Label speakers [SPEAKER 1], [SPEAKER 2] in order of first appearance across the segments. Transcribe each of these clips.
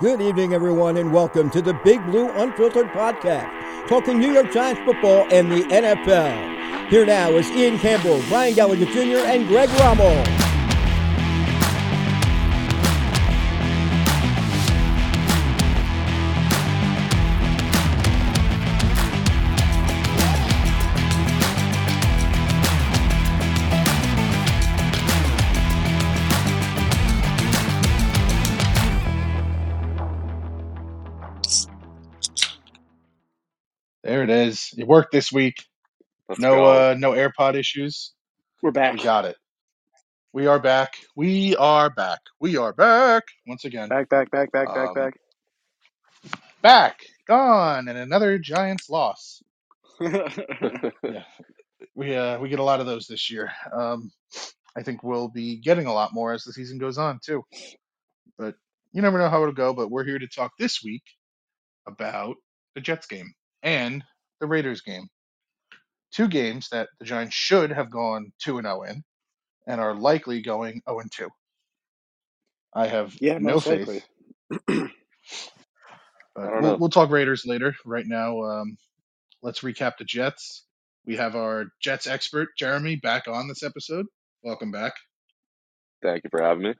[SPEAKER 1] Good evening, everyone, and welcome to the Big Blue Unfiltered Podcast, talking New York Giants football and the NFL. Here now is Ian Campbell, Brian Gallagher Jr., and Greg Rommel.
[SPEAKER 2] There it is. It worked this week.
[SPEAKER 3] Let's
[SPEAKER 2] no
[SPEAKER 3] go.
[SPEAKER 2] uh no AirPod issues.
[SPEAKER 4] We're back.
[SPEAKER 2] We got it. We are back. We are back. We are back once again.
[SPEAKER 4] Back, back, back, back, back,
[SPEAKER 2] Um,
[SPEAKER 4] back.
[SPEAKER 2] Back. Gone and another Giants loss.
[SPEAKER 3] uh,
[SPEAKER 2] Yeah. We uh we get a lot of those this year. Um I think we'll be getting a lot more as the season goes on too. But you never know how it'll go, but we're here to talk this week about the Jets game and the Raiders game. Two games that the Giants should have gone 2 and 0 in and are likely going 0 and 2. I have
[SPEAKER 4] yeah,
[SPEAKER 2] no
[SPEAKER 4] most
[SPEAKER 2] faith.
[SPEAKER 4] likely.
[SPEAKER 3] I
[SPEAKER 2] But
[SPEAKER 3] don't
[SPEAKER 2] we'll
[SPEAKER 3] know.
[SPEAKER 2] we'll talk Raiders later. Right now, um, let's recap the Jets. We have our Jets expert Jeremy back on this episode. Welcome back.
[SPEAKER 3] Thank you for having me.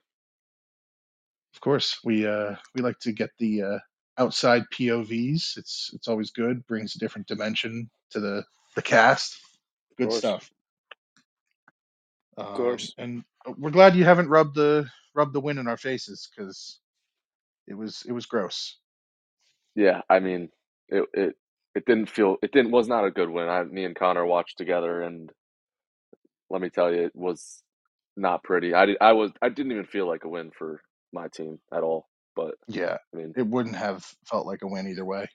[SPEAKER 2] Of course, we uh, we like to get the uh, outside POVs. It's it's always good. Brings a different dimension to the the cast. Good
[SPEAKER 4] course.
[SPEAKER 2] stuff. Um,
[SPEAKER 4] course.
[SPEAKER 2] And we're glad you haven't rubbed the rubbed the win in our faces because it was it was gross.
[SPEAKER 3] Yeah, I mean, it it it didn't feel it didn't was not a good win. I, me and Connor watched together, and let me tell you, it was not pretty. I did, I was I didn't even feel like a win for my team at all. But
[SPEAKER 2] Yeah,
[SPEAKER 3] I mean,
[SPEAKER 2] it wouldn't have felt like a win either way.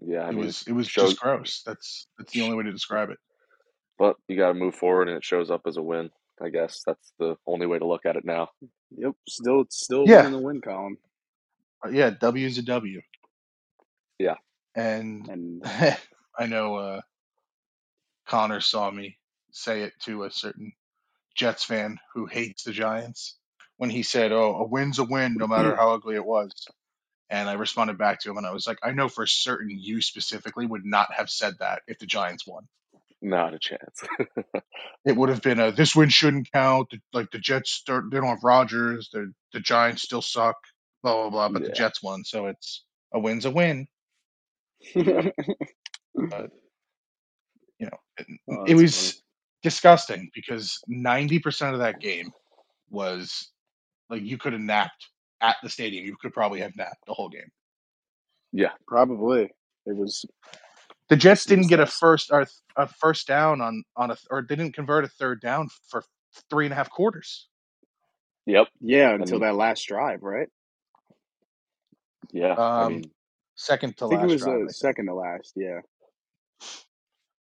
[SPEAKER 3] yeah, I
[SPEAKER 2] it
[SPEAKER 3] mean,
[SPEAKER 2] was it was
[SPEAKER 3] shows,
[SPEAKER 2] just gross. That's that's the only way to describe it.
[SPEAKER 3] but you got to move forward, and it shows up as a win. I guess that's the only way to look at it now.
[SPEAKER 4] Yep. Still, still
[SPEAKER 2] Yeah.
[SPEAKER 4] in the win column,
[SPEAKER 2] Uh, Yeah, W is a W.
[SPEAKER 3] Yeah.
[SPEAKER 2] And
[SPEAKER 4] and
[SPEAKER 2] I know uh, Connor saw me say it to a certain Jets fan who hates the Giants when he said, "Oh, a win's a win, no matter how ugly it was." And I responded back to him, and I was like, "I know for certain you specifically would not have said that if the Giants won.
[SPEAKER 3] Not a chance.
[SPEAKER 2] it would have been a this win shouldn't count. the- Like the Jets, they're- they don't have Rodgers. The the Giants still suck. Blah blah blah. But the
[SPEAKER 3] Yeah.
[SPEAKER 2] Jets won, so it's a win's a win.
[SPEAKER 3] Yep.
[SPEAKER 2] But you know, it,
[SPEAKER 4] Oh,
[SPEAKER 2] it
[SPEAKER 4] that's
[SPEAKER 2] was disgusting because ninety percent of that game was like you could have napped at the stadium. You could probably have napped the whole game.
[SPEAKER 4] probably it was.
[SPEAKER 2] The Jets
[SPEAKER 4] It was
[SPEAKER 2] didn't get a
[SPEAKER 4] nice.
[SPEAKER 2] first or th- a first down on on a th- or they didn't convert a third down for three and a half quarters.
[SPEAKER 3] Yep.
[SPEAKER 4] Yeah, until
[SPEAKER 3] mean-
[SPEAKER 4] that last drive, right?
[SPEAKER 3] Yeah. I
[SPEAKER 2] Um,
[SPEAKER 3] mean,
[SPEAKER 2] Second to
[SPEAKER 4] I think
[SPEAKER 2] last
[SPEAKER 4] it was
[SPEAKER 2] drive. I
[SPEAKER 4] the
[SPEAKER 2] think.
[SPEAKER 4] second to last. Yeah.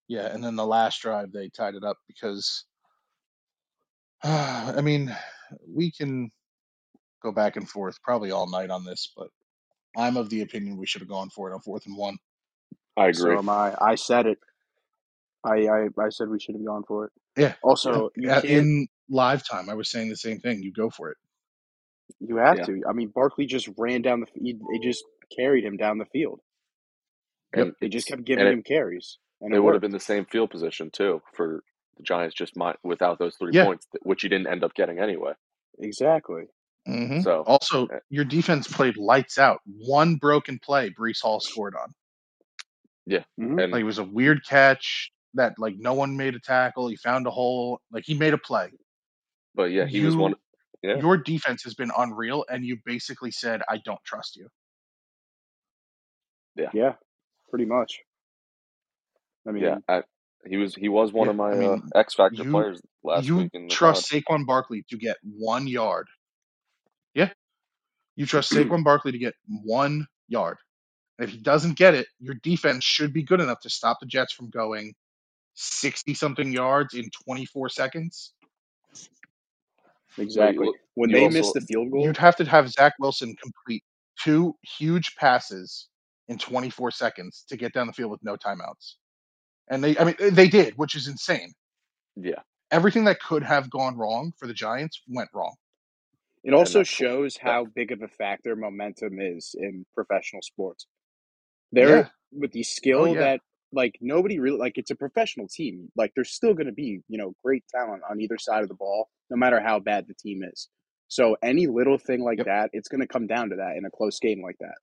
[SPEAKER 2] Yeah, and then the last drive they tied it up because I mean, we can go back and forth probably all night on this, but I'm of the opinion we should have gone for it on fourth and one.
[SPEAKER 3] I agree.
[SPEAKER 4] So am I. I said it. I I, I said we should have gone for it.
[SPEAKER 2] Yeah.
[SPEAKER 4] Also, you
[SPEAKER 2] Uh,
[SPEAKER 4] can't.
[SPEAKER 2] in live time, I was saying the same thing. You go for it.
[SPEAKER 4] you have
[SPEAKER 3] Yeah.
[SPEAKER 4] to. I mean, Barkley just ran down the. f- He, they just carried him down the field.
[SPEAKER 2] Yep.
[SPEAKER 3] And
[SPEAKER 4] They just
[SPEAKER 3] it's-
[SPEAKER 4] kept
[SPEAKER 3] and
[SPEAKER 4] giving
[SPEAKER 3] it-
[SPEAKER 4] him carries, and
[SPEAKER 3] It
[SPEAKER 4] it
[SPEAKER 3] would have
[SPEAKER 4] worked.
[SPEAKER 3] been the same field position too for the Giants just mi without those three
[SPEAKER 2] Yeah.
[SPEAKER 3] points, th- which you didn't end up getting anyway.
[SPEAKER 4] Exactly.
[SPEAKER 2] Mm-hmm.
[SPEAKER 3] So
[SPEAKER 2] Also,
[SPEAKER 3] uh,
[SPEAKER 2] your defense played lights out. One broken play, Brees Hall scored on.
[SPEAKER 4] hmm
[SPEAKER 3] and
[SPEAKER 2] Like it was a weird catch that like no one made a tackle. He found a hole. Like he made a play.
[SPEAKER 3] but yeah, he was one. Yeah.
[SPEAKER 2] Your defense has been unreal, and you basically said, "I don't trust you."
[SPEAKER 4] Yeah, pretty much. I mean,
[SPEAKER 3] Yeah, I, he was he was one
[SPEAKER 2] Yeah,
[SPEAKER 3] of my
[SPEAKER 2] I mean,
[SPEAKER 3] uh, X Factor
[SPEAKER 2] you-
[SPEAKER 3] players last
[SPEAKER 2] you
[SPEAKER 3] week. In the
[SPEAKER 2] trust Saquon Barkley to get one yard. Yeah. You trust Saquon Barkley to get one yard. And if he doesn't get it, your defense should be good enough to stop the Jets from going 60 something yards in 24 seconds.
[SPEAKER 4] exactly.
[SPEAKER 3] look-
[SPEAKER 4] when
[SPEAKER 3] you
[SPEAKER 4] they
[SPEAKER 3] also-
[SPEAKER 4] missed the field goal,
[SPEAKER 2] You'd have to have Zach Wilson complete two huge passes in 24 seconds to get down the field with no timeouts. And they, I mean, they did, which is insane.
[SPEAKER 3] Yeah,
[SPEAKER 2] Everything that could have gone wrong for the Giants went wrong.
[SPEAKER 4] It also
[SPEAKER 3] that's cool.
[SPEAKER 4] shows how big of a factor momentum is in professional sports. There,
[SPEAKER 2] Yeah.
[SPEAKER 4] with the skill
[SPEAKER 2] Oh, yeah.
[SPEAKER 4] that like nobody really like, it's a professional team. Like there's still going to be you know great talent on either side of the ball, no matter how bad the team is. So any little thing like
[SPEAKER 2] Yep.
[SPEAKER 4] that, it's going to come down to that in a close game like that.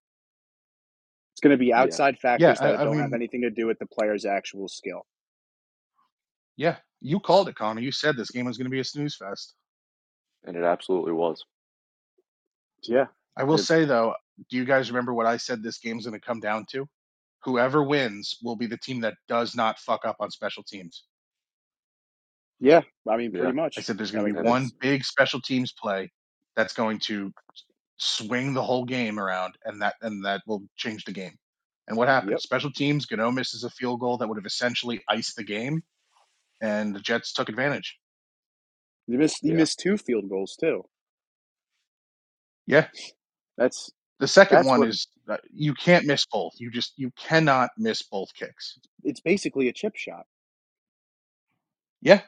[SPEAKER 4] It's going to be
[SPEAKER 3] Yeah.
[SPEAKER 4] outside factors
[SPEAKER 2] Yeah, I-
[SPEAKER 4] that
[SPEAKER 2] I
[SPEAKER 4] don't have
[SPEAKER 2] mean-
[SPEAKER 4] anything to do with the player's actual skill.
[SPEAKER 2] Yeah, you called it, Connor. You said this game was going to be a snooze fest.
[SPEAKER 3] and it absolutely was.
[SPEAKER 4] Yeah,
[SPEAKER 2] I will
[SPEAKER 4] It's-
[SPEAKER 2] say though, do you guys remember what I said this game's going to come down to? Whoever wins will be the team that does not fuck up on special teams.
[SPEAKER 4] yeah. I mean,
[SPEAKER 3] Yeah.
[SPEAKER 4] pretty much.
[SPEAKER 2] I said there's
[SPEAKER 4] I
[SPEAKER 2] going
[SPEAKER 4] mean,
[SPEAKER 2] to be
[SPEAKER 3] that
[SPEAKER 2] one
[SPEAKER 3] is-
[SPEAKER 2] big special teams play that's going to swing the whole game around, and that and that will change the game. And what happened?
[SPEAKER 4] Yep.
[SPEAKER 2] Special teams, Gano misses a field goal that would have essentially iced the game, and the Jets took advantage.
[SPEAKER 4] You missed you
[SPEAKER 3] Yeah.
[SPEAKER 4] missed two field goals too.
[SPEAKER 2] Yeah,
[SPEAKER 4] That's
[SPEAKER 2] the second
[SPEAKER 4] That's
[SPEAKER 2] one
[SPEAKER 4] what-
[SPEAKER 2] is uh, you can't miss both. You just you cannot miss both kicks.
[SPEAKER 4] it's basically a chip shot.
[SPEAKER 2] Yeah,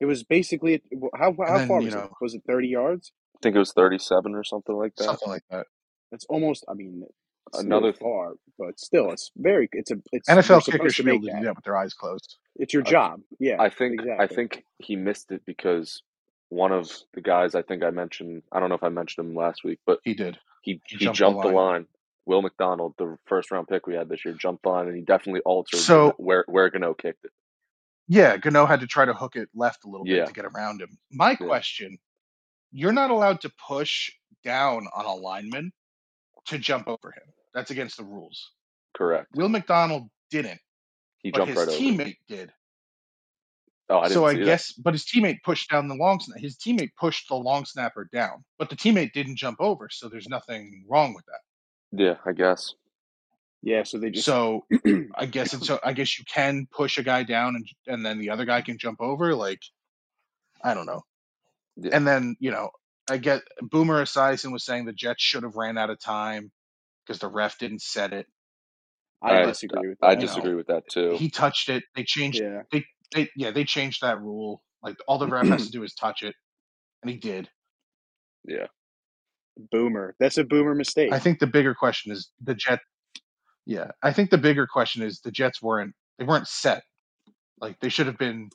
[SPEAKER 4] It was basically how how
[SPEAKER 2] then,
[SPEAKER 4] far
[SPEAKER 2] you
[SPEAKER 4] was it?
[SPEAKER 2] know-
[SPEAKER 4] Was it thirty yards?
[SPEAKER 3] I think it was 37 or something like that.
[SPEAKER 2] something like that.
[SPEAKER 4] That's almost. I mean, it's
[SPEAKER 3] Another
[SPEAKER 4] another
[SPEAKER 3] th-
[SPEAKER 4] far, but still, it's very. It's a. It's you're
[SPEAKER 2] NFL
[SPEAKER 4] supposed
[SPEAKER 2] kickers should be
[SPEAKER 4] make
[SPEAKER 2] able to
[SPEAKER 4] that.
[SPEAKER 2] do that with their eyes closed.
[SPEAKER 4] It's your
[SPEAKER 3] I-
[SPEAKER 4] job. yeah,
[SPEAKER 3] I think I
[SPEAKER 4] exactly.
[SPEAKER 3] think he missed it because one of the guys I think I mentioned I don't know if I mentioned him last week, but
[SPEAKER 2] He did.
[SPEAKER 3] he,
[SPEAKER 2] He
[SPEAKER 3] he,
[SPEAKER 2] jumped
[SPEAKER 3] jumped,
[SPEAKER 2] the
[SPEAKER 3] the line. Will McDonald, the first round pick we had this year, jumped the line and he definitely altered
[SPEAKER 2] So-
[SPEAKER 3] Gano- where where Gano kicked it.
[SPEAKER 2] Yeah, Gano had to try to hook it left a little
[SPEAKER 3] Yeah.
[SPEAKER 2] bit to get around him. My question: You're not allowed to push down on a lineman to jump over him. That's against the rules.
[SPEAKER 3] Correct.
[SPEAKER 2] Will McDonald didn't,
[SPEAKER 3] He
[SPEAKER 2] but
[SPEAKER 3] jumped
[SPEAKER 2] his
[SPEAKER 3] right over.
[SPEAKER 2] teammate did.
[SPEAKER 3] Oh, I didn't
[SPEAKER 2] so I
[SPEAKER 3] see that.
[SPEAKER 2] guess, but his teammate pushed down the long snap. His teammate pushed the long snapper down, but the teammate didn't jump over. So there's nothing wrong with that.
[SPEAKER 3] Yeah, I guess.
[SPEAKER 4] Yeah, so they just.
[SPEAKER 2] so I guess it's so I guess you can push a guy down and and then the other guy can jump over. Like I don't know.
[SPEAKER 3] Yeah.
[SPEAKER 2] And then you know I get Boomer Esiason was saying the Jets should have ran out of time because the ref didn't set it.
[SPEAKER 4] I
[SPEAKER 3] I-
[SPEAKER 4] disagree with that.
[SPEAKER 3] I
[SPEAKER 2] know.
[SPEAKER 3] disagree with that too.
[SPEAKER 2] He touched it. They changed.
[SPEAKER 4] Yeah,
[SPEAKER 2] They, yeah, they changed that rule. Like all the ref has to do is touch it, and he did.
[SPEAKER 3] yeah.
[SPEAKER 4] boomer. That's a boomer mistake.
[SPEAKER 2] I think the bigger question is the Jet. Yeah, I think the bigger question is the Jets weren't they weren't set. Like they should have been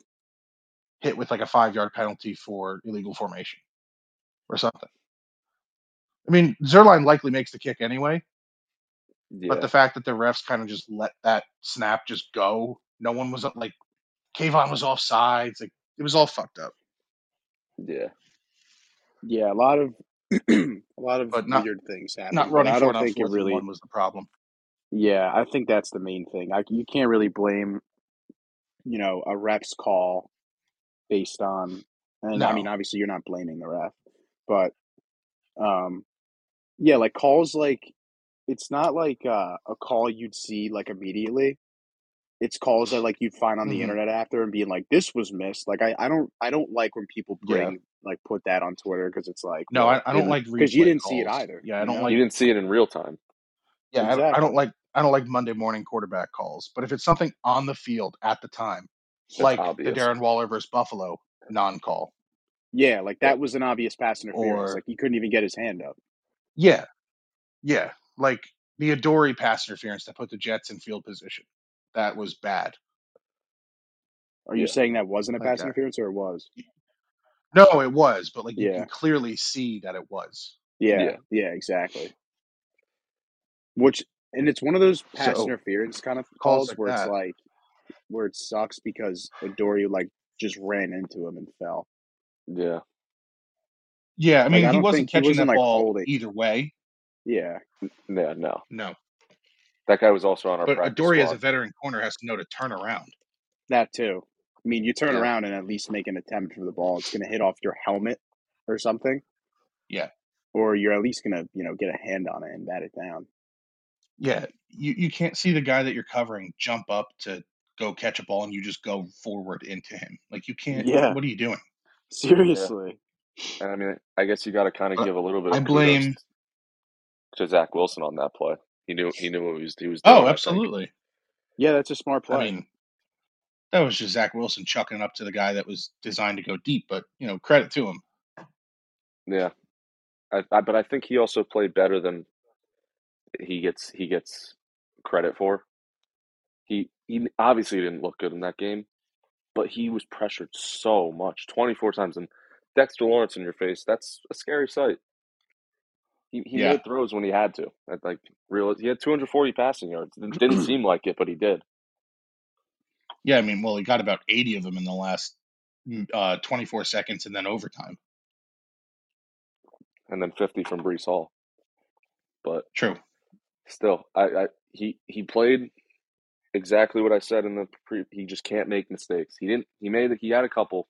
[SPEAKER 2] hit with like a five yard penalty for illegal formation or something. I mean, Zerline likely makes the kick anyway,
[SPEAKER 3] Yeah.
[SPEAKER 2] but the fact that the refs kind of just let that snap just go, no one was like, Kayvon was off sides, like it was all fucked up.
[SPEAKER 3] yeah.
[SPEAKER 4] yeah, a lot of a lot of
[SPEAKER 2] But not-
[SPEAKER 4] weird things happen.
[SPEAKER 2] Not
[SPEAKER 4] but
[SPEAKER 2] running
[SPEAKER 4] I
[SPEAKER 2] for
[SPEAKER 4] don't
[SPEAKER 2] it on
[SPEAKER 4] think it
[SPEAKER 2] fourth and
[SPEAKER 4] really.
[SPEAKER 2] one was the problem.
[SPEAKER 4] Yeah, I think that's the main thing. I, you can't really blame, you know, a ref's call based on, and I mean,
[SPEAKER 2] No.
[SPEAKER 4] obviously you're not blaming the ref, but, um, yeah, like calls like it's not like uh, a call you'd see like immediately. It's calls that like you'd find on the
[SPEAKER 2] Mhm.
[SPEAKER 4] internet after and being like, "This was missed." Like I, I don't, I don't like when people
[SPEAKER 3] Yeah.
[SPEAKER 4] bring like put that on Twitter because it's like,
[SPEAKER 2] No, I, I don't like
[SPEAKER 4] because you
[SPEAKER 2] replay
[SPEAKER 4] didn't see it
[SPEAKER 2] calls.
[SPEAKER 4] either.
[SPEAKER 2] Yeah, I
[SPEAKER 4] you
[SPEAKER 2] don't
[SPEAKER 4] know?
[SPEAKER 2] like
[SPEAKER 3] You didn't see it in real time.
[SPEAKER 2] Yeah, I don't I
[SPEAKER 4] Exactly.
[SPEAKER 2] don't like I don't like Monday morning quarterback calls, but if it's something on the field at the time,
[SPEAKER 3] That's
[SPEAKER 2] like
[SPEAKER 3] obvious.
[SPEAKER 2] the Darren Waller versus Buffalo non-call,
[SPEAKER 4] Yeah, like that was an obvious pass interference.
[SPEAKER 2] Or-
[SPEAKER 4] like you couldn't even get his hand up.
[SPEAKER 2] yeah, yeah, like the Adori pass interference that put the Jets in field position, that was bad.
[SPEAKER 4] Are you
[SPEAKER 3] Yeah.
[SPEAKER 4] saying that wasn't a
[SPEAKER 2] Like
[SPEAKER 4] pass
[SPEAKER 2] that.
[SPEAKER 4] interference or it was?
[SPEAKER 2] No, it was, but like you
[SPEAKER 4] Yeah.
[SPEAKER 2] can clearly see that it was.
[SPEAKER 4] Yeah, yeah,
[SPEAKER 3] Yeah.
[SPEAKER 4] exactly. Which and it's one of those pass
[SPEAKER 2] So,
[SPEAKER 4] interference kind of
[SPEAKER 2] calls
[SPEAKER 4] calls
[SPEAKER 2] like
[SPEAKER 4] where it's
[SPEAKER 2] that.
[SPEAKER 4] like where it sucks because Adoree like just ran into him and fell.
[SPEAKER 3] Yeah.
[SPEAKER 2] Yeah, I mean
[SPEAKER 4] I
[SPEAKER 2] he
[SPEAKER 4] don't
[SPEAKER 2] wasn't
[SPEAKER 4] think- he
[SPEAKER 2] catching
[SPEAKER 4] wasn't,
[SPEAKER 2] that
[SPEAKER 4] like,
[SPEAKER 2] ball
[SPEAKER 4] holding.
[SPEAKER 2] either way.
[SPEAKER 4] Yeah,
[SPEAKER 3] Yeah, no.
[SPEAKER 2] No,
[SPEAKER 3] That guy was also on our
[SPEAKER 2] but
[SPEAKER 3] practice
[SPEAKER 2] Adori as
[SPEAKER 3] squad.
[SPEAKER 2] a veteran corner has to know to turn around.
[SPEAKER 4] that too. I mean, you turn
[SPEAKER 3] Yeah.
[SPEAKER 4] around and at least make an attempt for the ball. It's going to hit off your helmet or something.
[SPEAKER 2] Yeah.
[SPEAKER 4] Or you're at least going to, you know, get a hand on it and bat it down.
[SPEAKER 2] Yeah, you you can't see the guy that you're covering jump up to go catch a ball and you just go forward into him. Like you can't.
[SPEAKER 4] Yeah.
[SPEAKER 2] What are you doing?
[SPEAKER 4] Seriously.
[SPEAKER 3] And I mean, I guess you got to kind
[SPEAKER 2] But
[SPEAKER 3] of give a little bit.
[SPEAKER 2] Uh, I
[SPEAKER 3] Of
[SPEAKER 2] blame-
[SPEAKER 3] kudos to Zach Wilson on that play. He knew he knew what he was he was. Doing, I
[SPEAKER 2] Oh,
[SPEAKER 3] think.
[SPEAKER 2] absolutely.
[SPEAKER 4] Yeah, that's a smart
[SPEAKER 2] I,
[SPEAKER 4] play.
[SPEAKER 2] mean, that was just Zach Wilson chucking it up to the guy that was designed to go deep. But you know, credit to him.
[SPEAKER 3] Yeah, I, I, but I think he also played better than he gets he gets credit for. He he obviously didn't look good in that game, but he was pressured so much, twenty four times, and Dexter Lawrence in your face. That's a scary sight. He he
[SPEAKER 2] Yeah.
[SPEAKER 3] made throws when he had to. I'd like real, he had two hundred forty passing yards. It didn't seem like it, but he did.
[SPEAKER 2] Yeah, I mean, well, he got about 80 of them in the last mm, uh, 24 seconds and then overtime.
[SPEAKER 3] And then fifty from Brees Hall, but
[SPEAKER 2] True.
[SPEAKER 3] still, I, I he he played exactly what I said in the pre. He just can't make mistakes. He didn't. He made. He had a couple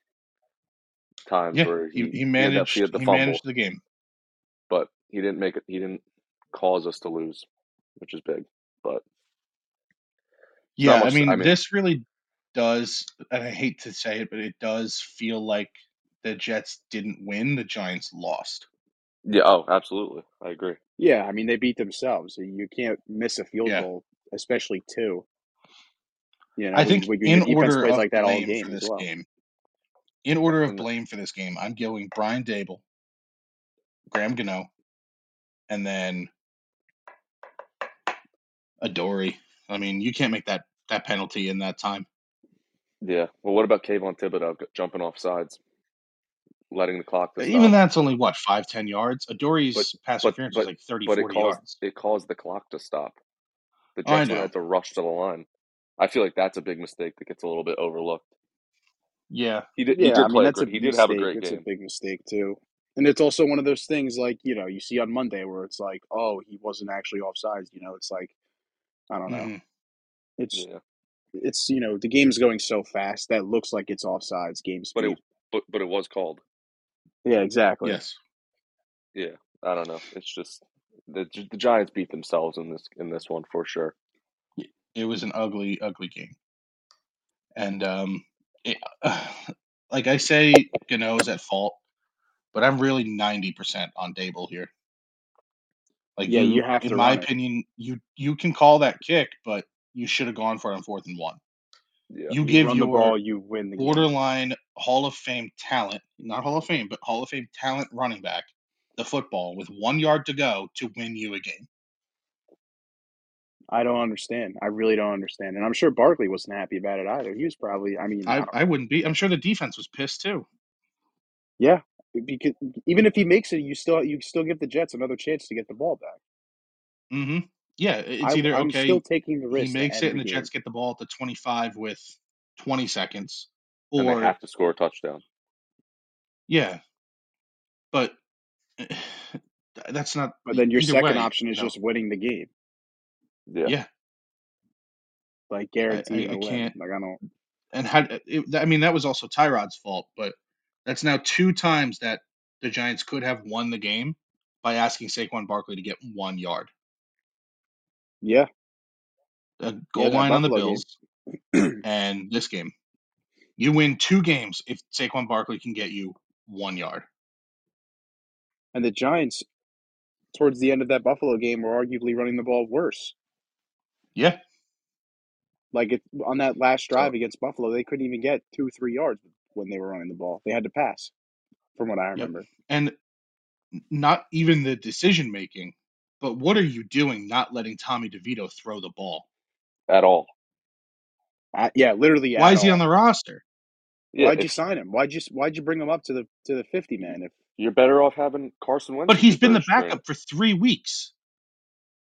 [SPEAKER 3] times
[SPEAKER 2] Yeah,
[SPEAKER 3] where
[SPEAKER 2] he,
[SPEAKER 3] he,
[SPEAKER 2] he
[SPEAKER 3] ended up he
[SPEAKER 2] managed
[SPEAKER 3] had the
[SPEAKER 2] he
[SPEAKER 3] fumble,
[SPEAKER 2] managed the game.
[SPEAKER 3] but he didn't make it. He didn't cause us to lose, which is big. But it's not
[SPEAKER 2] Yeah, I
[SPEAKER 3] much. I
[SPEAKER 2] mean,
[SPEAKER 3] mean,
[SPEAKER 2] this really does and I hate to say it, but it does feel like the Jets didn't win, the Giants lost.
[SPEAKER 3] yeah. Oh, absolutely. I agree.
[SPEAKER 4] Yeah, I mean they beat themselves. You can't miss a field
[SPEAKER 2] Yeah.
[SPEAKER 4] goal, especially two. You know,
[SPEAKER 2] I
[SPEAKER 4] when,
[SPEAKER 2] think
[SPEAKER 4] when your
[SPEAKER 2] in
[SPEAKER 4] defense
[SPEAKER 2] order
[SPEAKER 4] plays
[SPEAKER 2] of
[SPEAKER 4] like that all
[SPEAKER 2] blame for
[SPEAKER 4] game as
[SPEAKER 2] this
[SPEAKER 4] well.
[SPEAKER 2] game, in order of
[SPEAKER 3] And
[SPEAKER 2] blame for this game, I'm going Brian Dable, Graham Gano, and then Adori. I mean, you can't make that that penalty in that time.
[SPEAKER 3] yeah. Well, what about Kayvon Thibodeau g- jumping off sides, letting the clock
[SPEAKER 2] even
[SPEAKER 3] decide?
[SPEAKER 2] that's only what five ten yards
[SPEAKER 3] But
[SPEAKER 2] adori's pass
[SPEAKER 3] but
[SPEAKER 2] interference was
[SPEAKER 3] but
[SPEAKER 2] like 30
[SPEAKER 3] but it
[SPEAKER 2] 40
[SPEAKER 3] caused
[SPEAKER 2] yards
[SPEAKER 3] it caused the clock to stop. The
[SPEAKER 2] i
[SPEAKER 3] Jets would have
[SPEAKER 2] know
[SPEAKER 3] had to rush to the line. I feel like that's a big mistake that gets a little bit overlooked.
[SPEAKER 2] yeah
[SPEAKER 3] He did. He
[SPEAKER 4] Yeah, I
[SPEAKER 3] did
[SPEAKER 4] mean
[SPEAKER 3] play a
[SPEAKER 4] that's a
[SPEAKER 3] great. He did have a
[SPEAKER 4] mistake.
[SPEAKER 3] great
[SPEAKER 4] It's a
[SPEAKER 3] game.
[SPEAKER 4] big mistake too. And it's also one of those things like, you know, you see on Monday where it's like, oh, he wasn't actually offsides, you know, it's like I don't know.
[SPEAKER 2] hmm
[SPEAKER 4] It's
[SPEAKER 3] Yeah.
[SPEAKER 4] it's you know, the game's going so fast that looks like it's offsides game
[SPEAKER 3] But it
[SPEAKER 4] speed.
[SPEAKER 3] but but it was called.
[SPEAKER 4] Yeah, exactly.
[SPEAKER 2] yes
[SPEAKER 3] Yeah, I don't know. It's just the the Giants beat themselves in this in this one for sure.
[SPEAKER 2] Y- it was an ugly ugly game and um it, like i say gano is at fault but i'm really 90% on dable here like
[SPEAKER 4] Yeah, you
[SPEAKER 2] you
[SPEAKER 4] have
[SPEAKER 2] in
[SPEAKER 4] to
[SPEAKER 2] my
[SPEAKER 4] run it.
[SPEAKER 2] opinion you you can call that kick but you should have gone for it on fourth and one
[SPEAKER 3] Yeah,
[SPEAKER 2] you
[SPEAKER 4] You
[SPEAKER 2] give
[SPEAKER 4] run the
[SPEAKER 2] your
[SPEAKER 4] ball, you win the game.
[SPEAKER 2] borderline Hall of Fame talent, not Hall of Fame, but Hall of Fame talent running back, the football with one yard to go to win you a game.
[SPEAKER 4] I don't understand. I really don't understand. And I'm sure Barkley wasn't happy about it either. He was probably, I mean, I
[SPEAKER 2] I,
[SPEAKER 4] don't
[SPEAKER 2] I
[SPEAKER 4] know.
[SPEAKER 2] wouldn't be. I'm sure the defense was pissed too.
[SPEAKER 4] Yeah, because even if he makes it, you still you still give the Jets another chance to get the ball back.
[SPEAKER 2] hmm Yeah, i- it's
[SPEAKER 4] I
[SPEAKER 2] either
[SPEAKER 4] I'm still
[SPEAKER 2] okay,
[SPEAKER 4] taking the
[SPEAKER 2] he
[SPEAKER 4] risk
[SPEAKER 2] makes it and
[SPEAKER 4] every
[SPEAKER 2] the Jets
[SPEAKER 4] game.
[SPEAKER 2] get the ball at the 25 with 20 seconds,
[SPEAKER 3] and they
[SPEAKER 2] or
[SPEAKER 3] have to score a touchdown.
[SPEAKER 2] yeah, but eh, that's not
[SPEAKER 4] But
[SPEAKER 2] e-
[SPEAKER 4] then your
[SPEAKER 2] either
[SPEAKER 4] second
[SPEAKER 2] way.
[SPEAKER 4] option is
[SPEAKER 2] No,
[SPEAKER 4] just winning the game,
[SPEAKER 3] Yeah,
[SPEAKER 2] yeah,
[SPEAKER 4] like
[SPEAKER 2] I, I,
[SPEAKER 4] guaranteeing
[SPEAKER 2] I
[SPEAKER 4] a win.
[SPEAKER 2] can't.
[SPEAKER 4] Like I don't.
[SPEAKER 2] and had it, I mean that was also Tyrod's fault, but that's now two times that the Giants could have won the game by asking Saquon Barkley to get one yard.
[SPEAKER 4] Yeah,
[SPEAKER 2] A
[SPEAKER 4] yeah,
[SPEAKER 2] goal
[SPEAKER 4] that
[SPEAKER 2] line on the
[SPEAKER 4] Buffalo game.
[SPEAKER 2] Bills and this game. You win two games if Saquon Barkley can get you one yard.
[SPEAKER 4] and the Giants towards the end of that Buffalo game were arguably running the ball worse.
[SPEAKER 2] Yeah.
[SPEAKER 4] Like it, on that last drive
[SPEAKER 2] So
[SPEAKER 4] against Buffalo, they couldn't even get two three yards when they were running the ball. They had to pass, from what I
[SPEAKER 2] yep.
[SPEAKER 4] remember.
[SPEAKER 2] And not even the decision making, but what are you doing not letting Tommy DeVito throw the ball?
[SPEAKER 3] at all.
[SPEAKER 4] At, yeah, literally
[SPEAKER 2] Why
[SPEAKER 4] at
[SPEAKER 2] is he on
[SPEAKER 4] all.
[SPEAKER 2] the roster?
[SPEAKER 3] Yeah,
[SPEAKER 4] Why'd you
[SPEAKER 3] if
[SPEAKER 4] sign him? Why'd you Why'd you bring him up to the to the fifty man? If
[SPEAKER 3] you're better off having Carson
[SPEAKER 2] But
[SPEAKER 3] Wentz as
[SPEAKER 2] he's
[SPEAKER 3] your
[SPEAKER 2] been the
[SPEAKER 3] third string.
[SPEAKER 2] backup for three weeks.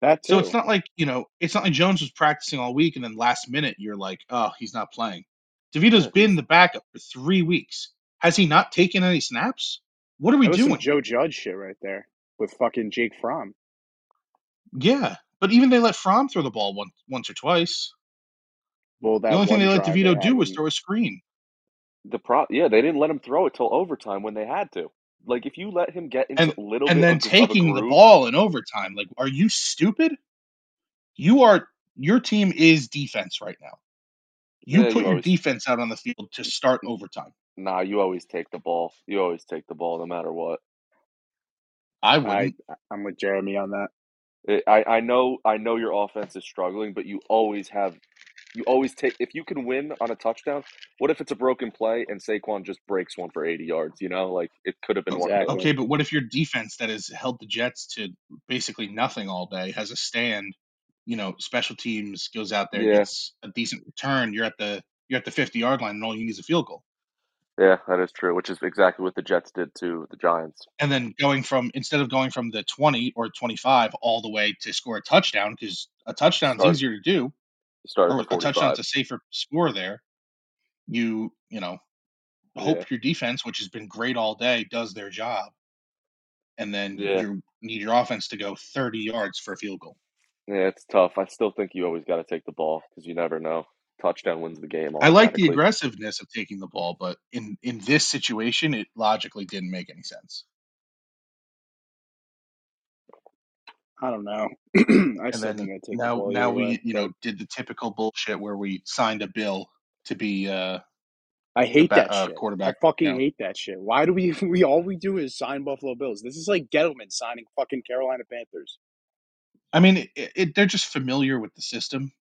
[SPEAKER 4] that
[SPEAKER 2] So it's
[SPEAKER 4] too,
[SPEAKER 2] not like, you know, it's not like Jones was practicing all week and then last minute you're like, oh, he's not playing. DeVito's
[SPEAKER 3] Yeah,
[SPEAKER 2] been
[SPEAKER 3] he's
[SPEAKER 2] the backup for three weeks. Has he not taken any snaps? What are we
[SPEAKER 4] that was some
[SPEAKER 2] doing?
[SPEAKER 4] Joe Judge shit right there with fucking Jake Fromm.
[SPEAKER 2] Yeah. But even they let Fromm throw the ball once once or twice.
[SPEAKER 4] Well,
[SPEAKER 2] The
[SPEAKER 4] that
[SPEAKER 2] only thing
[SPEAKER 4] one
[SPEAKER 2] they let
[SPEAKER 4] drive they
[SPEAKER 2] DeVito
[SPEAKER 4] had
[SPEAKER 2] do was
[SPEAKER 4] when
[SPEAKER 2] throw a screen.
[SPEAKER 3] the pro. Yeah, they didn't let him throw it till overtime when they had to. Like if you let him get into
[SPEAKER 2] And
[SPEAKER 3] a little
[SPEAKER 2] and
[SPEAKER 3] bit
[SPEAKER 2] then
[SPEAKER 3] of, gr- of a
[SPEAKER 2] taking the
[SPEAKER 3] groove,
[SPEAKER 2] ball in overtime. Like, are you stupid? You are your team is defense right now. You
[SPEAKER 3] yeah, you
[SPEAKER 2] put your
[SPEAKER 3] always
[SPEAKER 2] defense out on the field to start overtime.
[SPEAKER 3] nah, you always take the ball. You always take the ball no matter what.
[SPEAKER 2] I
[SPEAKER 4] I
[SPEAKER 2] wouldn't.
[SPEAKER 4] I'm with Jeremy on that.
[SPEAKER 3] Eh, It, I I know I know your offense is struggling, but you always have. You always take if you can win on a touchdown. What if it's a broken play and Saquon just breaks one for 80 yards? You know, like it could have been one. Of
[SPEAKER 4] Exactly.
[SPEAKER 3] those.
[SPEAKER 2] Okay, but what if your defense that has held the Jets to basically nothing all day has a stand? You know, special teams goes out there,
[SPEAKER 3] Yeah.
[SPEAKER 2] gets a decent return. You're at the you're at the 50 yard line, and all you need is a field goal.
[SPEAKER 3] Yeah, that is true. Which is exactly what the Jets did to the Giants.
[SPEAKER 2] And then going from instead of going from the 20 or 25 all the way to score a touchdown because a touchdown's
[SPEAKER 3] Start
[SPEAKER 2] easier to do,
[SPEAKER 3] start at
[SPEAKER 2] or
[SPEAKER 3] the
[SPEAKER 2] a
[SPEAKER 3] 45.
[SPEAKER 2] Oh, touchdown's a safer score there. You you know
[SPEAKER 3] Yeah.
[SPEAKER 2] hope your defense, which has been great all day, does their job, and then
[SPEAKER 3] Yeah.
[SPEAKER 2] you need your offense to go 30 yards for a field goal.
[SPEAKER 3] Yeah, it's tough. I still think you always got to take the ball because you never know. Touchdown wins the game
[SPEAKER 2] I like the
[SPEAKER 3] automatically.
[SPEAKER 2] aggressiveness of taking the ball, but in in this situation, it logically didn't make any sense.
[SPEAKER 4] I don't know. I
[SPEAKER 2] And
[SPEAKER 4] still
[SPEAKER 2] then
[SPEAKER 4] think I'd take the
[SPEAKER 2] now
[SPEAKER 4] ball
[SPEAKER 2] now
[SPEAKER 4] either way,
[SPEAKER 2] we you
[SPEAKER 4] but
[SPEAKER 2] know did the typical bullshit where we signed a bill to be uh,
[SPEAKER 4] I
[SPEAKER 2] the
[SPEAKER 4] hate
[SPEAKER 2] ba-
[SPEAKER 4] that
[SPEAKER 2] uh,
[SPEAKER 4] shit. I
[SPEAKER 2] quarterback.
[SPEAKER 4] fucking
[SPEAKER 2] Now
[SPEAKER 4] hate that shit. Why do we we all we do is sign Buffalo Bills? This is like Gettleman signing fucking Carolina Panthers.
[SPEAKER 2] I mean, it, it, they're just familiar with the system.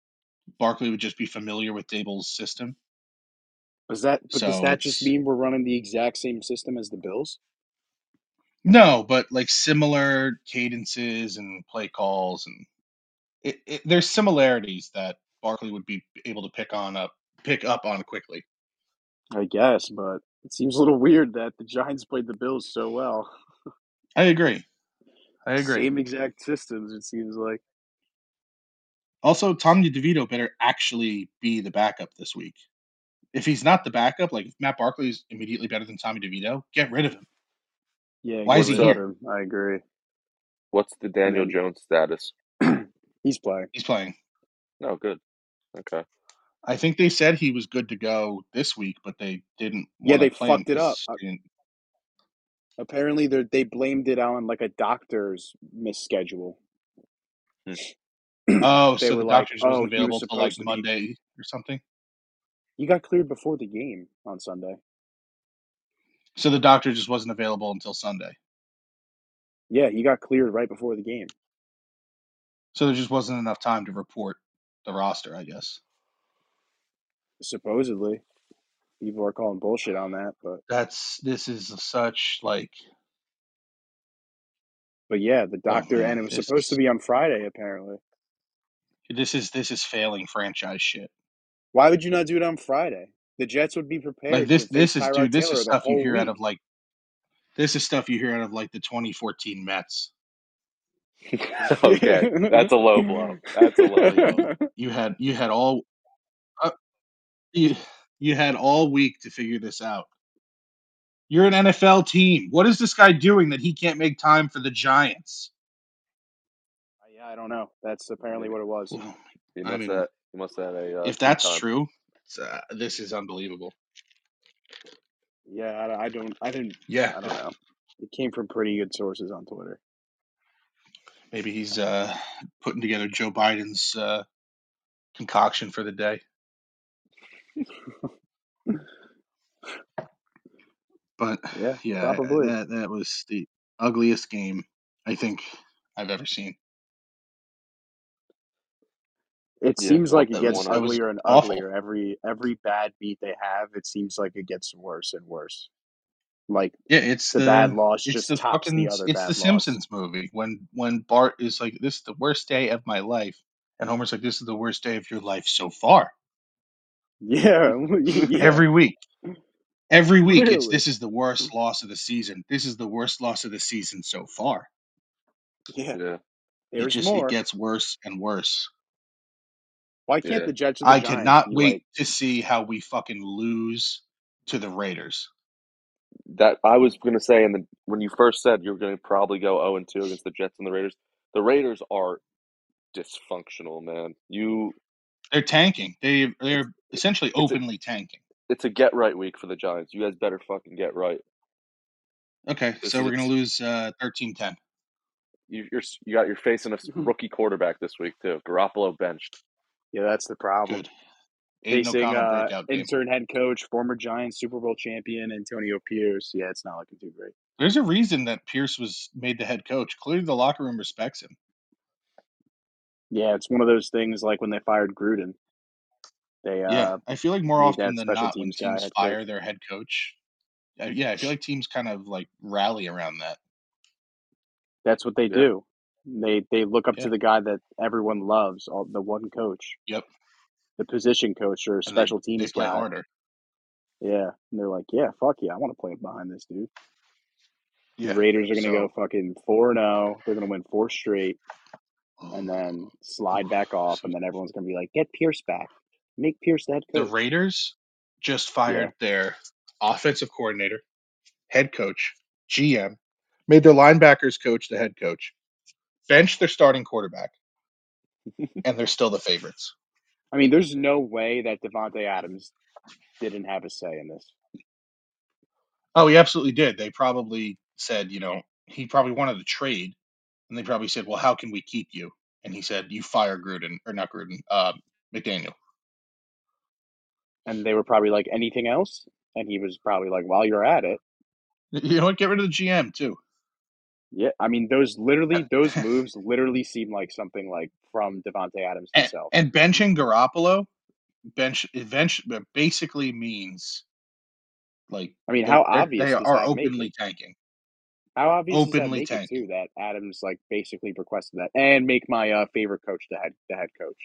[SPEAKER 2] Barkley would just be familiar with Dable's system,
[SPEAKER 4] Does that but does
[SPEAKER 2] so
[SPEAKER 4] that just
[SPEAKER 2] it's
[SPEAKER 4] mean we're running the exact same system as the Bills?
[SPEAKER 2] no, but like similar cadences and play calls, and it, it, there's similarities that Barkley would be able to pick on up pick up on quickly.
[SPEAKER 4] I guess, but it seems a little weird that the Giants played the Bills so well.
[SPEAKER 2] I agree. I agree.
[SPEAKER 4] Same exact systems, it seems like.
[SPEAKER 2] Also, Tommy DeVito better actually be the backup this week. If he's not the backup, like if Matt Barkley is immediately better than Tommy DeVito, get rid of him.
[SPEAKER 4] Yeah,
[SPEAKER 2] Why
[SPEAKER 4] get
[SPEAKER 2] is
[SPEAKER 3] What's
[SPEAKER 2] he
[SPEAKER 3] uh
[SPEAKER 4] rid of
[SPEAKER 2] here?
[SPEAKER 4] him. I agree.
[SPEAKER 3] what's the
[SPEAKER 4] And
[SPEAKER 3] Daniel
[SPEAKER 4] then
[SPEAKER 3] Jones status?
[SPEAKER 4] he's playing.
[SPEAKER 2] He's playing.
[SPEAKER 3] Oh, good. Okay.
[SPEAKER 2] I think they said he was good to go this week, but they didn't want
[SPEAKER 4] Yeah,
[SPEAKER 2] to
[SPEAKER 4] they
[SPEAKER 2] play him
[SPEAKER 4] fucked it up.
[SPEAKER 2] because
[SPEAKER 4] Uh,
[SPEAKER 2] they didn't.
[SPEAKER 4] apparently, they they blamed it on like a doctor's misschedule.
[SPEAKER 3] Hmm.
[SPEAKER 2] Oh,
[SPEAKER 4] they
[SPEAKER 2] so
[SPEAKER 4] were
[SPEAKER 2] the
[SPEAKER 4] like,
[SPEAKER 2] doctor just
[SPEAKER 4] "Oh,
[SPEAKER 2] wasn't
[SPEAKER 4] he was
[SPEAKER 2] available till like
[SPEAKER 4] supposed to be."
[SPEAKER 2] Monday or something.
[SPEAKER 4] He got cleared before the game on Sunday.
[SPEAKER 2] So the doctor just wasn't available until Sunday.
[SPEAKER 4] Yeah, he got cleared right before the game.
[SPEAKER 2] So there just wasn't enough time to report the roster, I guess.
[SPEAKER 4] Supposedly, people are calling bullshit on that, but
[SPEAKER 2] That's this is such like
[SPEAKER 4] but yeah, the
[SPEAKER 2] oh
[SPEAKER 4] doctor and
[SPEAKER 2] man,
[SPEAKER 4] it was
[SPEAKER 2] this
[SPEAKER 4] supposed to
[SPEAKER 2] is
[SPEAKER 4] be on Friday apparently.
[SPEAKER 2] this is this is failing franchise shit.
[SPEAKER 4] Why would you not do it on Friday? The Jets would be
[SPEAKER 2] Like
[SPEAKER 4] prepared
[SPEAKER 2] this
[SPEAKER 4] to face
[SPEAKER 2] this is
[SPEAKER 4] Tyrod
[SPEAKER 2] dude, this is
[SPEAKER 4] Taylor the
[SPEAKER 2] stuff you
[SPEAKER 4] whole
[SPEAKER 2] hear out of
[SPEAKER 4] week.
[SPEAKER 2] like this is stuff you hear out of like the 2014 Mets.
[SPEAKER 3] okay. That's a low blow. That's a low blow.
[SPEAKER 2] You had you had all uh, you, you had all week to figure this out. You're an NFL team. What is this guy doing that he can't make time for the Giants?
[SPEAKER 4] yeah, I don't know. That's apparently
[SPEAKER 3] Yeah.
[SPEAKER 4] what it was.
[SPEAKER 2] Well,
[SPEAKER 3] He
[SPEAKER 2] I
[SPEAKER 3] must
[SPEAKER 2] mean,
[SPEAKER 3] have he must have a uh,
[SPEAKER 2] if
[SPEAKER 3] free
[SPEAKER 2] that's
[SPEAKER 3] time.
[SPEAKER 2] true, it's, uh, this is unbelievable.
[SPEAKER 4] Yeah, I, I don't. I didn't.
[SPEAKER 2] Yeah,
[SPEAKER 4] I don't know. It came from pretty good sources on Twitter.
[SPEAKER 2] maybe he's uh, putting together Joe Biden's uh, concoction for the day. But
[SPEAKER 4] Yeah,
[SPEAKER 2] yeah, I-
[SPEAKER 4] probably.
[SPEAKER 2] that that was the ugliest game I think I've ever seen.
[SPEAKER 4] It
[SPEAKER 3] Yeah,
[SPEAKER 4] seems
[SPEAKER 3] one
[SPEAKER 4] like it
[SPEAKER 2] That
[SPEAKER 4] gets
[SPEAKER 2] was
[SPEAKER 3] one
[SPEAKER 2] that
[SPEAKER 3] of
[SPEAKER 2] was
[SPEAKER 4] uglier and
[SPEAKER 2] awful.
[SPEAKER 4] uglier every every bad beat they have. It seems like it gets worse and worse. Like
[SPEAKER 2] Yeah, it's
[SPEAKER 4] the bad
[SPEAKER 2] the um,
[SPEAKER 4] loss
[SPEAKER 2] it's
[SPEAKER 4] just
[SPEAKER 2] the
[SPEAKER 4] tops the
[SPEAKER 2] fucking
[SPEAKER 4] other
[SPEAKER 2] it's the
[SPEAKER 4] bad loss.
[SPEAKER 2] Simpsons movie when when Bart is like this is the worst day of my life and Homer's like this is the worst day of your life so far.
[SPEAKER 4] Yeah, yeah,
[SPEAKER 2] Every week, every week it's
[SPEAKER 4] clearly.
[SPEAKER 2] this is the worst loss of the season. This is the worst loss of the season so far.
[SPEAKER 4] Yeah,
[SPEAKER 3] yeah.
[SPEAKER 2] It
[SPEAKER 4] there's
[SPEAKER 2] just it
[SPEAKER 4] more.
[SPEAKER 2] gets worse and worse.
[SPEAKER 4] Why can't
[SPEAKER 3] Yeah.
[SPEAKER 4] the Jets or the
[SPEAKER 2] I
[SPEAKER 4] Giants
[SPEAKER 2] cannot
[SPEAKER 4] be
[SPEAKER 2] wait
[SPEAKER 4] like,
[SPEAKER 2] to see how we fucking lose to the Raiders.
[SPEAKER 3] That I was going to say and the when you first said you were going to probably go 0 and 2 against the Jets and the Raiders. The Raiders are dysfunctional, man. You
[SPEAKER 2] They're tanking. They
[SPEAKER 3] it's
[SPEAKER 2] they're essentially
[SPEAKER 3] it's a
[SPEAKER 2] openly tanking.
[SPEAKER 3] it's a get right week for the Giants. You guys better fucking get right.
[SPEAKER 2] Okay,
[SPEAKER 3] This
[SPEAKER 2] so
[SPEAKER 3] is
[SPEAKER 2] we're gonna
[SPEAKER 3] it's
[SPEAKER 2] lose uh, 13-10.
[SPEAKER 3] you, you're s- you got your face in a s-
[SPEAKER 2] Mm-hmm.
[SPEAKER 3] rookie quarterback this week too. Garoppolo benched.
[SPEAKER 4] yeah, that's the problem.
[SPEAKER 2] Good. Aiden
[SPEAKER 4] Facing
[SPEAKER 2] O'Connell
[SPEAKER 4] uh,
[SPEAKER 2] breakout game.
[SPEAKER 4] intern head coach, former Giants Super Bowl champion Antonio Pierce. Yeah, it's not looking too great.
[SPEAKER 2] There's a reason that Pierce was made the head coach. Clearly, the locker room respects him.
[SPEAKER 4] Yeah, it's one of those things like when they fired Gruden. They uh,
[SPEAKER 2] yeah, I feel like more
[SPEAKER 4] need
[SPEAKER 2] often
[SPEAKER 4] that
[SPEAKER 2] than
[SPEAKER 4] special
[SPEAKER 2] not, when
[SPEAKER 4] teams guy,
[SPEAKER 2] teams
[SPEAKER 4] head coach.
[SPEAKER 2] fire their head coach, uh, yeah, I feel like teams kind of like rally around that.
[SPEAKER 4] that's what they
[SPEAKER 3] Yeah.
[SPEAKER 4] do. They they look up
[SPEAKER 2] Yeah.
[SPEAKER 4] to the guy that everyone loves, all, the one coach,
[SPEAKER 2] Yep,
[SPEAKER 4] the position coach or
[SPEAKER 2] and they,
[SPEAKER 4] special
[SPEAKER 2] they
[SPEAKER 4] teams
[SPEAKER 2] play
[SPEAKER 4] guy.
[SPEAKER 2] harder.
[SPEAKER 4] Yeah, and they're like, yeah, fuck yeah, I want to play behind this dude. The
[SPEAKER 2] Yeah,
[SPEAKER 4] Raiders are gonna
[SPEAKER 2] so
[SPEAKER 4] go fucking four and zero. They're gonna win four straight
[SPEAKER 2] Um,
[SPEAKER 4] and uh, then
[SPEAKER 2] Oh,
[SPEAKER 4] slide back off, and then everyone's gonna be like, get Pierce back, make Pierce the head
[SPEAKER 2] the
[SPEAKER 4] coach.
[SPEAKER 2] Raiders just
[SPEAKER 4] Yeah,
[SPEAKER 2] fired their offensive coordinator, head coach, GM, made their linebackers coach the head coach, benched their starting quarterback, and they're still the favorites.
[SPEAKER 4] I mean, there's no way that Devonte Adams didn't have a say in this.
[SPEAKER 2] Oh, he absolutely did. They probably said, you know, he probably wanted to trade, and they probably said, well, how can we keep you? And he said, you fire Gruden or not Gruden, uh, McDaniel.
[SPEAKER 4] And they were probably like, anything else? And he was probably like, while you're at it,
[SPEAKER 2] You know what? Get rid of the GM too.
[SPEAKER 4] yeah. I mean, those literally, those moves literally seem like something like from Devonte Adams
[SPEAKER 2] and,
[SPEAKER 4] himself.
[SPEAKER 2] and benching Garoppolo bench bench uh, basically means like
[SPEAKER 4] I mean,
[SPEAKER 2] they're,
[SPEAKER 4] how
[SPEAKER 2] they're they
[SPEAKER 4] obvious does
[SPEAKER 2] are
[SPEAKER 4] that make it?
[SPEAKER 2] openly tanking.
[SPEAKER 4] How obvious does that
[SPEAKER 2] Openly
[SPEAKER 4] make it
[SPEAKER 2] tanking.
[SPEAKER 4] too that Adams like basically requested that and make my uh, favorite coach the head the head coach?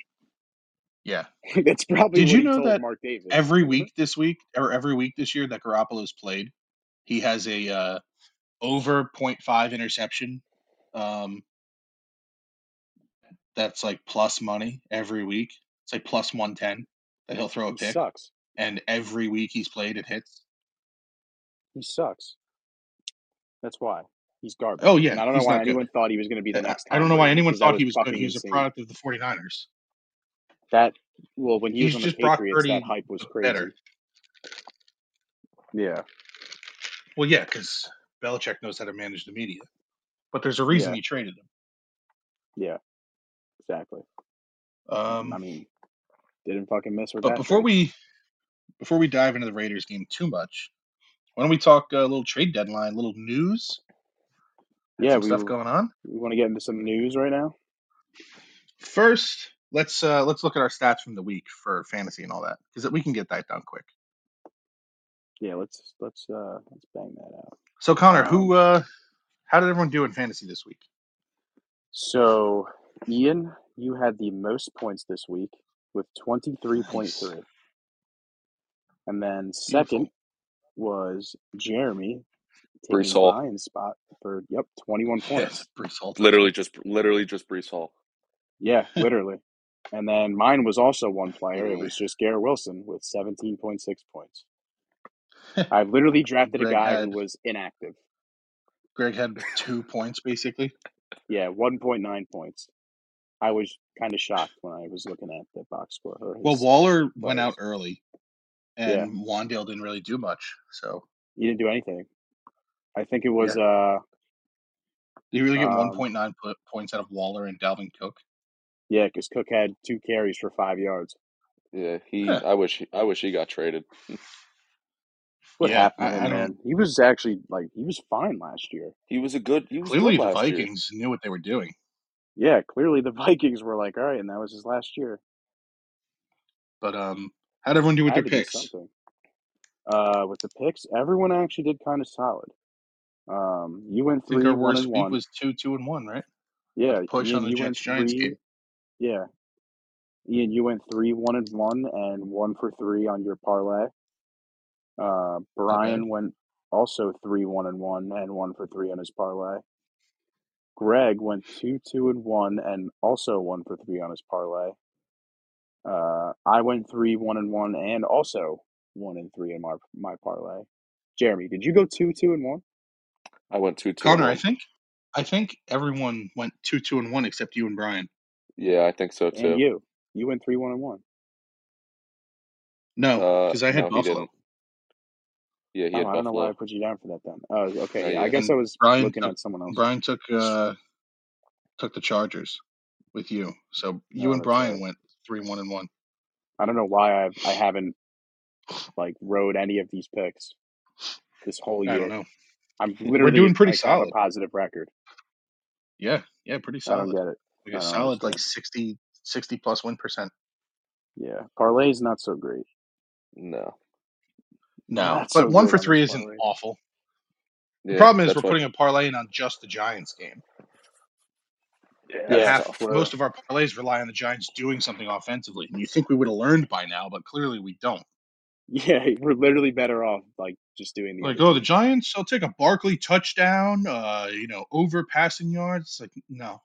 [SPEAKER 2] Yeah.
[SPEAKER 4] That's probably
[SPEAKER 2] Did
[SPEAKER 4] what
[SPEAKER 2] you
[SPEAKER 4] he
[SPEAKER 2] know
[SPEAKER 4] told
[SPEAKER 2] that
[SPEAKER 4] Mark Davis.
[SPEAKER 2] every week this week or every week this year that Garoppolo's played, he has a uh, over 0.5 interception. Um, that's like plus money every week. It's like plus 110 that he'll throw a
[SPEAKER 4] He
[SPEAKER 2] pick,
[SPEAKER 4] sucks.
[SPEAKER 2] and every week he's played it hits.
[SPEAKER 4] He sucks. That's why he's garbage.
[SPEAKER 2] Oh yeah,
[SPEAKER 4] And I don't know
[SPEAKER 2] he's
[SPEAKER 4] why
[SPEAKER 2] not good.
[SPEAKER 4] anyone thought he was going to be the
[SPEAKER 2] I
[SPEAKER 4] next
[SPEAKER 2] I don't
[SPEAKER 4] Tom
[SPEAKER 2] know why
[SPEAKER 4] Brady
[SPEAKER 2] anyone
[SPEAKER 4] because that
[SPEAKER 2] thought
[SPEAKER 4] was
[SPEAKER 2] he was good.
[SPEAKER 4] fucking
[SPEAKER 2] He was a
[SPEAKER 4] insane.
[SPEAKER 2] product of the 49ers.
[SPEAKER 4] That well, when he was
[SPEAKER 2] He's
[SPEAKER 4] on the
[SPEAKER 2] just Brock
[SPEAKER 4] Patriots, that
[SPEAKER 2] Purdy
[SPEAKER 4] hype was
[SPEAKER 2] better.
[SPEAKER 4] crazy. Yeah,
[SPEAKER 2] Well, yeah, because Belichick knows how to manage the media. But there's a reason
[SPEAKER 4] yeah,
[SPEAKER 2] he traded him.
[SPEAKER 4] yeah. Exactly. And I
[SPEAKER 2] Um,
[SPEAKER 4] mean, didn't fucking miss with
[SPEAKER 2] but
[SPEAKER 4] that
[SPEAKER 2] before
[SPEAKER 4] trade.
[SPEAKER 2] we before we dive into the Raiders game too much, why don't we talk a little trade deadline, little news, and
[SPEAKER 4] Yeah,
[SPEAKER 2] some
[SPEAKER 4] we
[SPEAKER 2] stuff
[SPEAKER 4] were,
[SPEAKER 2] going on?
[SPEAKER 4] we want to get into some news right now.
[SPEAKER 2] First, let's uh, let's look at our stats from the week for fantasy and all that because we can get that done quick.
[SPEAKER 4] Yeah, let's let's uh let's bang that out.
[SPEAKER 2] So Connor,
[SPEAKER 4] Um,
[SPEAKER 2] who uh, how did everyone do in fantasy this week?
[SPEAKER 4] so Ian, you had the most points this week with twenty three point
[SPEAKER 2] Nice,
[SPEAKER 4] three, and then second
[SPEAKER 2] beautiful.
[SPEAKER 4] was Jeremy
[SPEAKER 3] Brees
[SPEAKER 4] taking
[SPEAKER 3] Hall.
[SPEAKER 4] Ryan's spot for yep twenty one
[SPEAKER 2] Yes,
[SPEAKER 4] points.
[SPEAKER 2] Brees Hall
[SPEAKER 3] Literally
[SPEAKER 2] touchdown.
[SPEAKER 3] just literally just Brees Hall.
[SPEAKER 4] Yeah, literally. And then mine was also one player. It
[SPEAKER 2] literally,
[SPEAKER 4] was just Garrett Wilson with seventeen point six points. I literally drafted a
[SPEAKER 2] Greg
[SPEAKER 4] guy who
[SPEAKER 2] had
[SPEAKER 4] was inactive.
[SPEAKER 2] Greg had two points basically.
[SPEAKER 4] Yeah, one point nine points. I was kind of shocked when I was looking at the box score or
[SPEAKER 2] Well,
[SPEAKER 4] his
[SPEAKER 2] Waller went out
[SPEAKER 4] players.
[SPEAKER 2] early,
[SPEAKER 4] Yeah,
[SPEAKER 2] and Wandale didn't really do much. So
[SPEAKER 4] he didn't do anything. I think it was
[SPEAKER 2] yeah,
[SPEAKER 4] uh
[SPEAKER 2] you really get one
[SPEAKER 4] um
[SPEAKER 2] point nine po- points out of Waller and Dalvin Cook.
[SPEAKER 4] yeah because Cook had two carries for five yards.
[SPEAKER 3] Yeah, he
[SPEAKER 2] Huh.
[SPEAKER 3] I wish I wish he got traded.
[SPEAKER 4] What
[SPEAKER 2] Yeah,
[SPEAKER 4] happened to
[SPEAKER 2] I,
[SPEAKER 4] him,
[SPEAKER 2] I don't.
[SPEAKER 4] man? He was actually like he was fine last year.
[SPEAKER 3] He was a good he was good
[SPEAKER 2] Clearly, the
[SPEAKER 3] last year.
[SPEAKER 2] Vikings knew what they were doing.
[SPEAKER 4] Yeah, clearly the Vikings were like, all right, and that was his last year.
[SPEAKER 2] But um, how'd everyone do with their
[SPEAKER 4] Had to be
[SPEAKER 2] picks?
[SPEAKER 4] something. Uh, with the picks, everyone actually did kind of solid. Um, you went
[SPEAKER 2] I think
[SPEAKER 4] three,
[SPEAKER 2] our
[SPEAKER 4] one and
[SPEAKER 2] worst week
[SPEAKER 4] one.
[SPEAKER 2] was two, two and one, right? With
[SPEAKER 4] Yeah,
[SPEAKER 2] the push on
[SPEAKER 4] Ian,
[SPEAKER 2] the
[SPEAKER 4] you
[SPEAKER 2] Jets
[SPEAKER 4] went
[SPEAKER 2] Giants
[SPEAKER 4] three.
[SPEAKER 2] game.
[SPEAKER 4] Yeah, Ian, you went three, one and one, and one for three on your parlay. Uh,
[SPEAKER 2] Not bad.
[SPEAKER 4] Brian went also three, one and one, and one for three on his parlay. Greg went two, two and one, and also one for three on his parlay. Uh, I went three, one and one, and also one and three in my my parlay. Jeremy, did you go two, two and one?
[SPEAKER 3] I went two two and
[SPEAKER 2] Connor, I
[SPEAKER 3] one.
[SPEAKER 2] think, I think everyone went two, two and one except you and Brian.
[SPEAKER 3] Yeah, I think so
[SPEAKER 4] And
[SPEAKER 3] too.
[SPEAKER 4] you, you went three, one and one.
[SPEAKER 2] No,
[SPEAKER 3] Uh
[SPEAKER 2] because Oh, I had
[SPEAKER 3] no, he
[SPEAKER 2] Buffalo
[SPEAKER 3] didn't. Yeah, he
[SPEAKER 4] Oh,
[SPEAKER 3] had
[SPEAKER 4] I don't know why I
[SPEAKER 3] Buffalo.
[SPEAKER 4] put you down for that then. Oh,
[SPEAKER 3] No,
[SPEAKER 4] okay, yeah.
[SPEAKER 3] you
[SPEAKER 4] I guess I
[SPEAKER 2] and
[SPEAKER 3] didn't.
[SPEAKER 4] was
[SPEAKER 2] Brian
[SPEAKER 4] looking
[SPEAKER 2] took
[SPEAKER 4] at someone else's.
[SPEAKER 2] Brian took uh took the Chargers with you. So you and
[SPEAKER 4] Oh, that's right.
[SPEAKER 2] Brian went three, one and one.
[SPEAKER 4] I don't know why I I haven't like rode any of these picks this whole
[SPEAKER 2] I don't
[SPEAKER 4] year.
[SPEAKER 2] know.
[SPEAKER 4] I'm
[SPEAKER 2] We're doing
[SPEAKER 4] literally
[SPEAKER 2] pretty
[SPEAKER 4] like have a
[SPEAKER 2] solid.
[SPEAKER 4] positive record.
[SPEAKER 2] Yeah, yeah, pretty
[SPEAKER 4] I don't
[SPEAKER 2] solid.
[SPEAKER 4] get it.
[SPEAKER 2] Like
[SPEAKER 4] I
[SPEAKER 2] a
[SPEAKER 4] don't
[SPEAKER 2] solid like
[SPEAKER 4] understand.
[SPEAKER 2] 60, 60 plus win percent.
[SPEAKER 4] Yeah, parlay's not so great.
[SPEAKER 3] No.
[SPEAKER 2] No,
[SPEAKER 4] Not Oh, so
[SPEAKER 2] but one
[SPEAKER 4] great
[SPEAKER 2] for
[SPEAKER 4] on the
[SPEAKER 2] three isn't
[SPEAKER 4] parlay.
[SPEAKER 2] awful. The
[SPEAKER 3] Yeah,
[SPEAKER 2] problem is we're
[SPEAKER 3] that's what-
[SPEAKER 2] putting a parlay in on just the Giants game.
[SPEAKER 3] Yeah,
[SPEAKER 2] And
[SPEAKER 3] that's
[SPEAKER 4] Yeah,
[SPEAKER 2] half
[SPEAKER 3] tough.
[SPEAKER 4] we're
[SPEAKER 2] most of our parlays rely on the Giants doing something offensively. And you think we would have learned by now, but clearly we don't.
[SPEAKER 4] yeah, we're literally better off like just doing the
[SPEAKER 2] Like,
[SPEAKER 4] other
[SPEAKER 2] oh, the
[SPEAKER 4] team.
[SPEAKER 2] Giants, they'll take a Barkley touchdown, uh, you know, over passing yards. It's like, no.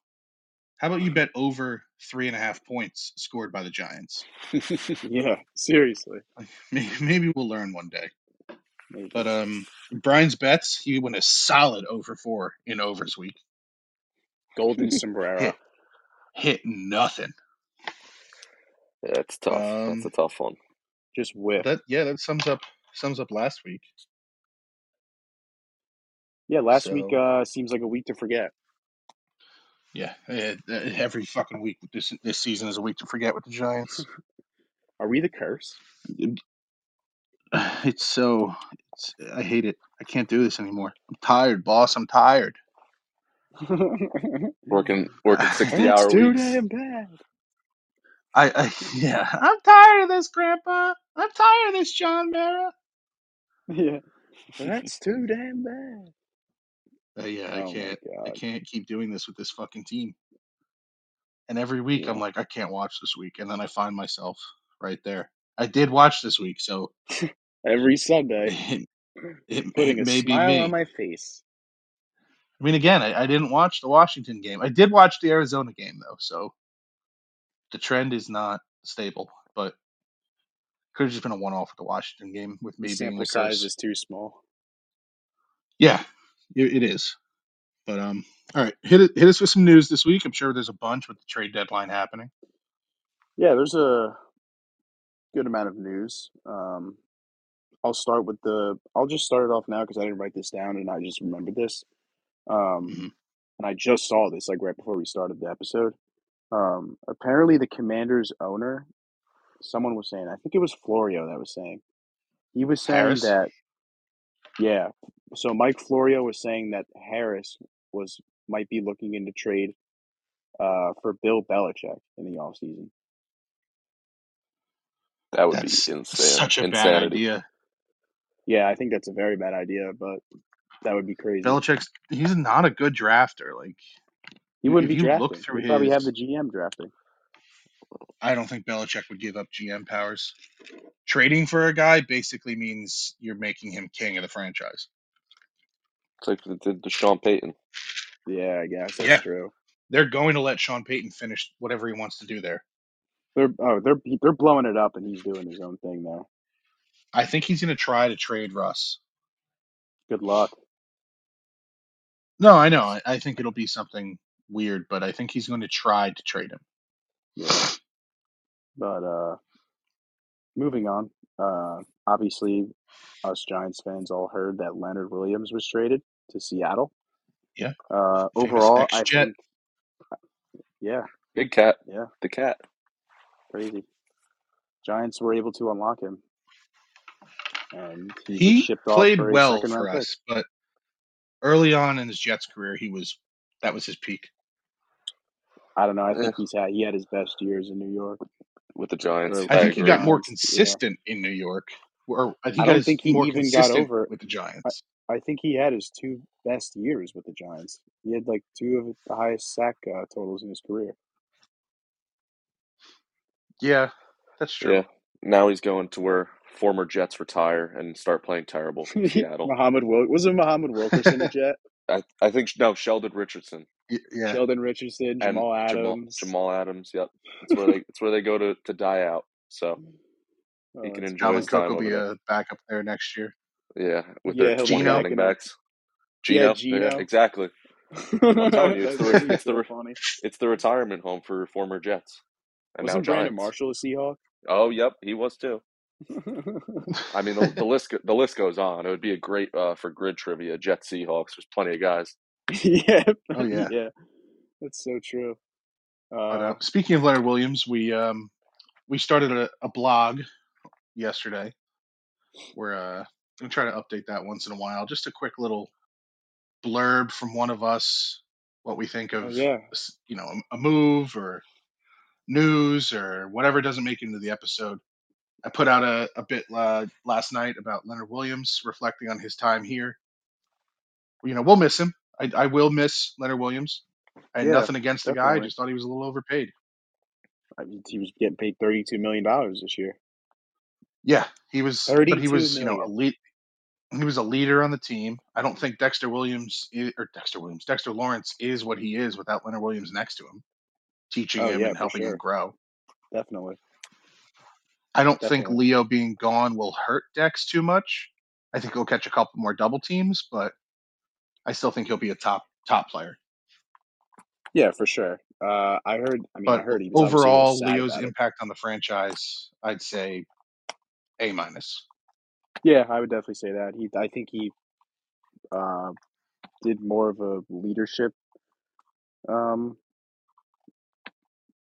[SPEAKER 2] How about you bet over three and a half points scored by the Giants?
[SPEAKER 4] Yeah, seriously.
[SPEAKER 2] Like, may- maybe we'll learn one day. But
[SPEAKER 4] Maybe.
[SPEAKER 2] um, Brian's bets, he went a solid over four in overs week.
[SPEAKER 4] Golden
[SPEAKER 2] Hit
[SPEAKER 4] sombrero.
[SPEAKER 2] hit nothing.
[SPEAKER 3] yeah, it's tough. That's a
[SPEAKER 2] Um,
[SPEAKER 3] tough one.
[SPEAKER 4] Just whiff.
[SPEAKER 2] that yeah, that sums up sums up last week.
[SPEAKER 4] Yeah, last week
[SPEAKER 2] So
[SPEAKER 4] uh seems like a week to forget.
[SPEAKER 2] yeah, eh, eh, every fucking week this this season is a week to forget with the Giants.
[SPEAKER 4] Are we the curse?
[SPEAKER 2] It's so it's uh, I hate it. I can't do this anymore. I'm tired, boss. I'm tired.
[SPEAKER 3] Working working sixty
[SPEAKER 4] That's
[SPEAKER 3] hour
[SPEAKER 4] too
[SPEAKER 3] weeks.
[SPEAKER 4] damn bad.
[SPEAKER 2] I, I yeah, I'm tired of this, Grandpa. I'm tired of this, John Mara.
[SPEAKER 4] Yeah. That's too damn bad.
[SPEAKER 2] Uh, yeah, I
[SPEAKER 4] Oh my
[SPEAKER 2] can't. I
[SPEAKER 4] god.
[SPEAKER 2] can't keep doing this with this fucking team. And every week I'm
[SPEAKER 4] Yeah.
[SPEAKER 2] like, I can't watch this week, and then I find myself right there. I did watch this week, so
[SPEAKER 4] Every Sunday,
[SPEAKER 2] it it, it
[SPEAKER 4] putting a
[SPEAKER 2] may be
[SPEAKER 4] smile on
[SPEAKER 2] me.
[SPEAKER 4] my face.
[SPEAKER 2] I mean, again, I, I didn't watch the Washington game. I did watch the Arizona game though, so the trend is not stable. But could have just been a one-off with the Washington game, with
[SPEAKER 4] The
[SPEAKER 2] me being
[SPEAKER 4] sample
[SPEAKER 2] the
[SPEAKER 4] size
[SPEAKER 2] curse.
[SPEAKER 4] is too small.
[SPEAKER 2] Yeah, it, it is. But um, all right, hit it, hit us with some news this week. I'm sure there's a bunch with the trade deadline happening.
[SPEAKER 4] Yeah, there's a good amount of news. Um, I'll start with the. I'll just start it off now because I didn't write this down and I just remembered this. Um,
[SPEAKER 2] hmm
[SPEAKER 4] and I just saw this like right before we started the episode. Um, apparently, the Commanders' owner, someone was saying, I think it was Florio that was saying, he was saying
[SPEAKER 2] Harris.
[SPEAKER 4] that yeah. So Mike Florio was saying that Harris was might be looking into trade uh for Bill Belichick in the offseason.
[SPEAKER 3] That would be
[SPEAKER 2] That's
[SPEAKER 3] insane
[SPEAKER 2] such a bad
[SPEAKER 3] insanity.
[SPEAKER 2] idea.
[SPEAKER 4] Yeah, I think that's a very bad idea, but that would be crazy.
[SPEAKER 2] Belichick's he's not a good drafter. Like
[SPEAKER 4] He
[SPEAKER 2] i-
[SPEAKER 4] wouldn't
[SPEAKER 2] if
[SPEAKER 4] be
[SPEAKER 2] you look
[SPEAKER 4] drafting.
[SPEAKER 2] through
[SPEAKER 4] He'd probably have the
[SPEAKER 2] his,
[SPEAKER 4] GM drafting.
[SPEAKER 2] I don't think Belichick would give up GM powers. Trading for a guy basically means you're making him king of the franchise.
[SPEAKER 3] It's like they did to Sean Payton.
[SPEAKER 4] Yeah, I guess that's
[SPEAKER 2] Yeah,
[SPEAKER 4] true.
[SPEAKER 2] they're going to let Sean Payton finish whatever he wants to do there.
[SPEAKER 4] They're oh they're he- they're blowing it up and he's doing his own thing now.
[SPEAKER 2] I think he's going to try to trade Russ.
[SPEAKER 4] Good luck.
[SPEAKER 2] No, I know. I, I think it'll be something weird, but I think he's going to try to trade him.
[SPEAKER 4] Yeah. But uh moving on. Uh obviously us Giants fans all heard that Leonard Williams was traded to Seattle.
[SPEAKER 2] Yeah,
[SPEAKER 4] Uh
[SPEAKER 2] famous
[SPEAKER 4] overall I
[SPEAKER 2] ex-Jet.
[SPEAKER 4] think yeah,
[SPEAKER 3] Big cat.
[SPEAKER 4] yeah,
[SPEAKER 3] The cat.
[SPEAKER 4] crazy. Giants were able to unlock him and he was
[SPEAKER 2] He
[SPEAKER 4] shipped off
[SPEAKER 2] played
[SPEAKER 4] for a
[SPEAKER 2] well
[SPEAKER 4] second round
[SPEAKER 2] for
[SPEAKER 4] pick.
[SPEAKER 2] us, but early on in his Jets career, he was that was his peak.
[SPEAKER 4] I don't know, I
[SPEAKER 3] Eh,
[SPEAKER 4] think he's had he had his best years in New York
[SPEAKER 3] with the Giants.
[SPEAKER 4] or
[SPEAKER 2] I
[SPEAKER 3] I
[SPEAKER 2] think
[SPEAKER 4] with the
[SPEAKER 2] he
[SPEAKER 3] agree.
[SPEAKER 2] got more
[SPEAKER 4] Giants. Yeah.
[SPEAKER 2] consistent in New York, or I think he
[SPEAKER 4] I
[SPEAKER 2] got
[SPEAKER 4] don't
[SPEAKER 2] his
[SPEAKER 4] think he
[SPEAKER 2] more
[SPEAKER 4] even got
[SPEAKER 2] consistent
[SPEAKER 4] over
[SPEAKER 2] with the
[SPEAKER 4] I,
[SPEAKER 2] Giants.
[SPEAKER 4] I think he had his two best years with the Giants. He had like two of the highest sack uh, totals in his career.
[SPEAKER 2] Yeah, that's true.
[SPEAKER 3] Yeah. Now he's going to where former Jets retire and start playing terrible for Seattle.
[SPEAKER 4] Muhammad Wil- wasn't Muhammad Wilkerson a
[SPEAKER 2] Y-
[SPEAKER 4] Jet?
[SPEAKER 3] I I think no Sheldon Richardson
[SPEAKER 2] yeah,
[SPEAKER 4] Sheldon Richardson,
[SPEAKER 3] and
[SPEAKER 4] Jamal
[SPEAKER 3] Jamal
[SPEAKER 4] Adams.
[SPEAKER 3] Jamal Adams. Yep. That's where they that's where they go to, to die out. So he
[SPEAKER 4] Oh,
[SPEAKER 3] can
[SPEAKER 4] that's
[SPEAKER 3] enjoy
[SPEAKER 2] Dalvin
[SPEAKER 3] his
[SPEAKER 2] Cook
[SPEAKER 3] time
[SPEAKER 2] will
[SPEAKER 3] over
[SPEAKER 2] be
[SPEAKER 3] there.
[SPEAKER 2] a backup there next year.
[SPEAKER 3] Yeah, with their
[SPEAKER 4] yeah, he'll be
[SPEAKER 3] twenty
[SPEAKER 2] Gino,
[SPEAKER 3] running
[SPEAKER 4] backing up.
[SPEAKER 3] backs.
[SPEAKER 4] Yeah,
[SPEAKER 3] Gino, they got
[SPEAKER 4] Gino.
[SPEAKER 3] exactly. I'm telling you, it's
[SPEAKER 4] that's
[SPEAKER 3] the
[SPEAKER 4] gonna be
[SPEAKER 3] it's the
[SPEAKER 4] so funny.
[SPEAKER 3] it's the retirement home for former Jets and now
[SPEAKER 4] Wasn't Brandon
[SPEAKER 3] Giants.
[SPEAKER 4] Marshall a Seahawk?
[SPEAKER 3] Oh, yep, he was too. I mean, the, the list go- the list goes on. It would be a great uh, for grid trivia. Jets, Seahawks. There's plenty of guys.
[SPEAKER 4] yeah,
[SPEAKER 2] oh yeah.
[SPEAKER 4] yeah, that's so true.
[SPEAKER 2] But
[SPEAKER 4] Uh,
[SPEAKER 2] uh, speaking of Leonard Williams, we um we started a, a blog yesterday. We're uh gonna try to update that once in a while. Just a quick little blurb from one of us, what we think
[SPEAKER 4] oh
[SPEAKER 2] of
[SPEAKER 4] yeah,
[SPEAKER 2] s- you know a, a move or news or whatever doesn't make it into the episode. I put out a, a bit uh, last night about Leonard Williams reflecting on his time here. You know, we'll miss him. I, I will miss Leonard Williams. I had
[SPEAKER 4] Yeah,
[SPEAKER 2] nothing against the guy. I
[SPEAKER 4] definitely.
[SPEAKER 2] just thought he was a little overpaid.
[SPEAKER 4] I mean, he was getting paid thirty-two million dollars this year.
[SPEAKER 2] Yeah, he was, but he
[SPEAKER 4] Thirty-two
[SPEAKER 2] was, you know, a
[SPEAKER 4] million.
[SPEAKER 2] lead. He was a leader on the team. I don't think Dexter Williams i or Dexter Williams, Dexter Lawrence is what he is without Leonard Williams next to him, teaching
[SPEAKER 4] Oh
[SPEAKER 2] him
[SPEAKER 4] yeah,
[SPEAKER 2] and
[SPEAKER 4] for
[SPEAKER 2] helping him
[SPEAKER 4] sure,
[SPEAKER 2] grow.
[SPEAKER 4] definitely,
[SPEAKER 2] I don't think
[SPEAKER 4] definitely.
[SPEAKER 2] Leo being gone will hurt Dex too much. I think he'll catch a couple more double teams, but I still think he'll be a top top player.
[SPEAKER 4] Yeah, for sure. Uh, I heard. I mean, I
[SPEAKER 2] But
[SPEAKER 4] heard he was obviously real
[SPEAKER 2] overall,
[SPEAKER 4] sad
[SPEAKER 2] Leo's
[SPEAKER 4] about it.
[SPEAKER 2] impact on the franchise, I'd say A minus.
[SPEAKER 4] Yeah, I would definitely say that. He, I think he uh, did more of a leadership. Um,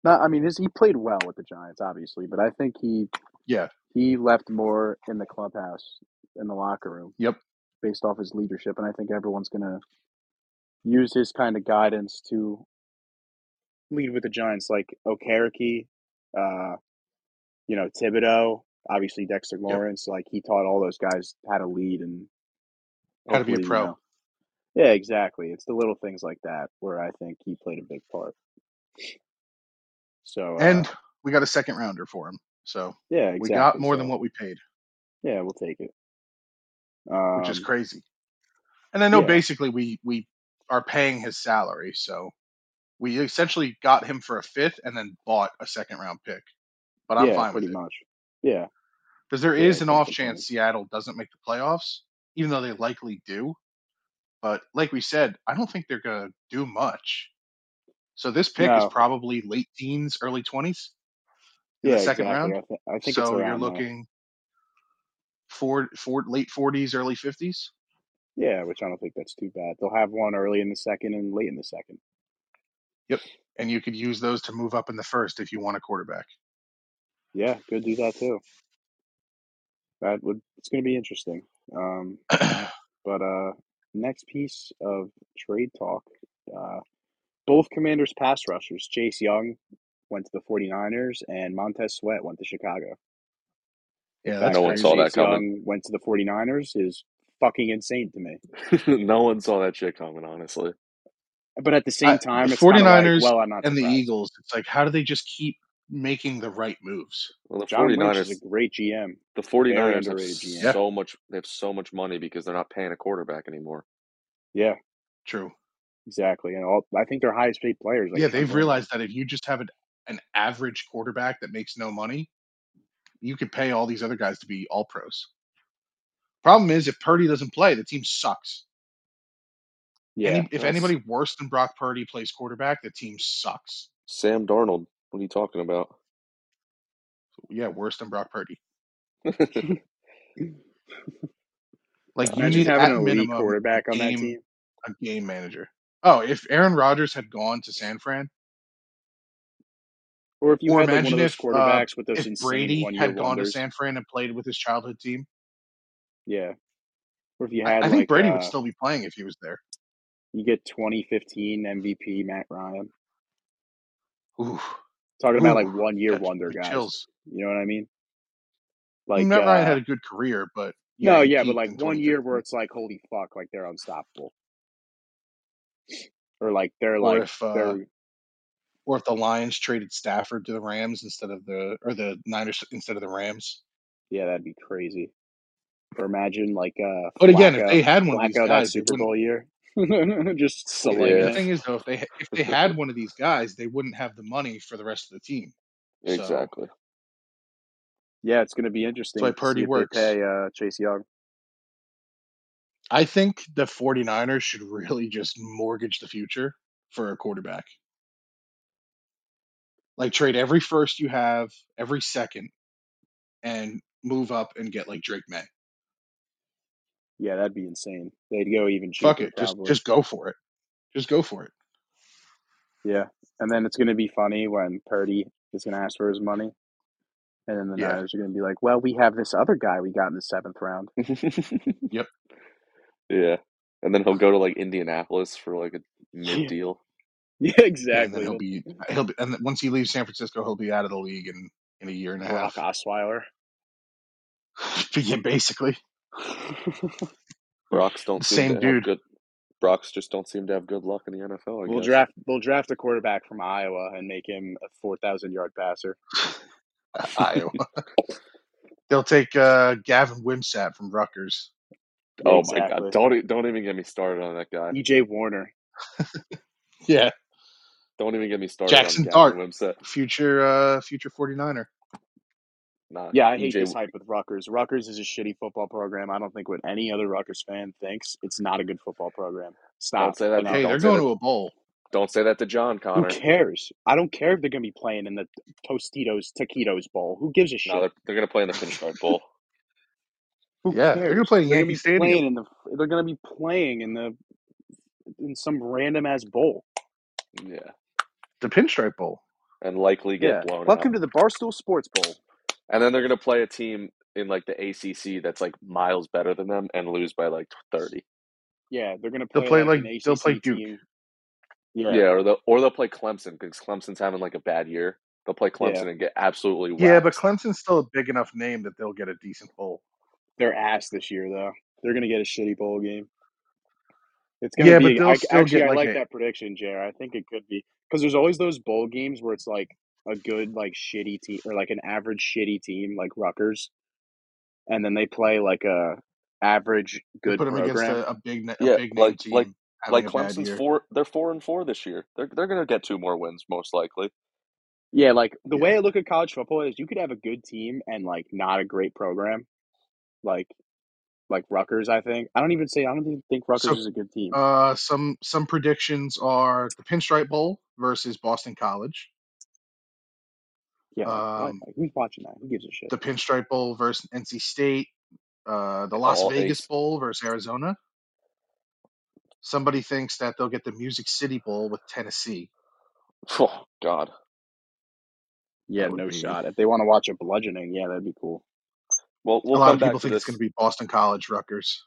[SPEAKER 4] not, I mean, his, he played well with the Giants, obviously, but I think he
[SPEAKER 2] Yeah.
[SPEAKER 4] he left more in the clubhouse, in the locker room,
[SPEAKER 2] Yep.
[SPEAKER 4] based off his leadership, and I think everyone's gonna use his kind of guidance to lead with the Giants, like Okereke, uh, you know, Thibodeau, obviously Dexter
[SPEAKER 2] Yep.
[SPEAKER 4] Lawrence. Like he taught all those guys how to lead, and
[SPEAKER 2] How to be a
[SPEAKER 4] hopefully, you
[SPEAKER 2] pro.
[SPEAKER 4] know, yeah, exactly. It's the little things like that where I think he played a big part. So uh,
[SPEAKER 2] And we got a second rounder for him. So
[SPEAKER 4] yeah,
[SPEAKER 2] we got
[SPEAKER 4] exactly.
[SPEAKER 2] more than
[SPEAKER 4] So
[SPEAKER 2] what we paid,
[SPEAKER 4] yeah, we'll take it.
[SPEAKER 2] which is
[SPEAKER 4] Um,
[SPEAKER 2] crazy. And I know
[SPEAKER 4] yeah,
[SPEAKER 2] basically we we are paying his salary, so we essentially got him for a fifth and then bought a second round pick. But I'm
[SPEAKER 4] yeah,
[SPEAKER 2] fine with
[SPEAKER 4] pretty
[SPEAKER 2] it.
[SPEAKER 4] much. Yeah,
[SPEAKER 2] because there
[SPEAKER 4] yeah,
[SPEAKER 2] is an
[SPEAKER 4] can't
[SPEAKER 2] off
[SPEAKER 4] complain.
[SPEAKER 2] chance Seattle doesn't make the playoffs, even though they likely do. But like we said, I don't think they're going to do much. So this pick is
[SPEAKER 4] No,
[SPEAKER 2] probably late teens, early 20s in the
[SPEAKER 4] yeah,
[SPEAKER 2] second
[SPEAKER 4] exactly.
[SPEAKER 2] round.
[SPEAKER 4] I think I think it's
[SPEAKER 2] So you're
[SPEAKER 4] around there.
[SPEAKER 2] looking for, for late 40s, early 50s.
[SPEAKER 4] Yeah, which I don't think that's too bad. They'll have one early in the second and late in the second.
[SPEAKER 2] Yep. And you could use those to move up in the first if you want a quarterback.
[SPEAKER 4] Yeah, could do that too. That would it's going to be interesting. Um, but uh, next piece of trade talk. Uh, both Commanders pass rushers, Chase Young went to the 49ers and Montez Sweat went to Chicago. The
[SPEAKER 2] yeah, that's
[SPEAKER 4] fact
[SPEAKER 3] No one
[SPEAKER 4] that
[SPEAKER 3] saw
[SPEAKER 2] crazy.
[SPEAKER 3] that
[SPEAKER 4] Chase
[SPEAKER 3] coming.
[SPEAKER 4] Young um, went to the 49ers is fucking insane to me.
[SPEAKER 3] no one saw that shit coming, honestly.
[SPEAKER 4] But at the same
[SPEAKER 2] I, the
[SPEAKER 4] time, it's kind of like,
[SPEAKER 2] 49ers
[SPEAKER 4] well, I'm not
[SPEAKER 2] and the
[SPEAKER 4] surprised.
[SPEAKER 2] Eagles, it's like, how do they just keep making the right moves?
[SPEAKER 3] Well, the
[SPEAKER 4] John Lynch is a
[SPEAKER 3] 49ers,
[SPEAKER 4] great GM,
[SPEAKER 3] the
[SPEAKER 4] very
[SPEAKER 3] 49ers have
[SPEAKER 4] underrated GM.
[SPEAKER 2] Yeah,
[SPEAKER 3] so much they have so much money because they're not paying a quarterback anymore.
[SPEAKER 4] Yeah,
[SPEAKER 2] true.
[SPEAKER 4] exactly. And all, I think their highest paid player is like
[SPEAKER 2] Yeah,
[SPEAKER 4] John
[SPEAKER 2] they've
[SPEAKER 4] Lynch.
[SPEAKER 2] realized that if you just have an, an average quarterback that makes no money, you could pay all these other guys to be all pros. Problem is, if Purdy doesn't play, the team sucks.
[SPEAKER 4] Yeah,
[SPEAKER 2] Any if
[SPEAKER 3] That's
[SPEAKER 2] anybody worse than Brock Purdy plays quarterback, the team sucks.
[SPEAKER 3] Sam Darnold. What are you talking about?
[SPEAKER 2] Yeah, worse than Brock Purdy. Like you
[SPEAKER 4] imagine
[SPEAKER 2] need
[SPEAKER 4] having
[SPEAKER 2] at
[SPEAKER 4] an elite
[SPEAKER 2] minimum a
[SPEAKER 4] quarterback on that
[SPEAKER 2] game
[SPEAKER 4] team.
[SPEAKER 2] a game manager. Oh, if Aaron Rodgers had gone to San Fran,
[SPEAKER 4] Or if you
[SPEAKER 2] or
[SPEAKER 4] had like one of
[SPEAKER 2] imagine
[SPEAKER 4] those
[SPEAKER 2] if uh,
[SPEAKER 4] quarterbacks with those
[SPEAKER 2] if
[SPEAKER 4] insane
[SPEAKER 2] Brady
[SPEAKER 4] one year
[SPEAKER 2] had gone to
[SPEAKER 4] wonders.
[SPEAKER 2] San Fran and played with his childhood team,
[SPEAKER 4] Yeah. Or if you
[SPEAKER 2] I,
[SPEAKER 4] had
[SPEAKER 2] I think
[SPEAKER 4] like
[SPEAKER 2] Brady would
[SPEAKER 4] uh
[SPEAKER 2] still be playing if he was there.
[SPEAKER 4] you get 2015 MVP Matt Ryan.
[SPEAKER 2] Ooh,
[SPEAKER 4] Talking about like
[SPEAKER 2] ooh,
[SPEAKER 4] one year
[SPEAKER 2] got
[SPEAKER 4] wonder
[SPEAKER 2] like
[SPEAKER 4] guys.
[SPEAKER 2] chills.
[SPEAKER 4] You know what I mean?
[SPEAKER 2] I mean,
[SPEAKER 4] Like
[SPEAKER 2] Matt Ryan
[SPEAKER 4] uh
[SPEAKER 2] had a good career, but yeah,
[SPEAKER 4] no,
[SPEAKER 2] he
[SPEAKER 4] yeah, but
[SPEAKER 2] peaked
[SPEAKER 4] like
[SPEAKER 2] in
[SPEAKER 4] one year where
[SPEAKER 2] 2015.
[SPEAKER 4] it's like holy fuck, like they're unstoppable. Or like they're
[SPEAKER 2] Or
[SPEAKER 4] like
[SPEAKER 2] if uh,
[SPEAKER 4] they're
[SPEAKER 2] or if the Lions traded Stafford to the Rams instead of the or the Niners instead of the Rams.
[SPEAKER 4] yeah, that'd be crazy. Or imagine like uh
[SPEAKER 2] But again, if
[SPEAKER 4] Flacco
[SPEAKER 2] they had one of these
[SPEAKER 4] Flacco that
[SPEAKER 2] guys, they
[SPEAKER 4] Super
[SPEAKER 2] wouldn't.
[SPEAKER 4] Bowl year. Just
[SPEAKER 2] Well, the,
[SPEAKER 4] slinging
[SPEAKER 2] the
[SPEAKER 3] Yeah,
[SPEAKER 4] it.
[SPEAKER 2] thing is though, if they ha- if they had one of these guys, they wouldn't have the money for the rest of the team. So
[SPEAKER 3] exactly.
[SPEAKER 4] Yeah, it's going to be
[SPEAKER 2] that's why
[SPEAKER 4] interesting to see
[SPEAKER 2] Purdy
[SPEAKER 4] if they
[SPEAKER 2] works.
[SPEAKER 4] pay uh, Chase Young.
[SPEAKER 2] I think the 49ers should really just mortgage the future for a quarterback. Like trade every first you have, every second, and move up and get like Drake May.
[SPEAKER 4] Yeah, that'd be insane. They'd go even
[SPEAKER 2] Fuck
[SPEAKER 4] cheaper
[SPEAKER 2] it, just
[SPEAKER 4] probably.
[SPEAKER 2] just go for it. Just go for it.
[SPEAKER 4] Yeah. And then it's going to be funny when Purdy is going to ask for his money. And then the
[SPEAKER 2] Yeah.
[SPEAKER 4] Niners are going to be like, well, we have this other guy we got in the seventh round.
[SPEAKER 2] Yep.
[SPEAKER 3] yeah, and then he'll go to like Indianapolis for like a mid
[SPEAKER 4] Yeah.
[SPEAKER 3] deal.
[SPEAKER 4] Yeah,
[SPEAKER 2] and then
[SPEAKER 4] exactly.
[SPEAKER 2] he'll be he'll be and then once he leaves San Francisco, he'll be out of the league in in a year and a
[SPEAKER 4] Brock
[SPEAKER 2] half.
[SPEAKER 4] Osweiler.
[SPEAKER 2] yeah, basically
[SPEAKER 3] Brocks don't
[SPEAKER 2] the
[SPEAKER 3] seem
[SPEAKER 2] same
[SPEAKER 3] to have
[SPEAKER 2] dude.
[SPEAKER 3] good. Brocks just don't seem to have good luck in the NFL. I
[SPEAKER 4] We'll
[SPEAKER 3] guess.
[SPEAKER 4] draft. We'll draft a quarterback from Iowa and make him a four thousand yard passer.
[SPEAKER 2] Iowa. They'll take uh, Gavin Wimsat from Rutgers.
[SPEAKER 4] Yeah,
[SPEAKER 3] oh my
[SPEAKER 4] exactly.
[SPEAKER 3] god! Don't e- don't even get me started on that guy.
[SPEAKER 4] EJ Warner.
[SPEAKER 2] Yeah,
[SPEAKER 3] Don't even get me started
[SPEAKER 2] Jackson
[SPEAKER 3] on Gavin
[SPEAKER 2] Dart.
[SPEAKER 3] Wimsett.
[SPEAKER 2] future uh, future 49er.
[SPEAKER 3] Not
[SPEAKER 4] Yeah, I hate
[SPEAKER 3] EJ
[SPEAKER 4] this hype with Rutgers. Rutgers is a shitty football program. I don't think what any other Rutgers fan thinks. It's not a good football program. Stop.
[SPEAKER 3] Don't say that.
[SPEAKER 4] Enough.
[SPEAKER 2] Hey,
[SPEAKER 3] Don't
[SPEAKER 2] they're
[SPEAKER 3] say
[SPEAKER 2] going
[SPEAKER 3] that.
[SPEAKER 2] to a bowl.
[SPEAKER 3] Don't say that to John
[SPEAKER 4] Who
[SPEAKER 3] Connor.
[SPEAKER 4] cares? I don't care if they're going to be playing in the Tostitos Taquitos Bowl. Who gives a
[SPEAKER 3] No,
[SPEAKER 4] shit?
[SPEAKER 3] they're, they're gonna play in the Pinstripe Bowl.
[SPEAKER 4] Who
[SPEAKER 2] Yeah, they're gonna
[SPEAKER 4] cares?
[SPEAKER 2] play at
[SPEAKER 4] They're going
[SPEAKER 2] Yankee
[SPEAKER 4] to be
[SPEAKER 2] Stadium.
[SPEAKER 4] playing in the. They're going to be playing in the in some random ass bowl.
[SPEAKER 3] Yeah,
[SPEAKER 2] The Pinstripe Bowl.
[SPEAKER 3] and likely get
[SPEAKER 4] Yeah.
[SPEAKER 3] blown out.
[SPEAKER 4] Welcome to the Barstool Sports Bowl.
[SPEAKER 3] And then they're gonna play a team in like the ACC that's like miles better than them and lose by like thirty.
[SPEAKER 4] Yeah, they're going to
[SPEAKER 2] They'll
[SPEAKER 4] play
[SPEAKER 2] play
[SPEAKER 4] like
[SPEAKER 2] like
[SPEAKER 4] an
[SPEAKER 2] they'll play
[SPEAKER 4] ACC
[SPEAKER 2] Duke.
[SPEAKER 4] team. Yeah.
[SPEAKER 3] Yeah, or they'll or they'll play Clemson because Clemson's having like a bad year. They'll play
[SPEAKER 4] Yeah.
[SPEAKER 3] Clemson and get absolutely
[SPEAKER 2] Yeah, but
[SPEAKER 3] waxed.
[SPEAKER 2] Clemson's still a big enough name that they'll get a decent bowl.
[SPEAKER 4] They're ass this year though. They're going to get a shitty bowl game. It's going to
[SPEAKER 2] Yeah, but
[SPEAKER 4] be.
[SPEAKER 2] they'll
[SPEAKER 4] I,
[SPEAKER 2] still
[SPEAKER 4] actually,
[SPEAKER 2] get
[SPEAKER 4] I
[SPEAKER 2] like
[SPEAKER 4] like
[SPEAKER 2] a
[SPEAKER 4] that prediction, Jer. I think it could be because there's always those bowl games where it's like a good, like shitty team or like an average shitty team, like Rutgers, and then they play like a average
[SPEAKER 2] they
[SPEAKER 4] good
[SPEAKER 2] put them against
[SPEAKER 4] program.
[SPEAKER 2] a, a big na- a
[SPEAKER 3] Yeah,
[SPEAKER 2] big name
[SPEAKER 3] like like
[SPEAKER 2] team
[SPEAKER 3] like
[SPEAKER 2] having a bad
[SPEAKER 3] Clemson's
[SPEAKER 2] year.
[SPEAKER 3] four. They're four and four this year. They're they're gonna get two more wins most likely.
[SPEAKER 4] Yeah, like the
[SPEAKER 2] Yeah,
[SPEAKER 4] way I look at college football is you could have a good team and like not a great program, like like Rutgers. I think I don't even say I don't even think Rutgers
[SPEAKER 2] so
[SPEAKER 4] is a good team.
[SPEAKER 2] uh, some some predictions are the Pinstripe Bowl versus Boston College,
[SPEAKER 4] Yeah, like what?
[SPEAKER 2] um,
[SPEAKER 4] Like who's watching that? Who gives a shit?
[SPEAKER 2] the Pinstripe Bowl versus NC State, uh, the Las
[SPEAKER 3] All
[SPEAKER 2] Vegas
[SPEAKER 3] ace.
[SPEAKER 2] Bowl versus Arizona. Somebody thinks that they'll get the Music City Bowl with Tennessee.
[SPEAKER 3] Oh God.
[SPEAKER 4] Yeah,
[SPEAKER 2] That would
[SPEAKER 4] no
[SPEAKER 2] be
[SPEAKER 4] shot. If they want to watch a bludgeoning, yeah, that'd be cool.
[SPEAKER 3] Well,
[SPEAKER 2] a
[SPEAKER 3] we'll
[SPEAKER 2] lot
[SPEAKER 3] come
[SPEAKER 2] of
[SPEAKER 3] back
[SPEAKER 2] people
[SPEAKER 3] to
[SPEAKER 2] think it's going
[SPEAKER 3] this,
[SPEAKER 2] to be Boston College Rutgers.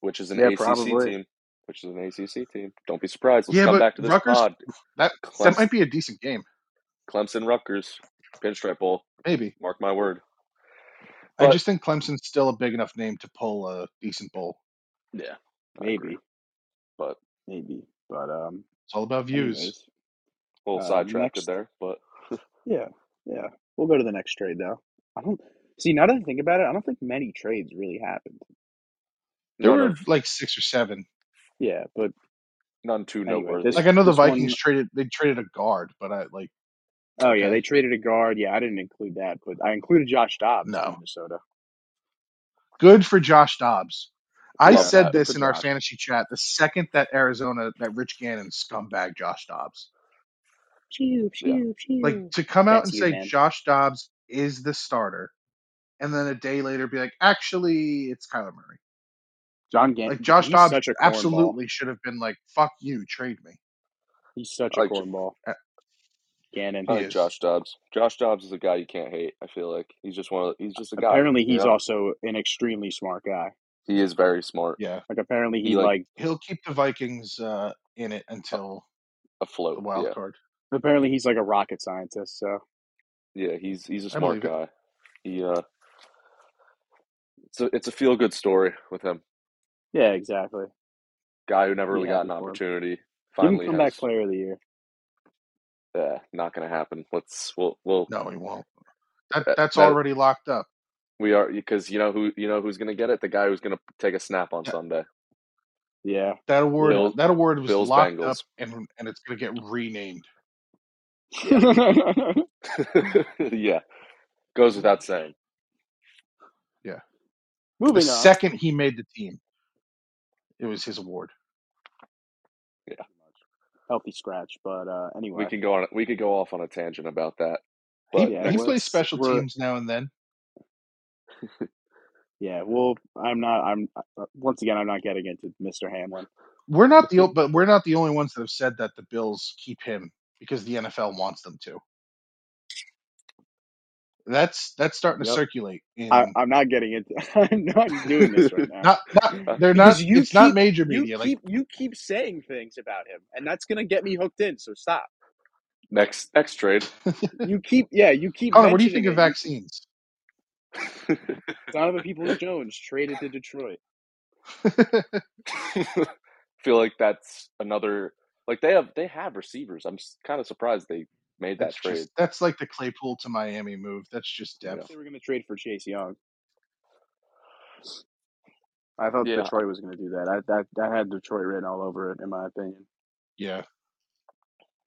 [SPEAKER 3] which is an
[SPEAKER 4] Yeah,
[SPEAKER 3] ACC
[SPEAKER 4] probably.
[SPEAKER 3] team, which is an ACC team. Don't be surprised. Let's
[SPEAKER 2] Yeah,
[SPEAKER 3] come
[SPEAKER 2] but
[SPEAKER 3] back to this
[SPEAKER 2] Rutgers
[SPEAKER 3] pod.
[SPEAKER 2] that that
[SPEAKER 3] Clemson,
[SPEAKER 2] might be a decent game.
[SPEAKER 3] Clemson, Rutgers, Pinstripe Bowl.
[SPEAKER 2] Maybe.
[SPEAKER 3] Mark my word.
[SPEAKER 2] I
[SPEAKER 3] But
[SPEAKER 2] just think Clemson's still a big enough name to pull a decent bowl.
[SPEAKER 3] yeah, I agree.
[SPEAKER 4] Maybe,
[SPEAKER 3] But
[SPEAKER 4] maybe. But um,
[SPEAKER 2] It's all about views.
[SPEAKER 4] anyways,
[SPEAKER 3] a little
[SPEAKER 4] uh,
[SPEAKER 3] sidetracked
[SPEAKER 4] next,
[SPEAKER 3] there. But
[SPEAKER 4] yeah, yeah, we'll go to the next trade though. I don't see. Now that I think about it, I don't think many trades really happened.
[SPEAKER 2] There
[SPEAKER 3] none
[SPEAKER 2] were
[SPEAKER 3] of
[SPEAKER 2] like six or seven.
[SPEAKER 4] Yeah, but
[SPEAKER 3] none too
[SPEAKER 4] anyway,
[SPEAKER 3] noteworthy.
[SPEAKER 4] this
[SPEAKER 2] Like I know the
[SPEAKER 4] this one
[SPEAKER 2] Vikings traded they traded a guard, but I like
[SPEAKER 4] oh yeah,
[SPEAKER 2] okay.
[SPEAKER 4] they traded a guard. Yeah, I didn't include that, but I included Josh Dobbs to
[SPEAKER 2] No.
[SPEAKER 4] Minnesota.
[SPEAKER 2] Good for Josh Dobbs. I
[SPEAKER 3] Love
[SPEAKER 4] Yeah,
[SPEAKER 2] said
[SPEAKER 3] that.
[SPEAKER 4] good for
[SPEAKER 2] this in our
[SPEAKER 4] Josh.
[SPEAKER 2] fantasy chat the second that Arizona that Rich Gannon scumbag Josh Dobbs.
[SPEAKER 4] Pew
[SPEAKER 3] Yeah.
[SPEAKER 4] pew
[SPEAKER 2] Like
[SPEAKER 1] Mm.
[SPEAKER 4] pew.
[SPEAKER 2] to come out
[SPEAKER 4] That's
[SPEAKER 2] and
[SPEAKER 4] you,
[SPEAKER 2] say
[SPEAKER 4] man.
[SPEAKER 2] Josh Dobbs is the starter and then a day later be like, actually it's Kyler Murray.
[SPEAKER 4] John Gant.
[SPEAKER 2] Like Josh
[SPEAKER 4] He's
[SPEAKER 2] Dobbs
[SPEAKER 4] such a cornball.
[SPEAKER 2] absolutely should have been like, "Fuck you, trade me."
[SPEAKER 4] He's such a
[SPEAKER 3] I like. eh, oh,
[SPEAKER 4] cornball.
[SPEAKER 2] Uh,
[SPEAKER 4] Gannon.
[SPEAKER 3] I
[SPEAKER 2] He
[SPEAKER 3] like
[SPEAKER 2] is.
[SPEAKER 3] Josh Dobbs. Josh Dobbs is a guy you can't hate. I feel like he's just one. Of, he's just a guy.
[SPEAKER 4] Apparently,
[SPEAKER 3] You
[SPEAKER 4] he's
[SPEAKER 3] know,
[SPEAKER 4] also an extremely smart guy.
[SPEAKER 3] he is very smart.
[SPEAKER 2] Yeah,
[SPEAKER 4] Like apparently
[SPEAKER 3] He
[SPEAKER 4] he
[SPEAKER 3] like
[SPEAKER 4] like
[SPEAKER 2] he'll keep the Vikings uh, in it until the
[SPEAKER 3] afloat.
[SPEAKER 2] wild
[SPEAKER 3] Yeah,
[SPEAKER 2] card.
[SPEAKER 4] apparently he's like a rocket scientist. So
[SPEAKER 3] yeah. He's he's a
[SPEAKER 2] I
[SPEAKER 3] smart
[SPEAKER 2] believe it.
[SPEAKER 3] guy. He uh, it's a it's a feel good story with him.
[SPEAKER 4] yeah, exactly.
[SPEAKER 3] Guy who never
[SPEAKER 4] Be
[SPEAKER 3] really got
[SPEAKER 4] happy
[SPEAKER 3] an
[SPEAKER 4] for him.
[SPEAKER 3] opportunity
[SPEAKER 4] Give him
[SPEAKER 3] finally
[SPEAKER 4] comeback
[SPEAKER 3] has.
[SPEAKER 4] player of the year.
[SPEAKER 3] Uh, not going to happen. Let's we'll we'll
[SPEAKER 2] No, he won't. That
[SPEAKER 3] that,
[SPEAKER 2] that's
[SPEAKER 3] that
[SPEAKER 2] already locked up.
[SPEAKER 3] we are because you know who you know who's going to get it. The guy who's going to take a snap on
[SPEAKER 2] That
[SPEAKER 3] Sunday.
[SPEAKER 4] Yeah,
[SPEAKER 2] that award
[SPEAKER 4] yeah,
[SPEAKER 3] Bills
[SPEAKER 2] that award was
[SPEAKER 3] Bills
[SPEAKER 2] locked up,
[SPEAKER 3] Bengals.
[SPEAKER 2] and and it's gonna get renamed.
[SPEAKER 3] Yeah, yeah. Goes without saying.
[SPEAKER 2] Yeah, the
[SPEAKER 4] Moving on.
[SPEAKER 2] second he made the team, it was his award.
[SPEAKER 3] Yeah,
[SPEAKER 4] Healthy scratch, but uh,
[SPEAKER 3] we
[SPEAKER 4] anyway,
[SPEAKER 3] can go on. We could go off on a tangent about that.
[SPEAKER 2] He
[SPEAKER 3] But
[SPEAKER 4] yeah,
[SPEAKER 2] he
[SPEAKER 3] next,
[SPEAKER 2] plays
[SPEAKER 4] let's
[SPEAKER 2] special
[SPEAKER 4] we're
[SPEAKER 2] teams now and then.
[SPEAKER 4] yeah. Well, I'm not. I'm uh, once again. I'm not getting into Mr. Hamlin.
[SPEAKER 2] We're not the o- but we're not the only ones that have said that the Bills keep him because the NFL wants them to. That's that's starting
[SPEAKER 5] Yep.
[SPEAKER 2] to circulate. In,
[SPEAKER 5] I, I'm not getting into. I'm not doing this right now.
[SPEAKER 2] not, not they're not.
[SPEAKER 5] Because you
[SPEAKER 2] it's not
[SPEAKER 5] keep-
[SPEAKER 2] major
[SPEAKER 5] you
[SPEAKER 2] media.
[SPEAKER 5] keep you keep saying things about him, and that's gonna get me hooked in. So stop.
[SPEAKER 3] Next next trade.
[SPEAKER 5] You keep yeah. You keep.
[SPEAKER 2] like Connor, what do you
[SPEAKER 5] mentioning
[SPEAKER 2] think of
[SPEAKER 5] it. You-
[SPEAKER 2] vaccines?
[SPEAKER 5] Donovan Peoples Jones traded to Detroit.
[SPEAKER 3] Feel like that's another like they have they have receivers. I'm kind of surprised they made that
[SPEAKER 2] That's
[SPEAKER 3] trade.
[SPEAKER 2] just that's like the Claypool to Miami move. That's just depth.
[SPEAKER 5] They
[SPEAKER 3] Yeah.
[SPEAKER 5] were gonna trade for Chase Young.
[SPEAKER 4] I thought
[SPEAKER 3] Yeah.
[SPEAKER 4] Detroit was going to do that. I that that had Detroit written all over it, in my opinion.
[SPEAKER 2] Yeah.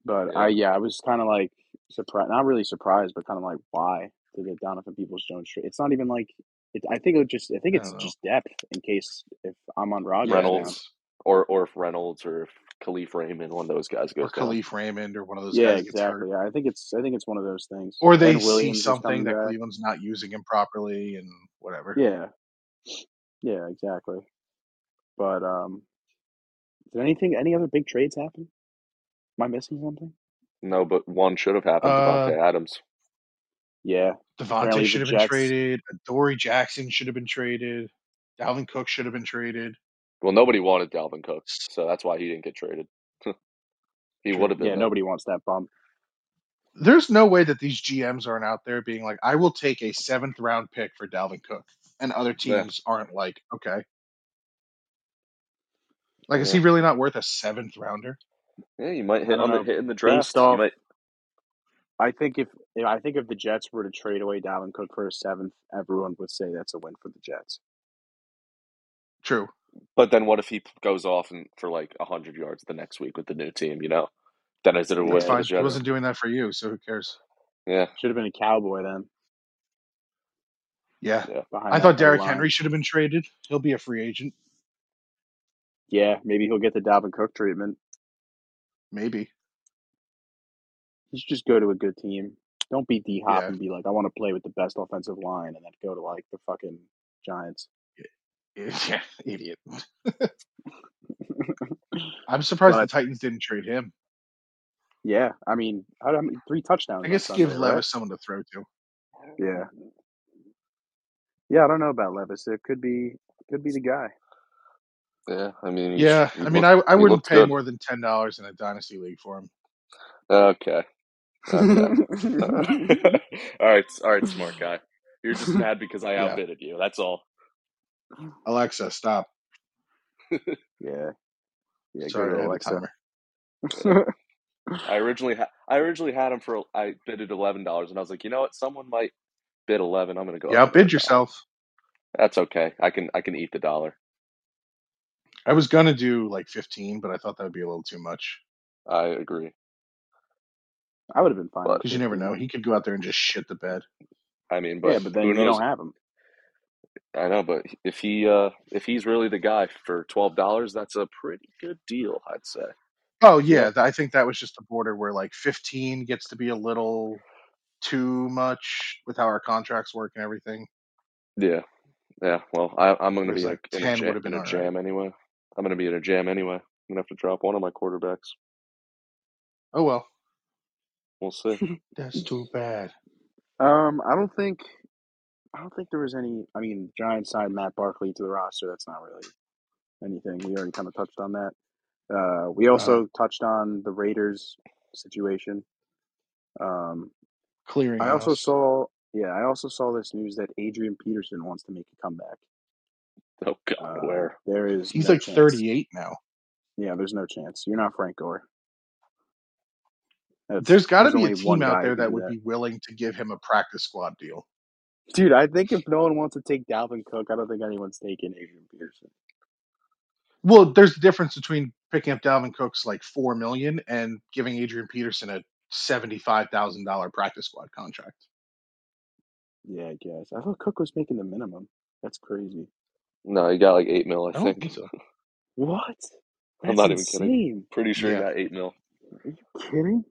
[SPEAKER 4] But
[SPEAKER 3] Yeah.
[SPEAKER 4] I yeah, I was kind of like surprised, not really surprised, but kind of like why to get Donovan Peoples Jones straight. It's not even like it, I think it just I think
[SPEAKER 2] I
[SPEAKER 4] it's
[SPEAKER 2] don't know.
[SPEAKER 4] just depth in case if I'm on Rod goes down.
[SPEAKER 3] Reynolds or or if Reynolds or if Khalif Raymond, one of those guys
[SPEAKER 2] or
[SPEAKER 3] goes down.
[SPEAKER 2] Khalif Raymond or one of those
[SPEAKER 4] Yeah,
[SPEAKER 2] guys gets hurt,
[SPEAKER 4] exactly. I think it's I think it's one of those things.
[SPEAKER 2] or they
[SPEAKER 4] Ben
[SPEAKER 2] see
[SPEAKER 4] Williams is
[SPEAKER 2] something
[SPEAKER 4] coming
[SPEAKER 2] that
[SPEAKER 4] back.
[SPEAKER 2] Cleveland's not using him properly and whatever.
[SPEAKER 4] Yeah, yeah, exactly. But um, did anything any other big trades happen? Am I missing something?
[SPEAKER 3] No, but one should have happened.
[SPEAKER 2] Uh,
[SPEAKER 3] Devontae Adams.
[SPEAKER 4] Yeah,
[SPEAKER 2] Devontae
[SPEAKER 4] apparently
[SPEAKER 2] should
[SPEAKER 4] the
[SPEAKER 2] have been
[SPEAKER 4] Jets.
[SPEAKER 2] traded. Dory Jackson should have been traded. Dalvin Cook should have been traded.
[SPEAKER 3] Well, nobody wanted Dalvin Cook, so that's why he didn't get traded. he
[SPEAKER 2] True.
[SPEAKER 3] would have been
[SPEAKER 4] Yeah,
[SPEAKER 3] though.
[SPEAKER 4] nobody wants that bump.
[SPEAKER 2] There's no way that these GMs aren't out there being like, "I will take a seventh round pick for Dalvin Cook," and other
[SPEAKER 3] Yeah.
[SPEAKER 2] teams aren't like, "Okay, like is
[SPEAKER 3] Yeah.
[SPEAKER 2] he really not worth a seventh rounder?"
[SPEAKER 3] Yeah, you might
[SPEAKER 4] I
[SPEAKER 3] hit
[SPEAKER 4] don't
[SPEAKER 3] on the
[SPEAKER 4] know.
[SPEAKER 3] hit in the
[SPEAKER 4] Based
[SPEAKER 3] draft. You
[SPEAKER 4] off,
[SPEAKER 3] might
[SPEAKER 4] I think if yeah, I think if the Jets were to trade away Dalvin Cook for a seventh, everyone would say that's a win for the Jets.
[SPEAKER 2] True.
[SPEAKER 3] but then what if he p- goes off and for like hundred yards the next week with the new team, you know? Then is it a
[SPEAKER 4] Yeah,
[SPEAKER 3] win
[SPEAKER 2] That's
[SPEAKER 3] for
[SPEAKER 2] fine.
[SPEAKER 3] the
[SPEAKER 2] He
[SPEAKER 3] Jets?
[SPEAKER 2] wasn't doing that for you, so who cares?
[SPEAKER 3] Yeah.
[SPEAKER 4] should have been a Cowboy then
[SPEAKER 2] Yeah,
[SPEAKER 3] Yeah.
[SPEAKER 4] behind
[SPEAKER 2] I
[SPEAKER 4] that
[SPEAKER 2] thought
[SPEAKER 4] O
[SPEAKER 2] Derrick
[SPEAKER 4] line.
[SPEAKER 2] Henry should have been traded. He'll be a free agent,
[SPEAKER 4] Yeah, maybe he'll get the Dalvin Cook treatment.
[SPEAKER 2] maybe.
[SPEAKER 4] He should just go to a good team. Don't be D Hop
[SPEAKER 2] Yeah,
[SPEAKER 4] and be like, I want to play with the best offensive line, and then go to like the fucking Giants.
[SPEAKER 2] yeah, idiot. I'm surprised the
[SPEAKER 4] but
[SPEAKER 2] Titans didn't trade him.
[SPEAKER 4] yeah, I mean, I don't, I mean, three touchdowns
[SPEAKER 2] I
[SPEAKER 4] on
[SPEAKER 2] guess
[SPEAKER 4] Sunday,
[SPEAKER 2] give
[SPEAKER 4] right?
[SPEAKER 2] Levis someone to throw to.
[SPEAKER 4] Yeah, yeah. I don't know about Levis. It could be, could be the guy.
[SPEAKER 3] Yeah. I mean he,
[SPEAKER 2] Yeah,
[SPEAKER 3] he
[SPEAKER 2] I mean,
[SPEAKER 3] looked
[SPEAKER 2] I, I
[SPEAKER 3] he
[SPEAKER 2] wouldn't
[SPEAKER 3] looked
[SPEAKER 2] pay
[SPEAKER 3] good.
[SPEAKER 2] more than ten dollars in a dynasty league for him.
[SPEAKER 3] Okay. Okay. all
[SPEAKER 4] I
[SPEAKER 3] right. All right, smart guy. You're just mad because I
[SPEAKER 2] Yeah,
[SPEAKER 3] outbidded you. That's all.
[SPEAKER 2] Alexa, stop.
[SPEAKER 4] yeah, yeah. Go
[SPEAKER 2] Sorry,
[SPEAKER 4] to
[SPEAKER 2] I had a
[SPEAKER 4] Alexa.
[SPEAKER 2] timer.
[SPEAKER 3] Yeah. I originally ha- I originally had him for I bidded eleven dollars, and I was like, you know what? Someone might bid eleven. I'm going to go
[SPEAKER 2] You
[SPEAKER 3] up another
[SPEAKER 2] outbid
[SPEAKER 3] dollar.
[SPEAKER 2] yourself.
[SPEAKER 3] That's okay. I can I can eat the dollar.
[SPEAKER 2] I was gonna do like fifteen, but I thought that would be a little too much
[SPEAKER 3] I agree,
[SPEAKER 4] I would have been fine
[SPEAKER 3] but
[SPEAKER 4] with
[SPEAKER 2] because you never know.
[SPEAKER 4] fifteen.
[SPEAKER 2] He could go out there and just shit the bed.
[SPEAKER 3] I mean, but
[SPEAKER 4] Yeah, but then
[SPEAKER 3] who
[SPEAKER 4] you
[SPEAKER 3] knows?
[SPEAKER 4] don't have him.
[SPEAKER 3] I know, but if he uh if he's really the guy for twelve dollars, that's a pretty good deal, I'd say.
[SPEAKER 2] Oh
[SPEAKER 4] Yep.
[SPEAKER 2] yeah, th- I think that was just the border where like fifteen gets to be a little too much with how our contracts work and everything.
[SPEAKER 3] Yeah, yeah. Well, I, I'm going to
[SPEAKER 2] Whereas
[SPEAKER 3] be in
[SPEAKER 2] like
[SPEAKER 3] a in a
[SPEAKER 2] ten
[SPEAKER 3] jam
[SPEAKER 2] would have
[SPEAKER 3] in
[SPEAKER 2] been
[SPEAKER 3] a
[SPEAKER 2] all right.
[SPEAKER 3] jam anyway. I'm going to be in a jam anyway. I'm going to have to drop one of my quarterbacks.
[SPEAKER 2] Oh well,
[SPEAKER 3] We'll see.
[SPEAKER 2] that's too bad.
[SPEAKER 4] Um, I don't think I don't think there was any. I mean, Giants signed Matt Barkley to the roster. That's not really anything. We already kind of touched on that. Uh, we
[SPEAKER 2] Uh,
[SPEAKER 4] also touched on the Raiders situation. Um, I also
[SPEAKER 2] clearinghouse.
[SPEAKER 4] saw, yeah, I also saw this news that Adrian Peterson wants to make a comeback.
[SPEAKER 3] Oh God,
[SPEAKER 4] Uh,
[SPEAKER 3] where?
[SPEAKER 4] there is
[SPEAKER 2] He's
[SPEAKER 4] no
[SPEAKER 2] like
[SPEAKER 4] chance.
[SPEAKER 2] 38 now.
[SPEAKER 4] Yeah, there's no chance. You're not Frank Gore. That's
[SPEAKER 2] There's got to
[SPEAKER 4] there's
[SPEAKER 2] be a
[SPEAKER 4] only
[SPEAKER 2] team
[SPEAKER 4] one
[SPEAKER 2] out
[SPEAKER 4] guy who
[SPEAKER 2] there
[SPEAKER 4] could
[SPEAKER 2] that
[SPEAKER 4] do
[SPEAKER 2] would
[SPEAKER 4] that.
[SPEAKER 2] be willing to give him a practice squad deal.
[SPEAKER 4] Dude, I think if no one wants to take Dalvin Cook, I don't think anyone's taking Adrian Peterson.
[SPEAKER 2] Well, there's a difference between picking up Dalvin Cook's like 4 million and giving Adrian Peterson a $75,000 practice squad contract.
[SPEAKER 4] Yeah, I guess. I thought Cook was making the minimum. That's crazy.
[SPEAKER 3] No, he got like eight mil, I
[SPEAKER 2] I don't
[SPEAKER 3] think.
[SPEAKER 2] think so.
[SPEAKER 4] What?
[SPEAKER 3] I'm
[SPEAKER 4] That's
[SPEAKER 3] not even kidding.
[SPEAKER 4] insane.
[SPEAKER 3] Pretty sure he
[SPEAKER 2] Yeah.
[SPEAKER 3] got eight mil.
[SPEAKER 4] Are you kidding?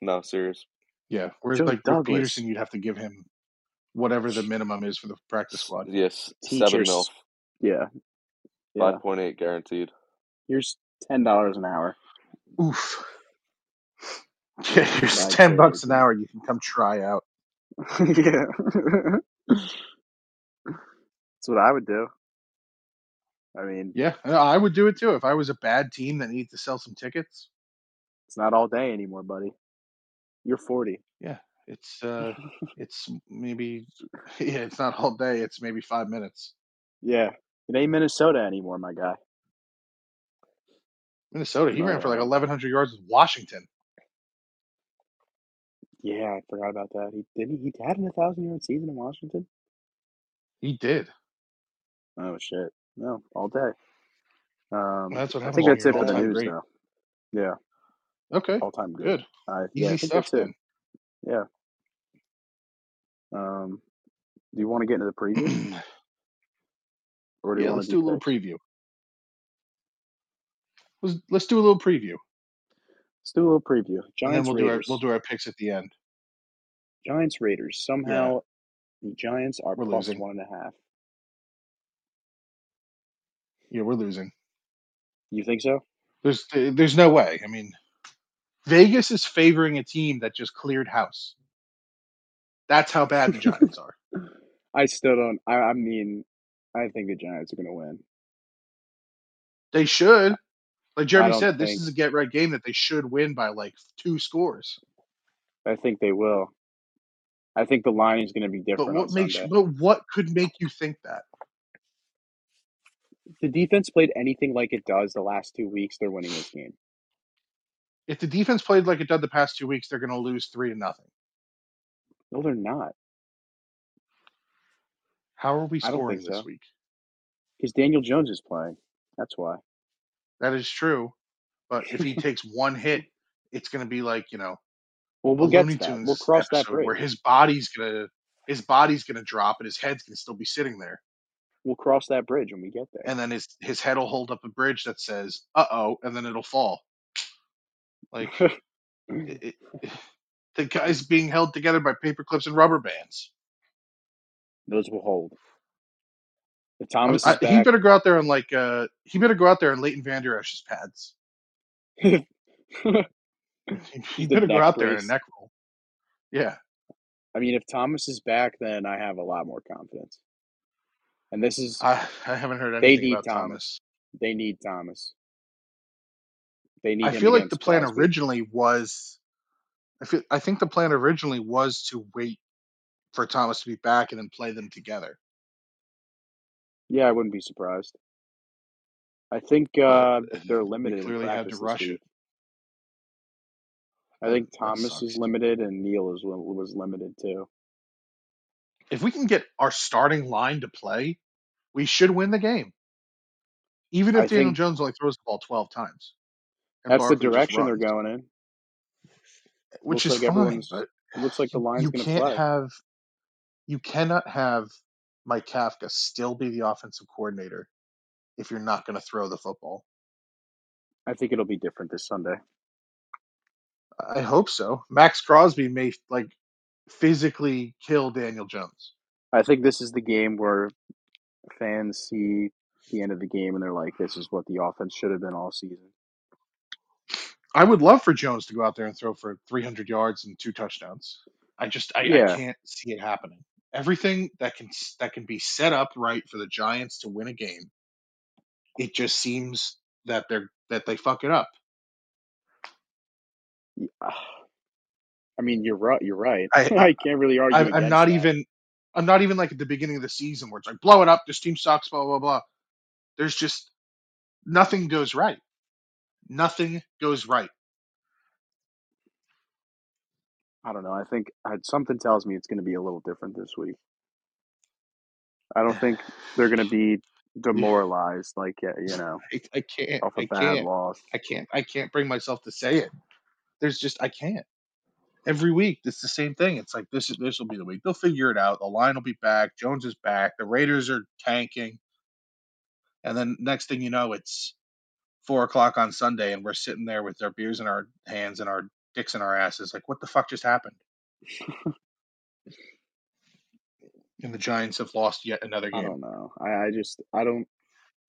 [SPEAKER 3] No, serious.
[SPEAKER 2] Yeah. Whereas
[SPEAKER 4] Joe
[SPEAKER 2] like with Peterson,
[SPEAKER 4] Douglas,
[SPEAKER 2] you'd have to give him whatever the minimum is for the practice
[SPEAKER 3] S-
[SPEAKER 2] squad.
[SPEAKER 3] Yes, seven mil,
[SPEAKER 4] teachers. Yeah, yeah.
[SPEAKER 3] five point eight guaranteed.
[SPEAKER 4] Here's ten dollars an hour.
[SPEAKER 2] Oof. Yeah, here's
[SPEAKER 4] That's
[SPEAKER 2] 10 bucks an
[SPEAKER 4] crazy.
[SPEAKER 2] hour. You can come try out.
[SPEAKER 4] yeah. That's what I would do. I mean,
[SPEAKER 2] Yeah, I know, I would do it too if I was a bad team that needed to sell some tickets.
[SPEAKER 4] it's not all day anymore, buddy. You're 40.
[SPEAKER 2] It's uh, it's maybe yeah, it's not all day. It's maybe five minutes.
[SPEAKER 4] Yeah. It ain't Minnesota anymore, my guy.
[SPEAKER 2] Minnesota. He
[SPEAKER 4] No,
[SPEAKER 2] ran for like
[SPEAKER 4] uh,
[SPEAKER 2] 1,100 yards with Washington.
[SPEAKER 4] Yeah, I forgot about that. He didn't. He had an 1,000 yard season in Washington?
[SPEAKER 2] He did.
[SPEAKER 4] Oh, shit. No, all day. Um,
[SPEAKER 2] That's what
[SPEAKER 4] I
[SPEAKER 2] happens
[SPEAKER 4] think
[SPEAKER 2] when
[SPEAKER 4] that's
[SPEAKER 2] you're an
[SPEAKER 4] it for the
[SPEAKER 2] all-time
[SPEAKER 4] news,
[SPEAKER 2] great.
[SPEAKER 4] though. Yeah,
[SPEAKER 2] Okay,
[SPEAKER 4] all time good.
[SPEAKER 2] good,
[SPEAKER 4] I
[SPEAKER 2] easy
[SPEAKER 4] yeah, I think
[SPEAKER 2] stuff
[SPEAKER 4] that's it.
[SPEAKER 2] then.
[SPEAKER 4] Yeah. Um, do you want to get into the preview, or do you
[SPEAKER 2] yeah,
[SPEAKER 4] want
[SPEAKER 2] let's
[SPEAKER 4] to do
[SPEAKER 2] do a little
[SPEAKER 4] picks?
[SPEAKER 2] preview. Let's let's do a little preview,
[SPEAKER 4] Let's do a little preview.
[SPEAKER 2] and then
[SPEAKER 4] Giants
[SPEAKER 2] we'll do our
[SPEAKER 4] Raiders.
[SPEAKER 2] we'll do our picks at the end.
[SPEAKER 4] Giants Raiders.
[SPEAKER 2] Yeah,
[SPEAKER 4] Somehow the Giants are
[SPEAKER 2] we're
[SPEAKER 4] plus
[SPEAKER 2] losing.
[SPEAKER 4] one and a half.
[SPEAKER 2] Yeah, we're losing.
[SPEAKER 4] You think so?
[SPEAKER 2] There's there's no way. I mean, Vegas is favoring a team that just cleared house. That's how bad the Giants are.
[SPEAKER 4] I still don't. I, I mean, I think the Giants are going to win.
[SPEAKER 2] They should. Like
[SPEAKER 4] I
[SPEAKER 2] Jeremy
[SPEAKER 4] don't
[SPEAKER 2] said, this
[SPEAKER 4] think.
[SPEAKER 2] is a get right game that they should win by like two scores.
[SPEAKER 4] I think they will. I think the line is going to be
[SPEAKER 2] But
[SPEAKER 4] different on
[SPEAKER 2] what makes
[SPEAKER 4] Sunday.
[SPEAKER 2] but what could make you think that?
[SPEAKER 4] If the defense played anything like it does the last two weeks, they're winning this game.
[SPEAKER 2] If the defense played like it did the past two weeks, they're going to lose three to nothing.
[SPEAKER 4] No, they're not.
[SPEAKER 2] How are we
[SPEAKER 4] I don't
[SPEAKER 2] scoring
[SPEAKER 4] think
[SPEAKER 2] this
[SPEAKER 4] so.
[SPEAKER 2] week?
[SPEAKER 4] Because Daniel Jones is playing. That's why.
[SPEAKER 2] That is true, but if he takes one hit, it's going to be like you know
[SPEAKER 4] Well,
[SPEAKER 2] a
[SPEAKER 4] we'll get
[SPEAKER 2] Looney
[SPEAKER 4] to that. We'll
[SPEAKER 2] Tunes
[SPEAKER 4] cross that
[SPEAKER 2] episode where
[SPEAKER 4] bridge.
[SPEAKER 2] his body's going to his body's going to drop and his head's going to still be sitting there,
[SPEAKER 4] We'll cross that bridge when we get there.
[SPEAKER 2] and then his his head will hold up a bridge that says "uh oh," and then it'll fall. Like it, it, the guy's being held together by paper clips and rubber bands.
[SPEAKER 4] Those will hold. If
[SPEAKER 2] I'm,
[SPEAKER 4] Thomas is
[SPEAKER 2] I, he
[SPEAKER 4] back,
[SPEAKER 2] better go out there and like uh he better go out there and Leighton Van Der Esch's pads.
[SPEAKER 4] just
[SPEAKER 2] He
[SPEAKER 4] a
[SPEAKER 2] better go
[SPEAKER 4] neck
[SPEAKER 2] out there in a
[SPEAKER 4] brace.
[SPEAKER 2] neck roll. Yeah,
[SPEAKER 4] I mean, if Thomas is back, then I have a lot more confidence. And this is
[SPEAKER 2] I I haven't heard
[SPEAKER 4] they
[SPEAKER 2] anything
[SPEAKER 4] need
[SPEAKER 2] about
[SPEAKER 4] Thomas.
[SPEAKER 2] Thomas.
[SPEAKER 4] They need Thomas. They
[SPEAKER 2] I
[SPEAKER 4] need him
[SPEAKER 2] feel like the
[SPEAKER 4] against
[SPEAKER 2] plan
[SPEAKER 4] Crosby.
[SPEAKER 2] originally was I feel I think the plan originally was to wait for Thomas to be back and then play them together.
[SPEAKER 4] Yeah, I wouldn't be surprised. I think
[SPEAKER 2] But
[SPEAKER 4] uh, they're
[SPEAKER 2] they
[SPEAKER 4] limited in
[SPEAKER 2] clearly had to
[SPEAKER 4] practice this
[SPEAKER 2] rush it.
[SPEAKER 4] week. I
[SPEAKER 2] That
[SPEAKER 4] think
[SPEAKER 2] that
[SPEAKER 4] Thomas is
[SPEAKER 2] sucks.
[SPEAKER 4] limited and Neal is lim- was limited too.
[SPEAKER 2] If we can get our starting line to play, we should win the game. Even if
[SPEAKER 4] I
[SPEAKER 2] Daniel
[SPEAKER 4] think
[SPEAKER 2] Jones only throws the ball twelve times and
[SPEAKER 4] that's the
[SPEAKER 2] Barkley just
[SPEAKER 4] direction they're
[SPEAKER 2] runs,
[SPEAKER 4] going in.
[SPEAKER 2] which
[SPEAKER 4] Looks
[SPEAKER 2] is
[SPEAKER 4] like
[SPEAKER 2] fine.
[SPEAKER 4] everyone's.
[SPEAKER 2] But
[SPEAKER 4] It looks like the
[SPEAKER 2] you,
[SPEAKER 4] line's
[SPEAKER 2] you
[SPEAKER 4] going to
[SPEAKER 2] can't
[SPEAKER 4] play.
[SPEAKER 2] have you cannot have Mike Kafka still be the offensive coordinator if you're not going to throw the football.
[SPEAKER 4] I think it'll be different this Sunday.
[SPEAKER 2] I I hope so. Max Crosby may like physically kill Daniel Jones.
[SPEAKER 4] I think this is the game where fans see the end of the game and they're like, "This is what the offense should have been all season."
[SPEAKER 2] I would love for Jones to go out there and throw for 300 yards and two touchdowns. I just I, I
[SPEAKER 4] Yeah,
[SPEAKER 2] can't see it happening. Everything that can s- that can be set up right for the Giants to win a game, it just seems that they're that they fuck it up.
[SPEAKER 4] Y- I mean, you're right. You're right.
[SPEAKER 2] I, I
[SPEAKER 4] I can't really argue
[SPEAKER 2] I'm I'm
[SPEAKER 4] against
[SPEAKER 2] not
[SPEAKER 4] that.
[SPEAKER 2] even I'm not even like at the beginning of the season where it's like blow it up. This team sucks. Blah blah blah. There's just nothing goes right. Nothing goes right.
[SPEAKER 4] I don't know. I think I, something tells me it's going to be a little different this week. I don't think they're going to be
[SPEAKER 2] Yeah,
[SPEAKER 4] demoralized, like uh, you know,
[SPEAKER 2] I, I can't.
[SPEAKER 4] off a
[SPEAKER 2] I
[SPEAKER 4] bad
[SPEAKER 2] can't.
[SPEAKER 4] loss.
[SPEAKER 2] I can't. I can't bring myself to say it. There's just I can't. Every week it's the same thing. It's like this. is- This will be the week. They'll figure it out. The line will be back. Jones is back. The Raiders are tanking. And then next thing you know, it's four o'clock on Sunday, and we're sitting there with our beers in our hands and our dicks in our asses. Like, what the fuck just happened? And the Giants have lost yet another
[SPEAKER 4] I
[SPEAKER 2] game.
[SPEAKER 4] don't know. I, I just I don't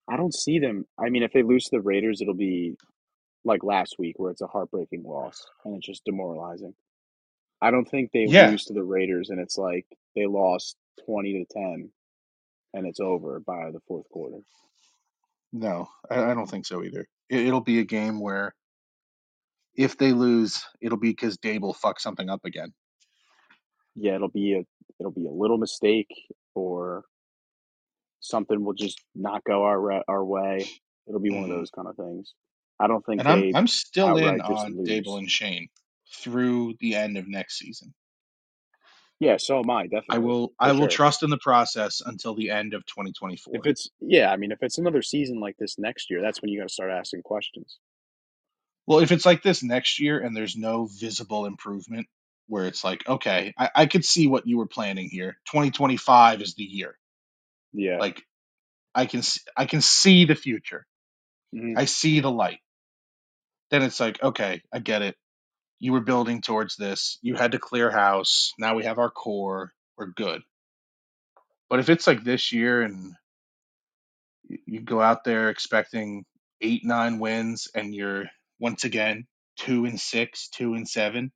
[SPEAKER 4] I don't see them. I mean, if they lose to the Raiders, it'll be like last week where it's a heartbreaking loss and it's just demoralizing. I don't think they
[SPEAKER 2] Yeah.
[SPEAKER 4] lose to the Raiders, and it's like they lost twenty to ten, and it's over by the fourth quarter.
[SPEAKER 2] No, I, I don't think so either. It, it'll be a game where if they lose, it'll be because Dable fucked something up again.
[SPEAKER 4] Yeah, it'll be a it'll be a little mistake or something will just not go our ra- our way. It'll be one of
[SPEAKER 2] Mhm.
[SPEAKER 4] those kind of things. I don't think
[SPEAKER 2] And I'm
[SPEAKER 4] they
[SPEAKER 2] I'm still in
[SPEAKER 4] outright just
[SPEAKER 2] on
[SPEAKER 4] lose.
[SPEAKER 2] Dable and Shane through the end of next season.
[SPEAKER 4] Yeah, so am I
[SPEAKER 2] I
[SPEAKER 4] definitely
[SPEAKER 2] will
[SPEAKER 4] for
[SPEAKER 2] I will
[SPEAKER 4] sure.
[SPEAKER 2] trust in the process until the end of 2024.
[SPEAKER 4] If it's yeah, I mean, if it's another season like this next year, that's when you got to start asking questions.
[SPEAKER 2] Well, if it's like this next year and there's no visible improvement, where it's like, okay, I, I could see what you were planning here. 2025 is the year.
[SPEAKER 4] Yeah,
[SPEAKER 2] Like I can s- I can see the future.
[SPEAKER 4] hmm
[SPEAKER 2] I see the light. Then it's like, okay, I get it. You were building towards this. You had to clear house. Now we have our core. We're good. But if it's like this year and y- you go out there expecting eight, nine wins, and you're once again two and six, two and seven.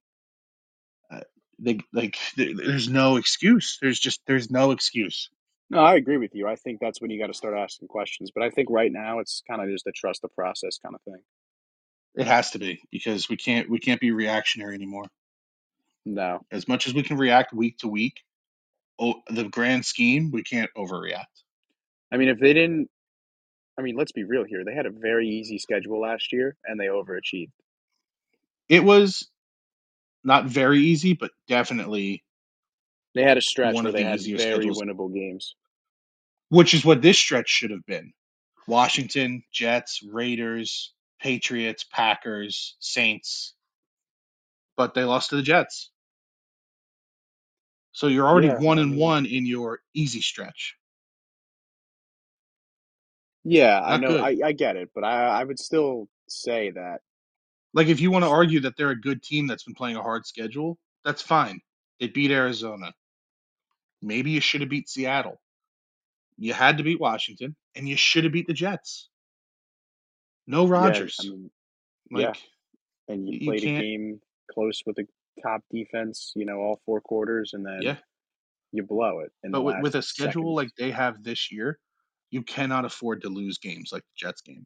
[SPEAKER 2] uh, They like th- there's no excuse. There's just there's no excuse.
[SPEAKER 4] no, I agree with you. I think that's when you got to start asking questions. But I think right now it's kind of just a trust the process kind of thing.
[SPEAKER 2] It has to be because we can't we can't be reactionary anymore.
[SPEAKER 4] No,
[SPEAKER 2] As much as we can react week to week, oh, the grand scheme we can't overreact.
[SPEAKER 4] I mean, if they didn't, I mean, let's be real here. They had a very easy schedule last year, and they overachieved.
[SPEAKER 2] It was not very easy, but definitely
[SPEAKER 4] They had a stretch
[SPEAKER 2] one
[SPEAKER 4] where
[SPEAKER 2] of
[SPEAKER 4] they
[SPEAKER 2] the
[SPEAKER 4] had
[SPEAKER 2] easier
[SPEAKER 4] very
[SPEAKER 2] schedules,
[SPEAKER 4] winnable games.
[SPEAKER 2] which is what this stretch should have been. Washington, Jets, Raiders, Patriots, Packers, Saints, but they lost to the Jets. So you're already
[SPEAKER 4] Yeah,
[SPEAKER 2] one
[SPEAKER 4] I
[SPEAKER 2] and
[SPEAKER 4] mean,
[SPEAKER 2] one in your easy stretch.
[SPEAKER 4] yeah, I
[SPEAKER 2] Not
[SPEAKER 4] know,
[SPEAKER 2] good.
[SPEAKER 4] I, I get it, but I, I would still say that.
[SPEAKER 2] Like if you want to argue that they're a good team that's been playing a hard schedule, that's fine. They beat Arizona. Maybe you should have beat Seattle. You had to beat Washington, and you should have beat the Jets. No
[SPEAKER 4] Yeah, I
[SPEAKER 2] Rodgers.
[SPEAKER 4] mean, yeah,
[SPEAKER 2] Like
[SPEAKER 4] and you
[SPEAKER 2] y- you
[SPEAKER 4] played a
[SPEAKER 2] can't.
[SPEAKER 4] game close with a top defense, you know, all four quarters, and then
[SPEAKER 2] Yeah,
[SPEAKER 4] you blow it in the
[SPEAKER 2] but with, with
[SPEAKER 4] last
[SPEAKER 2] a schedule like
[SPEAKER 4] seconds.
[SPEAKER 2] they have this year, you cannot afford to lose games like the Jets game,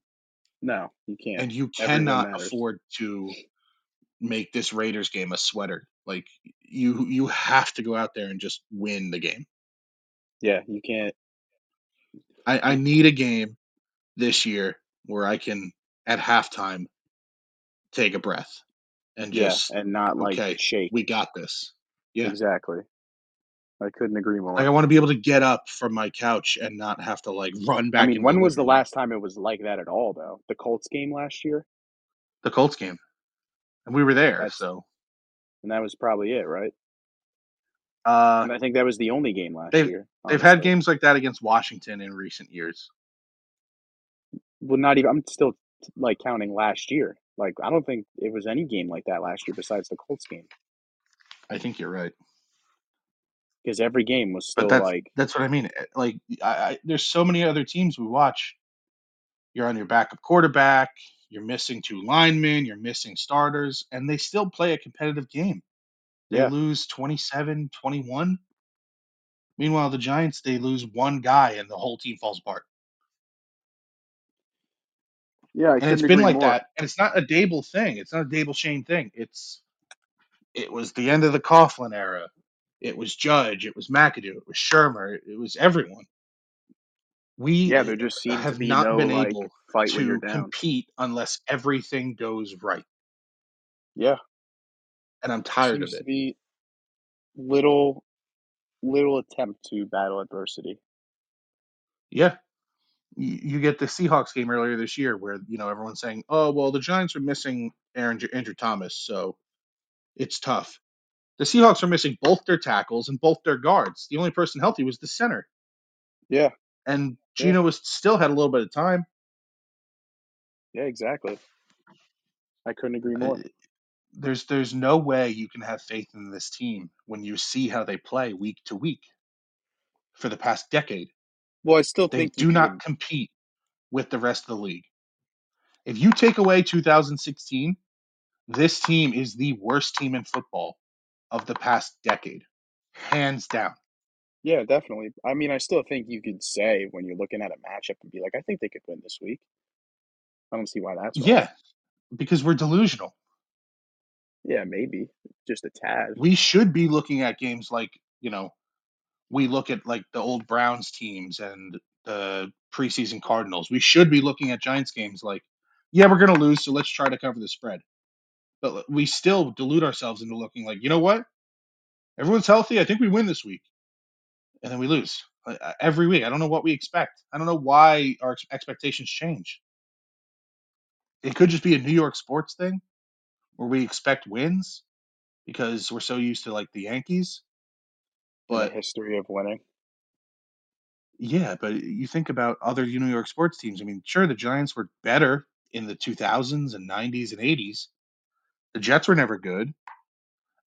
[SPEAKER 4] No, you can't.
[SPEAKER 2] and you
[SPEAKER 4] Every win
[SPEAKER 2] cannot
[SPEAKER 4] matters.
[SPEAKER 2] afford to make this Raiders game a sweater. Like you you have to go out there and just win the game.
[SPEAKER 4] Yeah, you can't.
[SPEAKER 2] I, I
[SPEAKER 4] You,
[SPEAKER 2] need a game this year where I can at halftime take a breath and
[SPEAKER 4] yeah,
[SPEAKER 2] just
[SPEAKER 4] and not like
[SPEAKER 2] okay, we
[SPEAKER 4] shake.
[SPEAKER 2] got this. Yeah.
[SPEAKER 4] Exactly. I couldn't agree
[SPEAKER 2] Like I
[SPEAKER 4] more.
[SPEAKER 2] want to be able to get up from my couch and not have to like run
[SPEAKER 4] I
[SPEAKER 2] back
[SPEAKER 4] mean,
[SPEAKER 2] into the
[SPEAKER 4] when was the
[SPEAKER 2] living room.
[SPEAKER 4] last time it was like that at all, though? The Colts game last year?
[SPEAKER 2] The Colts game. And we were there,
[SPEAKER 4] That's
[SPEAKER 2] so
[SPEAKER 4] and that was probably it, right?
[SPEAKER 2] uh
[SPEAKER 4] And I think that was the only game last
[SPEAKER 2] they've
[SPEAKER 4] year,
[SPEAKER 2] they've had
[SPEAKER 4] honestly.
[SPEAKER 2] games like that against Washington in recent years.
[SPEAKER 4] Well, not even. I'm still like counting last year. Like, I don't think it was any game like that last year besides the Colts game,
[SPEAKER 2] I think you're right.
[SPEAKER 4] because every game was
[SPEAKER 2] But
[SPEAKER 4] still
[SPEAKER 2] that's
[SPEAKER 4] like,
[SPEAKER 2] that's what I mean. eh, Like I, I there's so many other teams we watch you're on your backup quarterback, you're missing two linemen, you're missing starters, and they still play a competitive game. They
[SPEAKER 4] yeah,
[SPEAKER 2] lose 27 21. Meanwhile, the Giants, they lose one guy and the whole team falls apart.
[SPEAKER 4] yeah. I
[SPEAKER 2] And it's been
[SPEAKER 4] couldn't agree
[SPEAKER 2] like
[SPEAKER 4] more.
[SPEAKER 2] that. And it's not a Dable thing. It's not a Dable Shane thing. It's it was the end of the Coughlin era. It was Judge. It was McAdoo. It was Shermer. It was everyone.
[SPEAKER 4] Yeah,
[SPEAKER 2] We
[SPEAKER 4] there just
[SPEAKER 2] eh,
[SPEAKER 4] seemed to
[SPEAKER 2] have
[SPEAKER 4] be
[SPEAKER 2] not
[SPEAKER 4] no
[SPEAKER 2] been
[SPEAKER 4] like
[SPEAKER 2] able
[SPEAKER 4] fight when you're
[SPEAKER 2] to
[SPEAKER 4] down.
[SPEAKER 2] compete unless everything goes right.
[SPEAKER 4] Yeah,
[SPEAKER 2] And I'm
[SPEAKER 4] there
[SPEAKER 2] tired of
[SPEAKER 4] seems
[SPEAKER 2] it.
[SPEAKER 4] to be little little attempt to battle adversity.
[SPEAKER 2] Yeah. y- you get the Seahawks game earlier this year where you know everyone's saying, "Oh, well, the Giants are missing Aaron J- Andrew Thomas, so it's tough." The Seahawks are missing both their tackles and both their guards. The only person healthy was the center,
[SPEAKER 4] Yeah,
[SPEAKER 2] and
[SPEAKER 4] yeah,
[SPEAKER 2] Gino was still had a little bit of time.
[SPEAKER 4] yeah. Exactly. I couldn't agree
[SPEAKER 2] Uh,
[SPEAKER 4] more.
[SPEAKER 2] There's there's no way you can have faith in this team when you see how they play week to week for the past decade.
[SPEAKER 4] Well, I still
[SPEAKER 2] They
[SPEAKER 4] think you
[SPEAKER 2] do not
[SPEAKER 4] could.
[SPEAKER 2] compete with the rest of the league. If you take away 2016, this team is the worst team in football of the past decade, hands down.
[SPEAKER 4] Yeah, definitely. I mean, I still think you could say when you're looking at a matchup and be like, I think they could win this week. I don't see why that's wrong.
[SPEAKER 2] Yeah, because we're delusional.
[SPEAKER 4] Yeah, maybe just a tad.
[SPEAKER 2] We should be looking at games like you know, we look at like the old Browns teams and the preseason Cardinals. We should be looking at Giants games like, yeah, we're gonna lose, so let's try to cover the spread. But l- we still delude ourselves into looking like, you know what? Everyone's healthy. I think we win this week, and then we lose uh, uh, every week. I don't know what we expect. I don't know why our ex- expectations change. It could just be a New York sports thing where we expect wins because we're so used to like the Yankees.
[SPEAKER 4] in the
[SPEAKER 2] But
[SPEAKER 4] history of winning.
[SPEAKER 2] Yeah, but you think about other New York sports teams. I mean, sure, the Giants were better in the 2000s and 90s and 80s. The Jets were never good.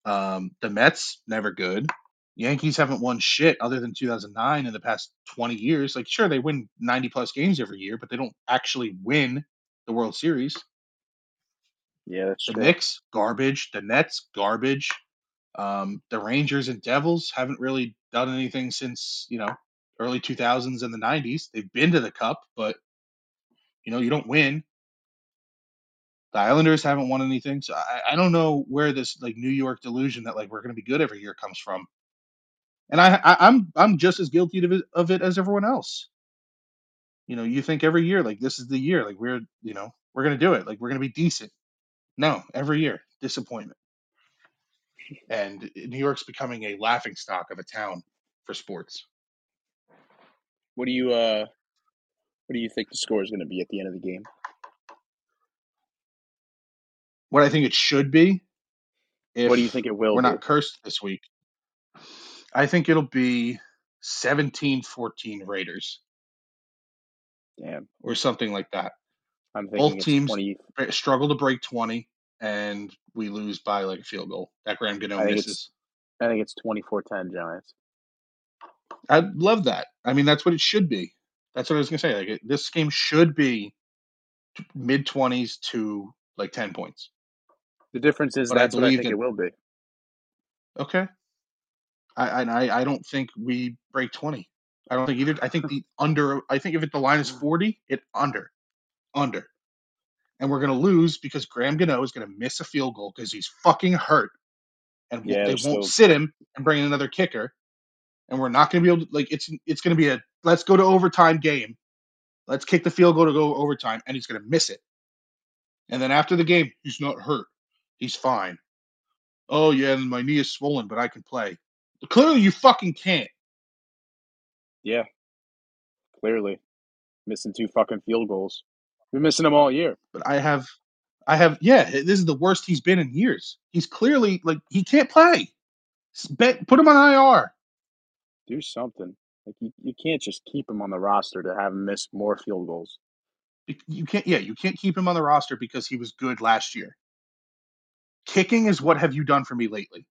[SPEAKER 2] Um, the Mets never good. Yankees haven't won shit other than 2009 in the past 20 years. Like, sure, they win 90 plus games every year, but they don't actually win the World Series.
[SPEAKER 4] Yeah, that's
[SPEAKER 2] The
[SPEAKER 4] true.
[SPEAKER 2] Knicks, garbage. The Nets, garbage. Um, the Rangers and Devils haven't really done anything since, you know, early 2000s and the 90s. They've been to the cup, but you know you don't win the islanders haven't won anything so i, I don't know where this like new york delusion that like we're going to be good every year comes from and I, I i'm i'm just as guilty of it, of it as everyone else you know you think every year like this is the year like we're you know we're going to do it like we're going to be decent no every year disappointment and eh, new york's becoming a laughing stock of a town for sports
[SPEAKER 4] What do you uh what do you think the score is going to be at the end of the game?
[SPEAKER 2] what i think it should be
[SPEAKER 4] What do you
[SPEAKER 2] if
[SPEAKER 4] think it will
[SPEAKER 2] we're
[SPEAKER 4] be?
[SPEAKER 2] not cursed this week i think it'll be 17-14 raiders
[SPEAKER 4] Damn,
[SPEAKER 2] or something like that
[SPEAKER 4] I'm thinking
[SPEAKER 2] both
[SPEAKER 4] it's
[SPEAKER 2] teams
[SPEAKER 4] 20
[SPEAKER 2] b- struggle to break 20 and we lose by like a field goal that graham gano
[SPEAKER 4] I think it's
[SPEAKER 2] misses
[SPEAKER 4] I think it's 24-10 Giants.
[SPEAKER 2] i love that i mean that's what it should be that's what i was going to say like it, this game should be mid 20s to like 10 points
[SPEAKER 4] The difference is
[SPEAKER 2] but i
[SPEAKER 4] that's what I
[SPEAKER 2] believe
[SPEAKER 4] think
[SPEAKER 2] that
[SPEAKER 4] it will be.
[SPEAKER 2] okay i and i, I don't think we break 20 i don't think either i think the under i think if it, the line is 40 it under under and we're going to lose because graham gano is going to miss a field goal because he's fucking hurt and w-
[SPEAKER 4] Yeah,
[SPEAKER 2] they
[SPEAKER 4] they're
[SPEAKER 2] won't
[SPEAKER 4] still
[SPEAKER 2] sit him and bring in another kicker and we're not going to be able to like it's it's going to be a let's go to overtime game. Let's kick the field goal to go overtime, and he's going to miss it. And then after the game, he's not hurt. He's fine. Oh yeah, and my knee is swollen, but I can play. Clearly, you fucking can't.
[SPEAKER 4] yeah, clearly missing two fucking field goals. We're missing them all year.
[SPEAKER 2] But I have, I have. Yeah, h- this is the worst he's been in years. He's clearly like he can't play. S- Bet, put him on IR.
[SPEAKER 4] Do something. Like you, you can't just keep him on the roster to have him miss more field goals.
[SPEAKER 2] Be- You can't. Yeah, you can't keep him on the roster because he was good last year. Kicking is what have you done for me lately?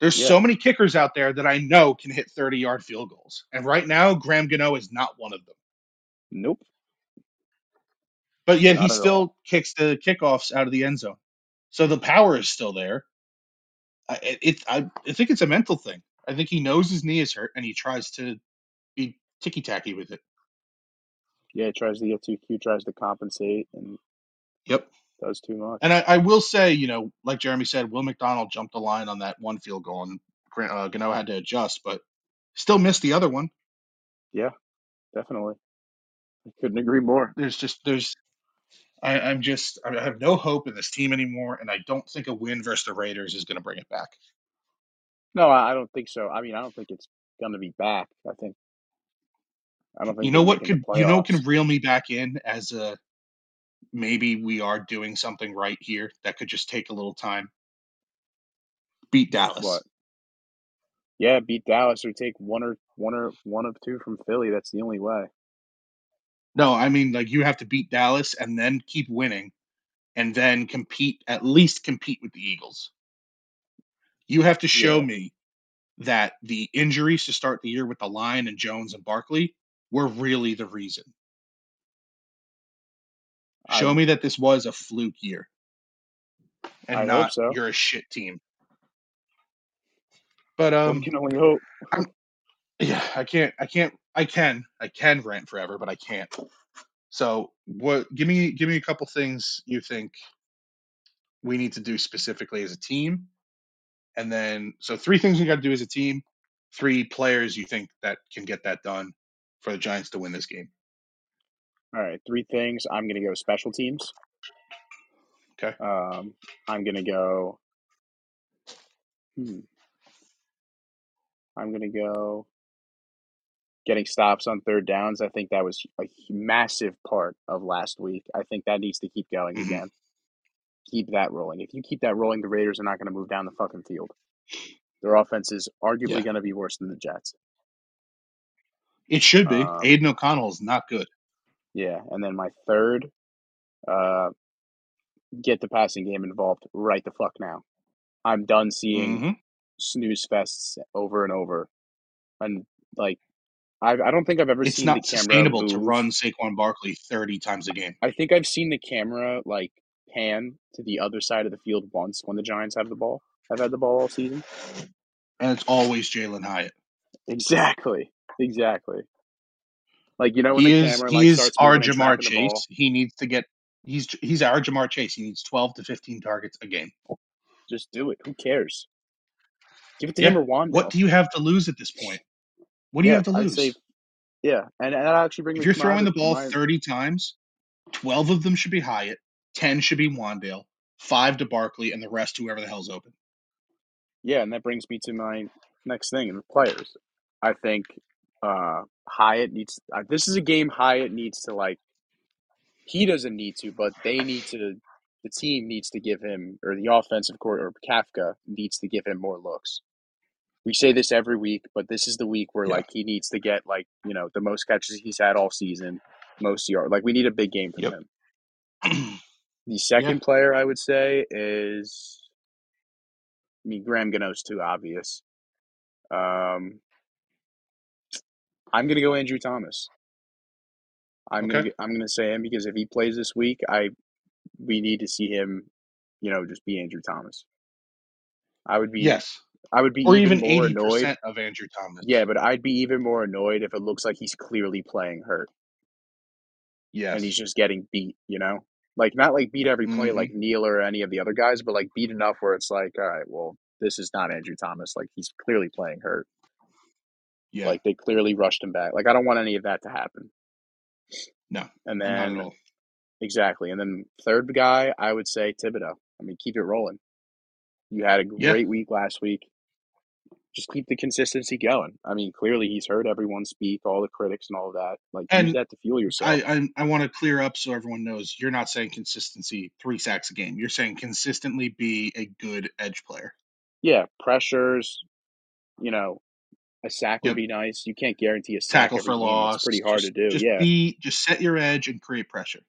[SPEAKER 2] There's
[SPEAKER 4] Yeah.
[SPEAKER 2] so many kickers out there that I know can hit 30 yard field goals. And right now, Graham Gano is not one of them.
[SPEAKER 4] Nope.
[SPEAKER 2] But yet he
[SPEAKER 4] Not at all.
[SPEAKER 2] still kicks the kickoffs out of the end zone. So the power is still there. I, it, it- I, I think it's a mental thing. I think he knows his knee is hurt and he tries to be ticky tacky with it.
[SPEAKER 4] Yeah, he tries to get too cute, tries to compensate, and
[SPEAKER 2] Yep.
[SPEAKER 4] does too much.
[SPEAKER 2] And I, I will say, you know, like Jeremy said, Will McDonald jumped the line on that one field goal and Gra- uh, Gano had to adjust, but still missed the other one.
[SPEAKER 4] Yeah, definitely. I couldn't agree more.
[SPEAKER 2] There's just, there's, I, I'm just I have no hope in this team anymore, and I don't think a win versus the Raiders is going to bring it back.
[SPEAKER 4] No, I I don't think so. I mean, I don't think it's gonna be back. I think I don't
[SPEAKER 2] You
[SPEAKER 4] think
[SPEAKER 2] know
[SPEAKER 4] they're
[SPEAKER 2] what
[SPEAKER 4] making the
[SPEAKER 2] could you know what
[SPEAKER 4] playoffs.
[SPEAKER 2] can reel me back in as a maybe we are doing something right here that could just take a little time. Beat
[SPEAKER 4] What?
[SPEAKER 2] Dallas.
[SPEAKER 4] Yeah, beat Dallas or take one or one or one of two from Philly. That's the only way.
[SPEAKER 2] No, I mean like you have to beat Dallas and then keep winning and then compete at least compete with the Eagles. You have to show
[SPEAKER 4] Yeah.
[SPEAKER 2] me that the injuries to start the year with the Lion and Jones and Barkley were really the reason.
[SPEAKER 4] I
[SPEAKER 2] Show me that this was a fluke year and
[SPEAKER 4] I hope
[SPEAKER 2] not
[SPEAKER 4] so.
[SPEAKER 2] you're a shit team. But
[SPEAKER 4] One
[SPEAKER 2] um,
[SPEAKER 4] can only hope.
[SPEAKER 2] yeah i can't i can't i can i can rant forever but i can't so what give me give me a couple things you think we need to do specifically as a team and then so three things we got to do as a team three players you think that can get that done for the giants to win this game
[SPEAKER 4] All right, three things. I'm gonna go special teams.
[SPEAKER 2] Okay.
[SPEAKER 4] Um, I'm gonna go. Hmm, I'm gonna go. Getting stops on third downs. I think that was a massive part of last week. I think that needs to keep going
[SPEAKER 2] Mhm.
[SPEAKER 4] again. Keep that rolling. If you keep that rolling, the Raiders are not going to move down the fucking field. Their offense is
[SPEAKER 2] yeah
[SPEAKER 4] arguably going to be worse than the Jets.
[SPEAKER 2] it should be
[SPEAKER 4] Um,
[SPEAKER 2] aiden o'connell is not good
[SPEAKER 4] yeah, and then my third, uh, get the passing game involved right the fuck now. I'm done seeing
[SPEAKER 2] hmm
[SPEAKER 4] snooze fests over and over. And like, I I don't think I've ever
[SPEAKER 2] it's
[SPEAKER 4] seen the
[SPEAKER 2] not
[SPEAKER 4] camera
[SPEAKER 2] sustainable to
[SPEAKER 4] move.
[SPEAKER 2] run Saquon Barkley 30 times a game
[SPEAKER 4] I think I've seen the camera like pan to the other side of the field once when the Giants have the ball. I've had the ball all season.
[SPEAKER 2] and it's always Jalen Hyatt
[SPEAKER 4] Exactly. Exactly. Like you know when
[SPEAKER 2] he
[SPEAKER 4] the
[SPEAKER 2] is
[SPEAKER 4] camera
[SPEAKER 2] he
[SPEAKER 4] like
[SPEAKER 2] is
[SPEAKER 4] starts
[SPEAKER 2] our
[SPEAKER 4] moving and
[SPEAKER 2] Jamar
[SPEAKER 4] trapping the ball.
[SPEAKER 2] Chase he needs to get he's he's our Jamar Chase he needs 12 to 15 targets a game
[SPEAKER 4] Just do it. Who cares? Give it to him
[SPEAKER 2] Yeah.
[SPEAKER 4] or
[SPEAKER 2] What
[SPEAKER 4] Wando.
[SPEAKER 2] do you have to lose at this point? What do you
[SPEAKER 4] Yeah,
[SPEAKER 2] have to
[SPEAKER 4] I'd say
[SPEAKER 2] lose?
[SPEAKER 4] yeah. And, and that actually brings
[SPEAKER 2] If
[SPEAKER 4] me
[SPEAKER 2] you're
[SPEAKER 4] to my
[SPEAKER 2] throwing
[SPEAKER 4] other
[SPEAKER 2] the ball
[SPEAKER 4] my
[SPEAKER 2] 30 times, 12 of them should be Hyatt, 10 should be Wandale, 5 to Barkley, and the rest whoever the hell's open.
[SPEAKER 4] yeah, and that brings me to my next thing and the players. I think uh Hyatt needs uh, this is a game Hyatt needs to like he doesn't need to, but they need to. The team needs to give him, or the offensive court, or Kafka needs to give him more looks. We say this every week, but this is the week where
[SPEAKER 2] Yeah.
[SPEAKER 4] like he needs to get like you know the most catches he's had all season, most yard. Like we need a big game from
[SPEAKER 2] Yep.
[SPEAKER 4] him. The
[SPEAKER 2] yeah.
[SPEAKER 4] second player I would say is, I mean Graham Gano's too obvious. Um, I'm gonna go Andrew Thomas. I'm gonna
[SPEAKER 2] Okay.
[SPEAKER 4] g- I'm gonna say him because if he plays this week, I we need to see him, you know, just be Andrew Thomas. I would be
[SPEAKER 2] Yes.
[SPEAKER 4] I would be
[SPEAKER 2] Or
[SPEAKER 4] even
[SPEAKER 2] even
[SPEAKER 4] more annoyed.
[SPEAKER 2] 80% of Andrew Thomas.
[SPEAKER 4] Yeah, but I'd be even more annoyed if it looks like he's clearly playing hurt and he's
[SPEAKER 2] Yes.
[SPEAKER 4] just getting beat, you know? Like not like beat every play
[SPEAKER 2] hmm
[SPEAKER 4] like Neal or any of the other guys, but like beat enough where it's like, all right, well, this is not Andrew Thomas. Like he's clearly playing hurt.
[SPEAKER 2] Yeah.
[SPEAKER 4] Like they clearly rushed him back. Like I don't want any of that to happen.
[SPEAKER 2] No.
[SPEAKER 4] And
[SPEAKER 2] Not at
[SPEAKER 4] then
[SPEAKER 2] all.
[SPEAKER 4] exactly. And then third guy, I would say Thibodeau. I mean, keep it rolling. You had a
[SPEAKER 2] Yeah.
[SPEAKER 4] great week last week. just keep the consistency going. I mean, clearly he's heard everyone speak, all the critics and all that. Like, use
[SPEAKER 2] And
[SPEAKER 4] that to fuel yourself.
[SPEAKER 2] I, I, I want to clear up so everyone knows you're not saying consistency three sacks a game. You're saying consistently be a good edge player.
[SPEAKER 4] Yeah, pressures, you know, a sack would
[SPEAKER 2] Yep.
[SPEAKER 4] be nice. You can't guarantee a sack
[SPEAKER 2] tackle
[SPEAKER 4] every
[SPEAKER 2] for
[SPEAKER 4] game. That's pretty
[SPEAKER 2] loss.
[SPEAKER 4] hard to
[SPEAKER 2] Just
[SPEAKER 4] do.
[SPEAKER 2] just
[SPEAKER 4] Yeah,
[SPEAKER 2] be just set your edge and create pressure.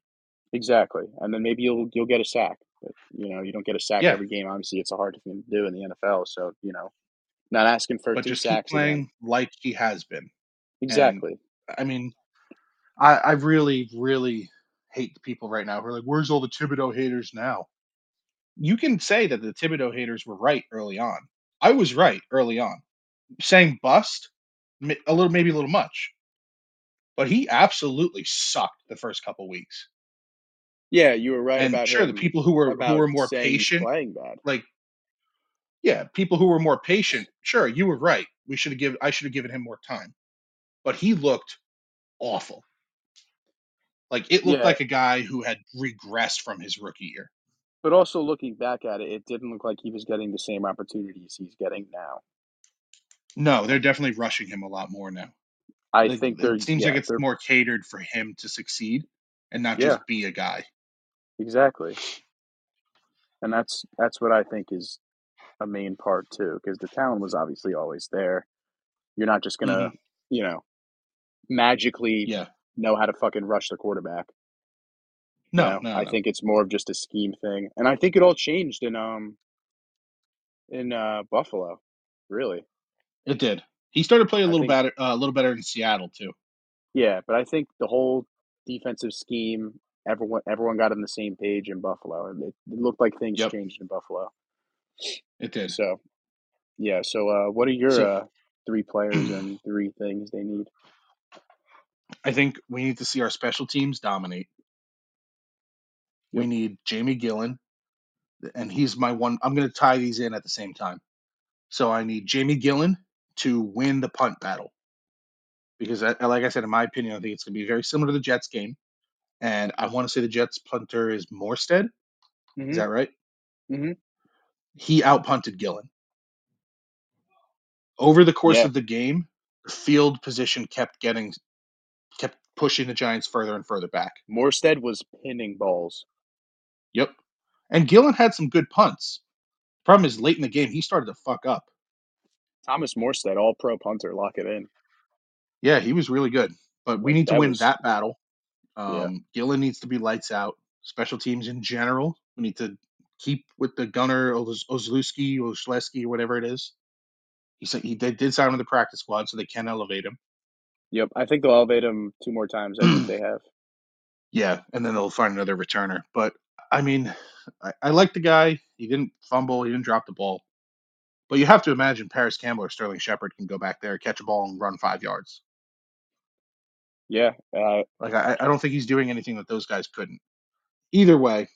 [SPEAKER 4] exactly. And then maybe you'll you'll get a sack. But you know, you don't get a sack
[SPEAKER 2] Yeah,
[SPEAKER 4] every game. Obviously, it's a hard thing to do in the NFL. So, you know, not asking for
[SPEAKER 2] but
[SPEAKER 4] two
[SPEAKER 2] just keep
[SPEAKER 4] sacks a game.
[SPEAKER 2] playing like he has been. And
[SPEAKER 4] Exactly.
[SPEAKER 2] I mean, I, I really, really hate the people right now who are like, "Where's all the Thibodeau haters now?" You can say that the Thibodeau haters were right early on. I was right early on, saying bust ma- a little, maybe a little much, but he absolutely sucked the first couple weeks.
[SPEAKER 4] Yeah, you were right
[SPEAKER 2] And
[SPEAKER 4] about
[SPEAKER 2] sure, the
[SPEAKER 4] him
[SPEAKER 2] people who were who
[SPEAKER 4] about
[SPEAKER 2] were more
[SPEAKER 4] saying he's
[SPEAKER 2] patient,
[SPEAKER 4] playing bad.
[SPEAKER 2] like yeah, people who were more patient, sure, you were right. We should have given I should have given him more time. But he looked awful. Like it looked
[SPEAKER 4] Yeah,
[SPEAKER 2] like a guy who had regressed from his rookie year.
[SPEAKER 4] But also looking back at it, it didn't look like he was getting the same opportunities he's getting now.
[SPEAKER 2] No, they're definitely rushing him a lot more now.
[SPEAKER 4] I
[SPEAKER 2] Like
[SPEAKER 4] think they're
[SPEAKER 2] it seems like
[SPEAKER 4] yeah,
[SPEAKER 2] it's
[SPEAKER 4] they're
[SPEAKER 2] more catered for him to succeed and not
[SPEAKER 4] yeah,
[SPEAKER 2] just be a guy.
[SPEAKER 4] exactly. And that's that's what I think is a main part too, because the talent was obviously always there. You're not just
[SPEAKER 2] hmm
[SPEAKER 4] gonna, you know, magically
[SPEAKER 2] Yeah.
[SPEAKER 4] know how to fucking rush the quarterback. You
[SPEAKER 2] No,
[SPEAKER 4] know,
[SPEAKER 2] no,
[SPEAKER 4] I
[SPEAKER 2] no.
[SPEAKER 4] think it's more of just a scheme thing, and I think it all changed in um in uh Buffalo, really.
[SPEAKER 2] It did. He started playing a
[SPEAKER 4] I
[SPEAKER 2] little
[SPEAKER 4] think
[SPEAKER 2] better uh, a little better in Seattle too.
[SPEAKER 4] Yeah, but I think the whole defensive scheme, everyone everyone got on the same page in Buffalo, and it, it looked like things
[SPEAKER 2] Yep,
[SPEAKER 4] changed in Buffalo.
[SPEAKER 2] it did.
[SPEAKER 4] So Yeah. So, uh, what are your
[SPEAKER 2] So-
[SPEAKER 4] uh, three players and three things they need?
[SPEAKER 2] I think we need to see our special teams dominate. We
[SPEAKER 4] Yep.
[SPEAKER 2] need Jamie Gillen, th- and he's my one. I'm going to tie these in at the same time. So I need Jamie Gillen to win the punt battle because, I, I- like I said, in my opinion, I think it's going to be very similar to the Jets game. And I want to say the Jets punter is Morstead. Is
[SPEAKER 4] hmm
[SPEAKER 2] that right?
[SPEAKER 4] hmm
[SPEAKER 2] He outpunted Gillen over the course
[SPEAKER 4] Yeah.
[SPEAKER 2] of the game. The field position kept getting kept pushing the Giants further and further back.
[SPEAKER 4] Morstead was pinning balls.
[SPEAKER 2] Yep. And Gillen had some good punts. Problem is, late in the game, he started to fuck up.
[SPEAKER 4] Thomas Morstead, all pro punter, lock it in.
[SPEAKER 2] Yeah, he was really good. But we
[SPEAKER 4] Like
[SPEAKER 2] need to
[SPEAKER 4] that
[SPEAKER 2] win
[SPEAKER 4] was
[SPEAKER 2] that battle.
[SPEAKER 4] yeah.
[SPEAKER 2] Um, Gillen needs to be lights out. Special teams in general, we need to keep with the gunner Oz- Ozlewski, Ozleski, whatever it is. He said he they did sign him to the practice squad, so they can elevate him.
[SPEAKER 4] Yep. I think they'll elevate him two more times. I think they have.
[SPEAKER 2] yeah, and then they'll find another returner. But I mean, I, I like the guy. He didn't fumble. He didn't drop the ball. But you have to imagine Paris Campbell or Sterling Shepard can go back there, catch a ball, and run five yards.
[SPEAKER 4] Yeah. Uh,
[SPEAKER 2] Like I, I don't think he's doing anything that those guys couldn't. Either way,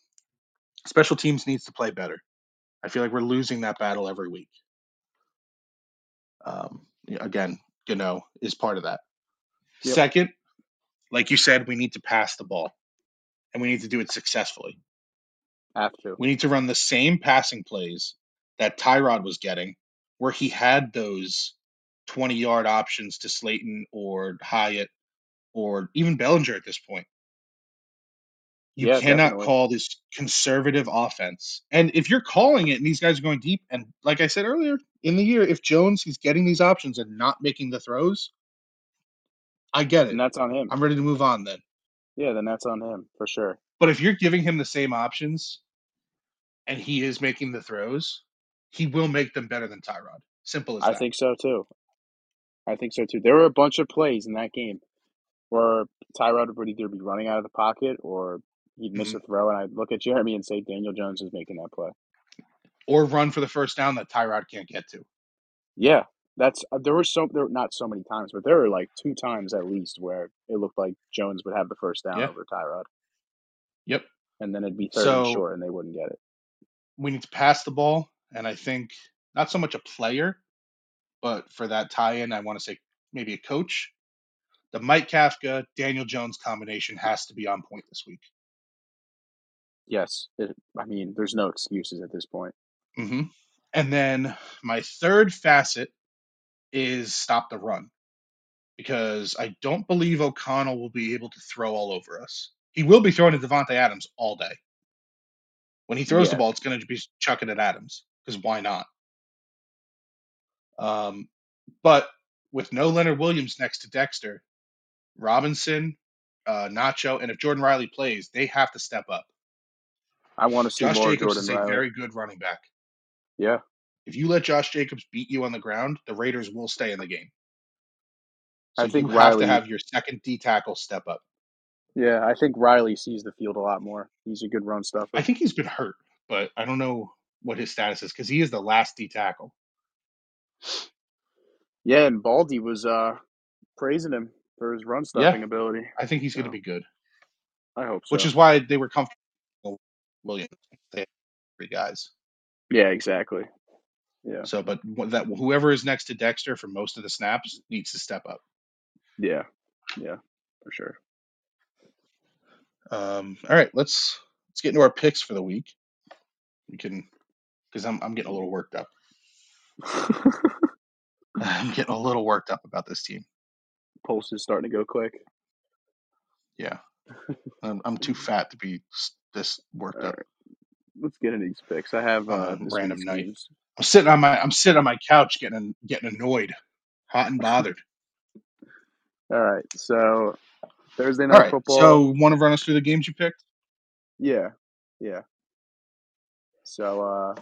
[SPEAKER 2] special teams needs to play better. I feel like we're losing that battle every week. Um, yeah, again, Gano is part of that.
[SPEAKER 4] yep.
[SPEAKER 2] Second, like you said, we need to pass the ball and we need to do it successfully.
[SPEAKER 4] Have to.
[SPEAKER 2] We need to run the same passing plays that Tyrod was getting, where he had those 20 yard options to Slayton or Hyatt or even Bellinger at this point. You
[SPEAKER 4] Yeah.
[SPEAKER 2] cannot
[SPEAKER 4] Definitely.
[SPEAKER 2] call this conservative offense. And if you're calling it and these guys are going deep, and like I said earlier in the year, if Jones is getting these options and not making the throws, I get
[SPEAKER 4] Then
[SPEAKER 2] it.
[SPEAKER 4] that's on him.
[SPEAKER 2] I'm ready to move on then.
[SPEAKER 4] Yeah. Then that's on him for sure.
[SPEAKER 2] But if you're giving him the same options and he is making the throws, he will make them better than Tyrod. Simple as
[SPEAKER 4] I
[SPEAKER 2] that.
[SPEAKER 4] think so too. I think so too. There were a bunch of plays in that game where Tyrod would either be running out of the pocket or he'd miss
[SPEAKER 2] hmm
[SPEAKER 4] a throw, and I'd look at Jeremy and say, Daniel Jones is making that play.
[SPEAKER 2] Or run for the first down that Tyrod can't get to.
[SPEAKER 4] Yeah, that's uh, there were so there were not so many times, but there were like two times at least where it looked like Jones would have the first down
[SPEAKER 2] Yeah.
[SPEAKER 4] over Tyrod,
[SPEAKER 2] Yep.
[SPEAKER 4] and then it'd be third and
[SPEAKER 2] So
[SPEAKER 4] short, and they wouldn't get it.
[SPEAKER 2] we need to pass the ball. And I think not so much a player, but for that tie in, I want to say maybe a coach. The Mike Kafka, Daniel Jones combination has to be on point this week.
[SPEAKER 4] Yes, it, I mean, there's no excuses at this point.
[SPEAKER 2] hmm And then my third facet is stop the run because I don't believe O'Connell will be able to throw all over us. He will be throwing to Devontae Adams all day. When he throws the
[SPEAKER 4] Yeah,
[SPEAKER 2] ball, it's going to be chucking at Adams because why not? Um, but with no Leonard Williams next to Dexter, Robinson, uh, Nacho, and if Jordan Riley plays, they have to step up.
[SPEAKER 4] I want to see
[SPEAKER 2] Josh
[SPEAKER 4] more
[SPEAKER 2] Jacobs
[SPEAKER 4] Jordan
[SPEAKER 2] is a
[SPEAKER 4] Riley.
[SPEAKER 2] very good running back.
[SPEAKER 4] Yeah,
[SPEAKER 2] If you let Josh Jacobs beat you on the ground, the Raiders will stay in the game. So
[SPEAKER 4] I think
[SPEAKER 2] you have to
[SPEAKER 4] Riley.
[SPEAKER 2] have your second D tackle step up.
[SPEAKER 4] Yeah, I think Riley sees the field a lot more. He's a good run
[SPEAKER 2] I
[SPEAKER 4] stuffer.
[SPEAKER 2] think he's been hurt, but I don't know what his status is because he is the last D tackle.
[SPEAKER 4] Yeah, and Baldy was uh praising him for his run
[SPEAKER 2] Yeah,
[SPEAKER 4] stuffing ability.
[SPEAKER 2] I think he's going to
[SPEAKER 4] So
[SPEAKER 2] be good,
[SPEAKER 4] I hope
[SPEAKER 2] which
[SPEAKER 4] Oh, so.
[SPEAKER 2] is why they were comfortable with Williams. They had three guys.
[SPEAKER 4] Yeah, exactly. Yeah,
[SPEAKER 2] So, but wh- that whoever is next to Dexter for most of the snaps needs to step up.
[SPEAKER 4] yeah, yeah, for sure.
[SPEAKER 2] Um, all right, let's let's get into our picks for the week. We can because I'm I'm getting a little worked up. I'm getting a little worked up about this team.
[SPEAKER 4] Pulse is starting to go quick.
[SPEAKER 2] Yeah, I'm, I'm too fat to be s- this worked
[SPEAKER 4] All
[SPEAKER 2] up
[SPEAKER 4] right, let's get into these picks. I have
[SPEAKER 2] on
[SPEAKER 4] uh
[SPEAKER 2] a
[SPEAKER 4] this
[SPEAKER 2] Um, random
[SPEAKER 4] week's
[SPEAKER 2] night.
[SPEAKER 4] games.
[SPEAKER 2] I'm sitting on my I'm sitting on my couch getting getting annoyed, hot and bothered.
[SPEAKER 4] All right, so Thursday
[SPEAKER 2] All
[SPEAKER 4] night
[SPEAKER 2] right,
[SPEAKER 4] football.
[SPEAKER 2] so want to run us through the games you picked?
[SPEAKER 4] Yeah, yeah. So uh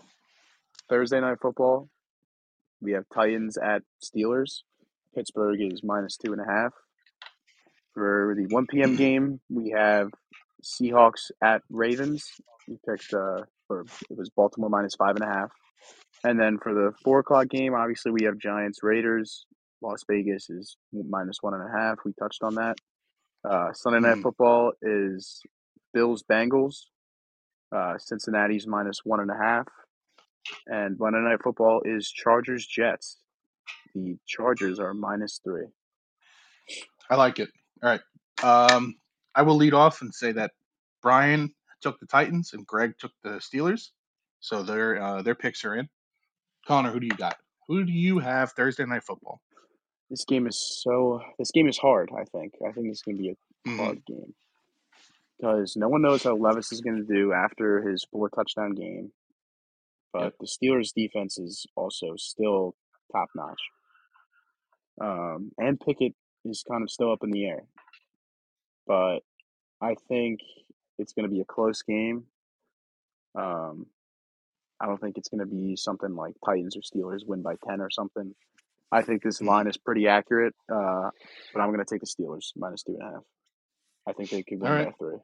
[SPEAKER 4] Thursday night football, we have Titans at Steelers. Pittsburgh is minus two and a half. For the one p.m. game, we have Seahawks at Ravens. We picked uh for it was Baltimore minus five and a half. And then for the four o'clock game, obviously we have Giants Raiders. Las Vegas is minus one and a half. We touched on that. Uh, Sunday night
[SPEAKER 2] Mm.
[SPEAKER 4] football is Bills Bengals. Uh, Cincinnati's minus one and a half. And Monday night football is Chargers Jets. The Chargers are minus three.
[SPEAKER 2] I like it. All right. Um, I will lead off and say that Brian took the Titans and Greg took the Steelers, so their uh, their picks are in. Connor, who do you got? Who do you have Thursday night football?
[SPEAKER 4] This game is so. This game is hard. I think. I think this is gonna be a
[SPEAKER 2] Mhm.
[SPEAKER 4] hard game because no one knows how Levis is gonna do after his four touchdown game. But
[SPEAKER 2] Yep.
[SPEAKER 4] the Steelers' defense is also still top notch, um, and Pickett is kind of still up in the air. But I think it's gonna be a close game. Um, I don't think it's gonna be something like Titans or Steelers win by ten or something. I think this
[SPEAKER 2] Mhm.
[SPEAKER 4] line is pretty accurate, uh, but I'm going to take the Steelers minus two and a half. I think they could win
[SPEAKER 2] All right.
[SPEAKER 4] by three.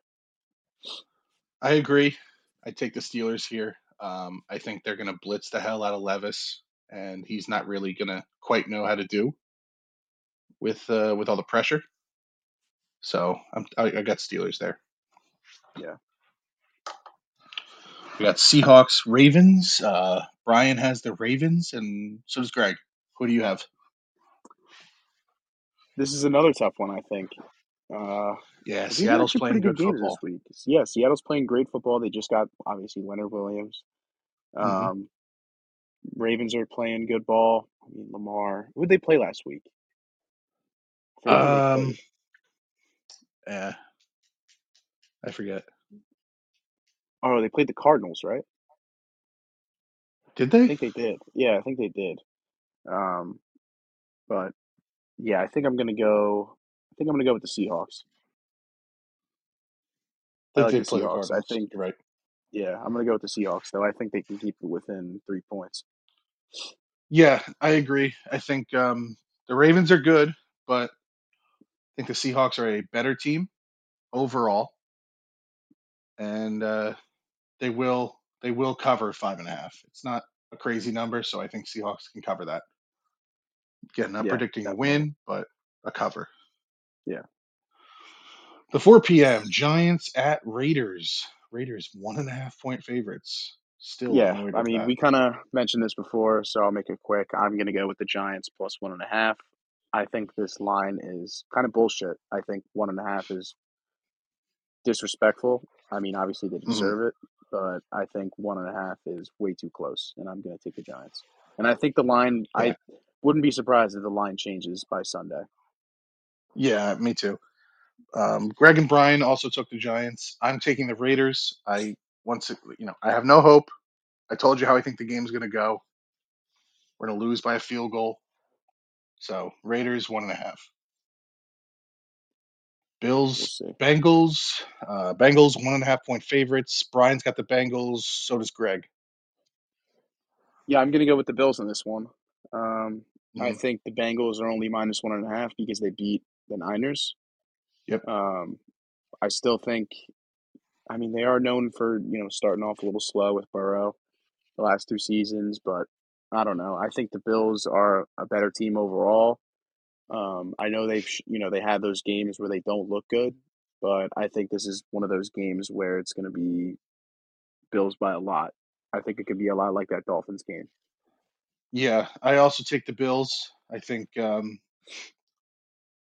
[SPEAKER 2] I agree. I take the Steelers here. Um, I think they're going to blitz the hell out of Levis, and he's not really going to quite know how to do with uh, with all the pressure. So I'm, I, I got Steelers there.
[SPEAKER 4] Yeah.
[SPEAKER 2] We got Seahawks, Ravens. Uh, Brian has the Ravens, and so does Greg. Who do you have?
[SPEAKER 4] This is another tough one, I think. Uh,
[SPEAKER 2] Yeah,
[SPEAKER 4] these are
[SPEAKER 2] Seattle's
[SPEAKER 4] actually pretty
[SPEAKER 2] playing
[SPEAKER 4] good
[SPEAKER 2] good
[SPEAKER 4] games this
[SPEAKER 2] football.
[SPEAKER 4] week. Yeah, Seattle's playing great football. They just got, obviously, Leonard Williams.
[SPEAKER 2] Mhm.
[SPEAKER 4] Um, Ravens are playing good ball. I mean, Lamar. Who did they play last week? I forget who they
[SPEAKER 2] Um,
[SPEAKER 4] played.
[SPEAKER 2] yeah, I forget.
[SPEAKER 4] Oh, they played the Cardinals, right?
[SPEAKER 2] Did
[SPEAKER 4] I
[SPEAKER 2] they?
[SPEAKER 4] think they did. Yeah, I think they did. Um, but yeah, I think I'm going to go. I think I'm going to go with the Seahawks. I
[SPEAKER 2] They
[SPEAKER 4] like the
[SPEAKER 2] did play the
[SPEAKER 4] Seahawks. I
[SPEAKER 2] Cardinals.
[SPEAKER 4] think
[SPEAKER 2] You're right.
[SPEAKER 4] Yeah, I'm gonna go with the Seahawks though. I think they can keep it within three points.
[SPEAKER 2] Yeah, I agree. I think um, the Ravens are good, but I think the Seahawks are a better team overall, and uh, they will they will cover five and a half. It's not a crazy number, so I think Seahawks can cover that. Again, not
[SPEAKER 4] Yeah,
[SPEAKER 2] predicting a
[SPEAKER 4] definitely.
[SPEAKER 2] win, but a cover.
[SPEAKER 4] Yeah.
[SPEAKER 2] The 4 p.m. Giants at Raiders. Raiders one and a half point favorites. Still
[SPEAKER 4] Yeah,
[SPEAKER 2] annoyed
[SPEAKER 4] I
[SPEAKER 2] with
[SPEAKER 4] mean
[SPEAKER 2] that.
[SPEAKER 4] we kind of mentioned this before, so I'll make it quick. I'm gonna go with the Giants plus one and a half. I think this line is kind of bullshit. I think one and a half is disrespectful. I mean, obviously they
[SPEAKER 2] hmm
[SPEAKER 4] deserve it, but I think one and a half is way too close, and I'm gonna take the Giants. And I think the line.
[SPEAKER 2] Yeah.
[SPEAKER 4] I wouldn't be surprised if the line changes by Sunday.
[SPEAKER 2] Yeah, me too. Um, Greg and Brian also took the Giants. I'm taking the Raiders. I once it- you know, I have no hope. I told you how I think the game's gonna go. We're gonna lose by a field goal. So Raiders one and a half.
[SPEAKER 4] We'll
[SPEAKER 2] Bills,
[SPEAKER 4] see.
[SPEAKER 2] Bengals, uh, Bengals one and a half point favorites. Brian's got the Bengals. So does Greg.
[SPEAKER 4] Yeah, I'm gonna go with the Bills on this one. Um, I
[SPEAKER 2] hmm
[SPEAKER 4] think the Bengals are only minus one and a half because they beat the Niners.
[SPEAKER 2] Yep.
[SPEAKER 4] Um, I still think. I mean, they are known for you know starting off a little slow with Burrow the last two seasons, but I don't know. I think the Bills are a better team overall. Um, I know they've sh- you know they had those games where they don't look good, but I think this is one of those games where it's gonna be Bills by a lot. I think it could be a lot like that Dolphins game.
[SPEAKER 2] Yeah, I also take the Bills. I think um,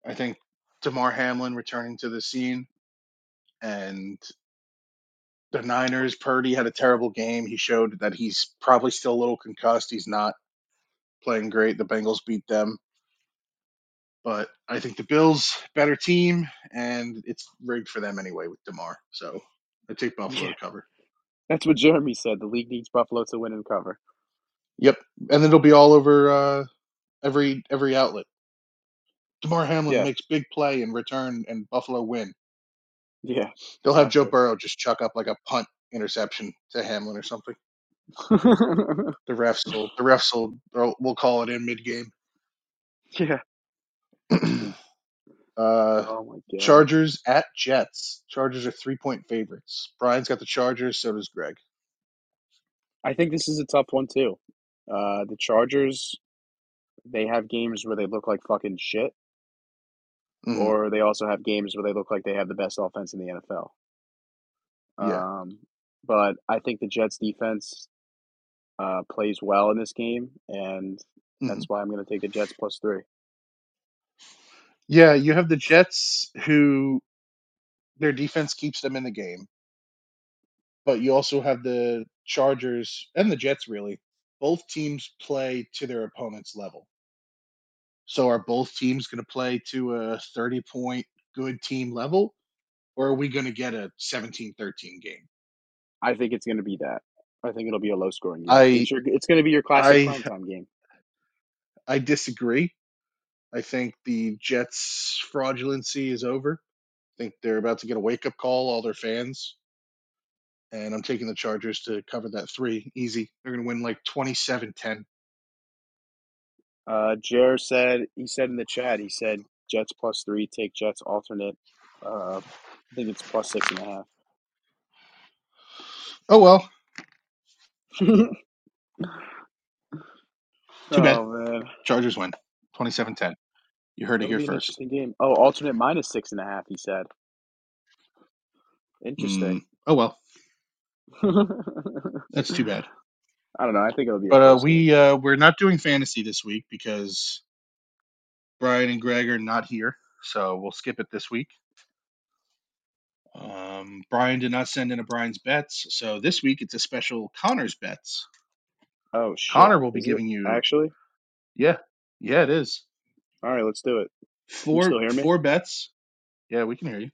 [SPEAKER 2] I think Damar Hamlin returning to the scene and the Niners. Purdy had a terrible game. He showed that he's probably still a little concussed. He's not playing great. The Bengals beat them, but I think the Bills better team, and it's rigged for them anyway with Damar. So I take Buffalo
[SPEAKER 4] Yeah,
[SPEAKER 2] to cover.
[SPEAKER 4] that's what Jeremy said. The league needs Buffalo to win and cover.
[SPEAKER 2] Yep, and it'll be all over uh, every every outlet. Damar Hamlin
[SPEAKER 4] Yeah,
[SPEAKER 2] makes big play in return, and Buffalo win.
[SPEAKER 4] yeah,
[SPEAKER 2] They'll have Joe
[SPEAKER 4] exactly.
[SPEAKER 2] Burrow just chuck up like a punt interception to Hamlin or something. The refs will the refs will will will call it in mid game.
[SPEAKER 4] yeah.
[SPEAKER 2] uh,
[SPEAKER 4] Oh my god.
[SPEAKER 2] Chargers at Jets. Chargers are three point favorites. Brian's got the Chargers. So does Greg.
[SPEAKER 4] I think this is a tough one too. Uh, the Chargers, they have games where they look like fucking shit,
[SPEAKER 2] Mhm.
[SPEAKER 4] or they also have games where they look like they have the best offense in the NFL.
[SPEAKER 2] Yeah.
[SPEAKER 4] Um, but I think the Jets defense uh, plays well in this game, and
[SPEAKER 2] Mm-hmm.
[SPEAKER 4] that's why I'm going to take the Jets plus three.
[SPEAKER 2] Yeah, you have the Jets who their defense keeps them in the game, but you also have the Chargers and the Jets really. Both teams play to their opponent's level. So are both teams going to play to a 30 point good team level or are we going to get a 17-13 game?
[SPEAKER 4] I think it's going to be that. I think it'll be a low scoring game.
[SPEAKER 2] I-
[SPEAKER 4] it's your, it's going to be your classic
[SPEAKER 2] I-
[SPEAKER 4] primetime game.
[SPEAKER 2] I disagree. I think the Jets fraudulency is over. I think they're about to get a wake up call, all their fans. And I'm taking the Chargers to cover that three easy. They're going to win like 27 10.
[SPEAKER 4] Uh, Jer said he said in the chat. He said Jets plus three. Take Jets alternate. Uh, I think it's plus six and a half.
[SPEAKER 2] Oh, well.
[SPEAKER 4] Too
[SPEAKER 2] Too bad.
[SPEAKER 4] Oh man,
[SPEAKER 2] Chargers win 27 10. You heard it
[SPEAKER 4] it'll
[SPEAKER 2] here
[SPEAKER 4] be an
[SPEAKER 2] first.
[SPEAKER 4] interesting game. Oh, alternate minus six and a half. He said.
[SPEAKER 2] Mm,
[SPEAKER 4] Interesting.
[SPEAKER 2] oh, well. That's
[SPEAKER 4] That's
[SPEAKER 2] too bad.
[SPEAKER 4] I don't know. I think it'll be. A
[SPEAKER 2] But uh,
[SPEAKER 4] close game.
[SPEAKER 2] we, uh, we're not doing fantasy this week because Brian and Greg are not here. So we'll skip it this week. Um, Brian did not send in a Brian's bets. So this week it's a special Connor's bets.
[SPEAKER 4] Oh shit.
[SPEAKER 2] Connor will be
[SPEAKER 4] Is it
[SPEAKER 2] giving you
[SPEAKER 4] actually?
[SPEAKER 2] yeah, yeah, it is
[SPEAKER 4] All right, let's do it.
[SPEAKER 2] four
[SPEAKER 4] still hear me?
[SPEAKER 2] four bets. Yeah, we can hear you.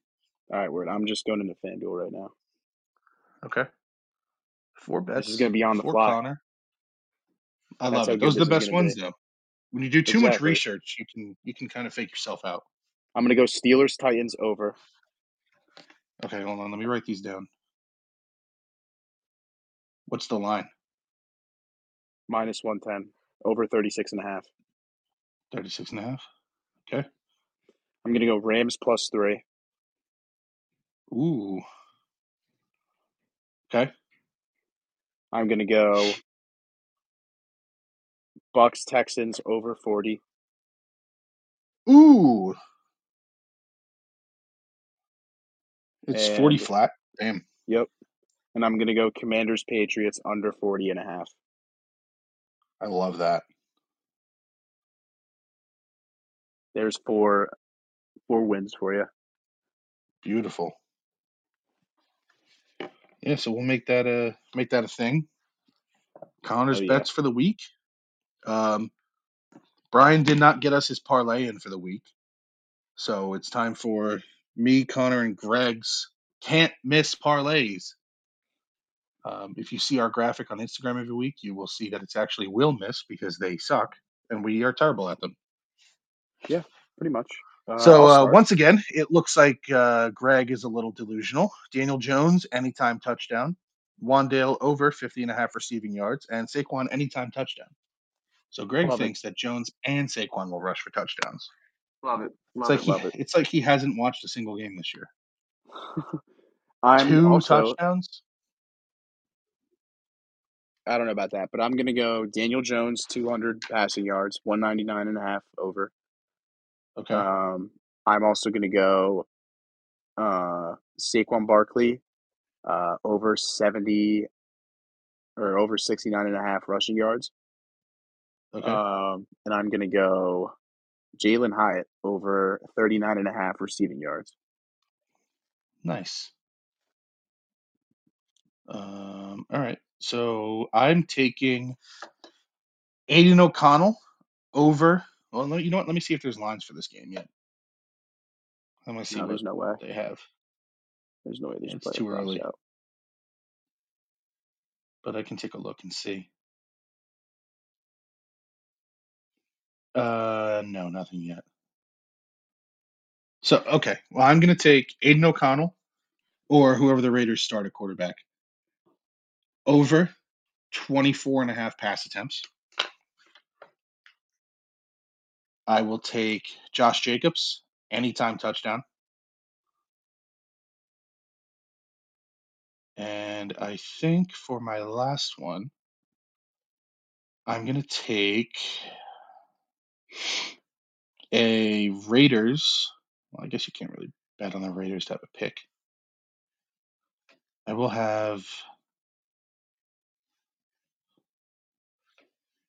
[SPEAKER 4] All right, word. I'm just going into FanDuel right now.
[SPEAKER 2] Okay, four bets.
[SPEAKER 4] This is going to be on the
[SPEAKER 2] for
[SPEAKER 4] fly.
[SPEAKER 2] Connor. I
[SPEAKER 4] That's
[SPEAKER 2] love
[SPEAKER 4] how
[SPEAKER 2] it.
[SPEAKER 4] good
[SPEAKER 2] Those are
[SPEAKER 4] this
[SPEAKER 2] the
[SPEAKER 4] is
[SPEAKER 2] best
[SPEAKER 4] going to be.
[SPEAKER 2] ones though. When you do too much
[SPEAKER 4] Exactly.
[SPEAKER 2] research, you can you can kind of fake yourself out.
[SPEAKER 4] I'm gonna go Steelers Titans over.
[SPEAKER 2] Okay, hold on. Let me write these down. What's the line?
[SPEAKER 4] minus 110 over 36 and a half
[SPEAKER 2] Thirty-six and a half. Okay.
[SPEAKER 4] i'm gonna go rams plus three
[SPEAKER 2] Ooh. Okay.
[SPEAKER 4] i'm gonna go bucks texans over 40
[SPEAKER 2] Ooh. It's forty
[SPEAKER 4] and
[SPEAKER 2] flat. Damn.
[SPEAKER 4] yep and i'm gonna go commanders patriots under 40 and a half
[SPEAKER 2] I love that.
[SPEAKER 4] there's four four wins for you
[SPEAKER 2] Beautiful. Yeah. So we'll make that a make that a thing. Connor's
[SPEAKER 4] oh yeah
[SPEAKER 2] bets for the week. Um, Brian did not get us his parlay in for the week, so it's time for me, Connor, and Greg's can't miss parlays. Um, if you see our graphic on Instagram every week, you will see that it's actually will miss because they suck and we are terrible at them.
[SPEAKER 4] yeah pretty much uh,
[SPEAKER 2] So
[SPEAKER 4] i'll
[SPEAKER 2] uh,
[SPEAKER 4] start
[SPEAKER 2] once again, it looks like uh, Greg is a little delusional. Daniel Jones anytime touchdown, Wandale over 50 and a half receiving yards, and Saquon anytime touchdown. So Greg
[SPEAKER 4] love it
[SPEAKER 2] thinks that Jones and Saquon will rush for touchdowns.
[SPEAKER 3] Love it.
[SPEAKER 2] It's
[SPEAKER 3] Love
[SPEAKER 2] like
[SPEAKER 3] it.
[SPEAKER 2] he
[SPEAKER 4] love it
[SPEAKER 2] it's like he hasn't watched a single game this year.
[SPEAKER 4] i'm
[SPEAKER 2] Two
[SPEAKER 4] also
[SPEAKER 2] touchdowns?
[SPEAKER 4] i don't know about that but i'm gonna go daniel jones 200 passing yards 199 and a half over
[SPEAKER 2] Okay.
[SPEAKER 4] um i'm also gonna go uh saquon barkley uh, over 70 or over 69 and a half rushing yards.
[SPEAKER 2] Okay.
[SPEAKER 4] Um, and I'm going to go Jalen Hyatt over 39 and a half receiving yards.
[SPEAKER 2] Nice. Um all right. So I'm taking Aiden O'Connell over well let- you know what? Let me see if there's lines for this game yet. I'm gonna see
[SPEAKER 4] No,
[SPEAKER 2] what
[SPEAKER 4] there's no way.
[SPEAKER 2] they have.
[SPEAKER 4] There's no way there's
[SPEAKER 2] Yeah, it's
[SPEAKER 4] player
[SPEAKER 2] too
[SPEAKER 4] props
[SPEAKER 2] early,
[SPEAKER 4] out.
[SPEAKER 2] but I can take a look and see. Uh no, nothing yet. So okay. Well I'm gonna take Aiden O'Connell or whoever the Raiders start at quarterback over 24 and a half pass attempts. I will take Josh Jacobs anytime touchdown, and I think for my last one, I'm gonna take a Raiders. Well, I guess you can't really bet on the Raiders to have a pick. I will have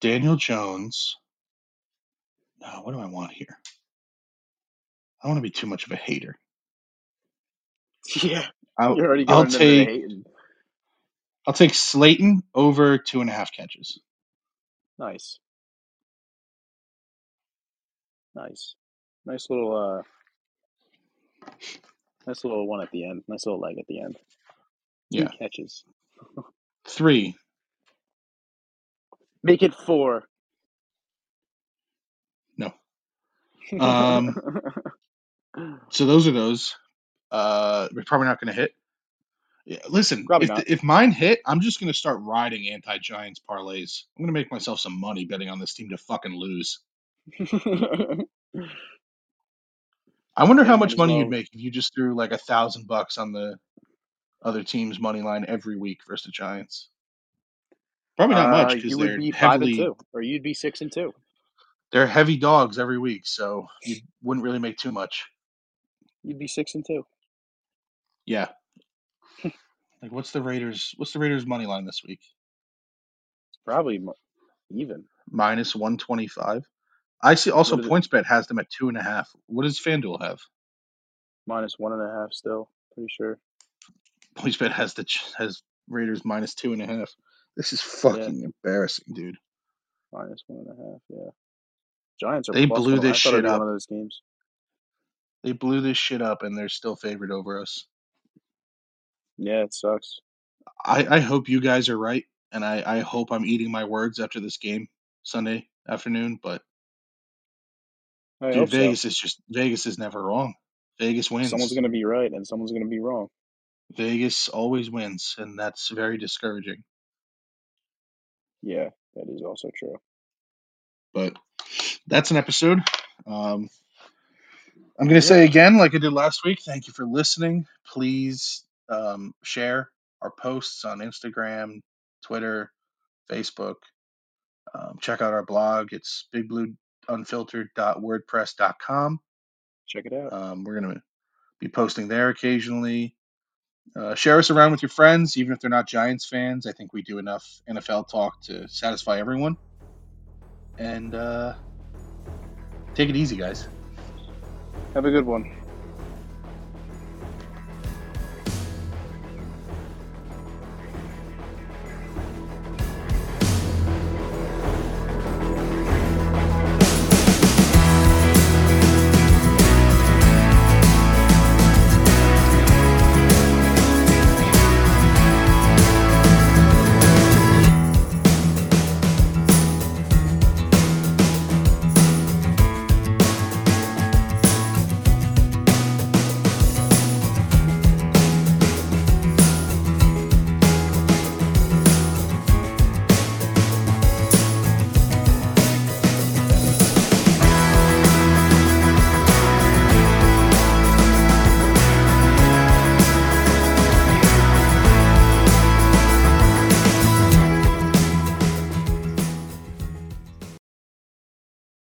[SPEAKER 2] Daniel Jones. No, what do I want here? I don't want to be too much of a hater.
[SPEAKER 5] Yeah,
[SPEAKER 2] I'll,
[SPEAKER 5] you're already
[SPEAKER 2] Oh, I'll
[SPEAKER 5] going into the
[SPEAKER 2] take-
[SPEAKER 5] hating.
[SPEAKER 2] I'll take Slayton over two and a half catches.
[SPEAKER 5] Nice.
[SPEAKER 4] Nice, nice little, uh, nice little one at the end. Nice little leg at the end. Two
[SPEAKER 2] Yeah.
[SPEAKER 4] catches.
[SPEAKER 2] Three.
[SPEAKER 4] Make it four.
[SPEAKER 2] No. Um, so those are those. Uh, we're probably not going to hit. Yeah, listen,
[SPEAKER 5] Probably
[SPEAKER 2] if,
[SPEAKER 5] not.
[SPEAKER 2] if mine hit, I'm just going to start riding anti Giants parlays. I'm going to make myself some money betting on this team to fucking lose. I wonder
[SPEAKER 5] Yeah,
[SPEAKER 2] how
[SPEAKER 5] might
[SPEAKER 2] much
[SPEAKER 5] as
[SPEAKER 2] money you'd
[SPEAKER 5] well.
[SPEAKER 2] make if you just threw like a thousand bucks on the other team's money line every week versus the Giants. Probably not much
[SPEAKER 5] Uh,
[SPEAKER 2] because
[SPEAKER 5] you would
[SPEAKER 2] they're
[SPEAKER 5] be five and
[SPEAKER 2] heavily
[SPEAKER 5] two, or you'd be six and two.
[SPEAKER 2] they're heavy dogs every week, so you wouldn't really make too much.
[SPEAKER 5] You'd be six and two.
[SPEAKER 2] Yeah. Like what's the Raiders what's the Raiders money line this week?
[SPEAKER 5] Probably mo- even.
[SPEAKER 2] Minus one twenty five. I see also
[SPEAKER 5] What is it?
[SPEAKER 2] points bet has them at two and a half. What does FanDuel have?
[SPEAKER 4] Minus one and a half. Still pretty sure.
[SPEAKER 2] Points bet has the Ch- has Raiders minus two and a half. This is fucking embarrassing, dude.
[SPEAKER 4] Minus one and a half. Yeah. Giants are
[SPEAKER 2] They
[SPEAKER 4] plus
[SPEAKER 2] blew
[SPEAKER 4] one. I
[SPEAKER 2] this
[SPEAKER 4] thought
[SPEAKER 2] shit
[SPEAKER 4] it'd be
[SPEAKER 2] up.
[SPEAKER 4] one of those games.
[SPEAKER 2] They blew this shit up and they're still favored over us.
[SPEAKER 4] Yeah, it sucks.
[SPEAKER 2] I, I hope you guys are right, and I, I hope I'm eating my words after this game Sunday afternoon. But
[SPEAKER 4] I
[SPEAKER 2] dude,
[SPEAKER 4] hope so.
[SPEAKER 2] Vegas is just Vegas is never wrong. Vegas wins.
[SPEAKER 4] Someone's gonna be right and someone's gonna be wrong.
[SPEAKER 2] Vegas always wins, and that's very discouraging.
[SPEAKER 4] Yeah, that is also true.
[SPEAKER 2] But that's an episode. Um, I'm gonna say
[SPEAKER 4] Yeah.
[SPEAKER 2] again, like I did last week. Thank you for listening. Please um, share our posts on Instagram, Twitter, Facebook. Um, check out our blog. It's bigblueunfiltered.wordpress.com.
[SPEAKER 4] Check it out.
[SPEAKER 2] Um, we're going to be posting there occasionally. Uh, share us around with your friends, even if they're not Giants fans. I think we do enough NFL talk to satisfy everyone. And uh, take it easy, guys.
[SPEAKER 4] Have a good one.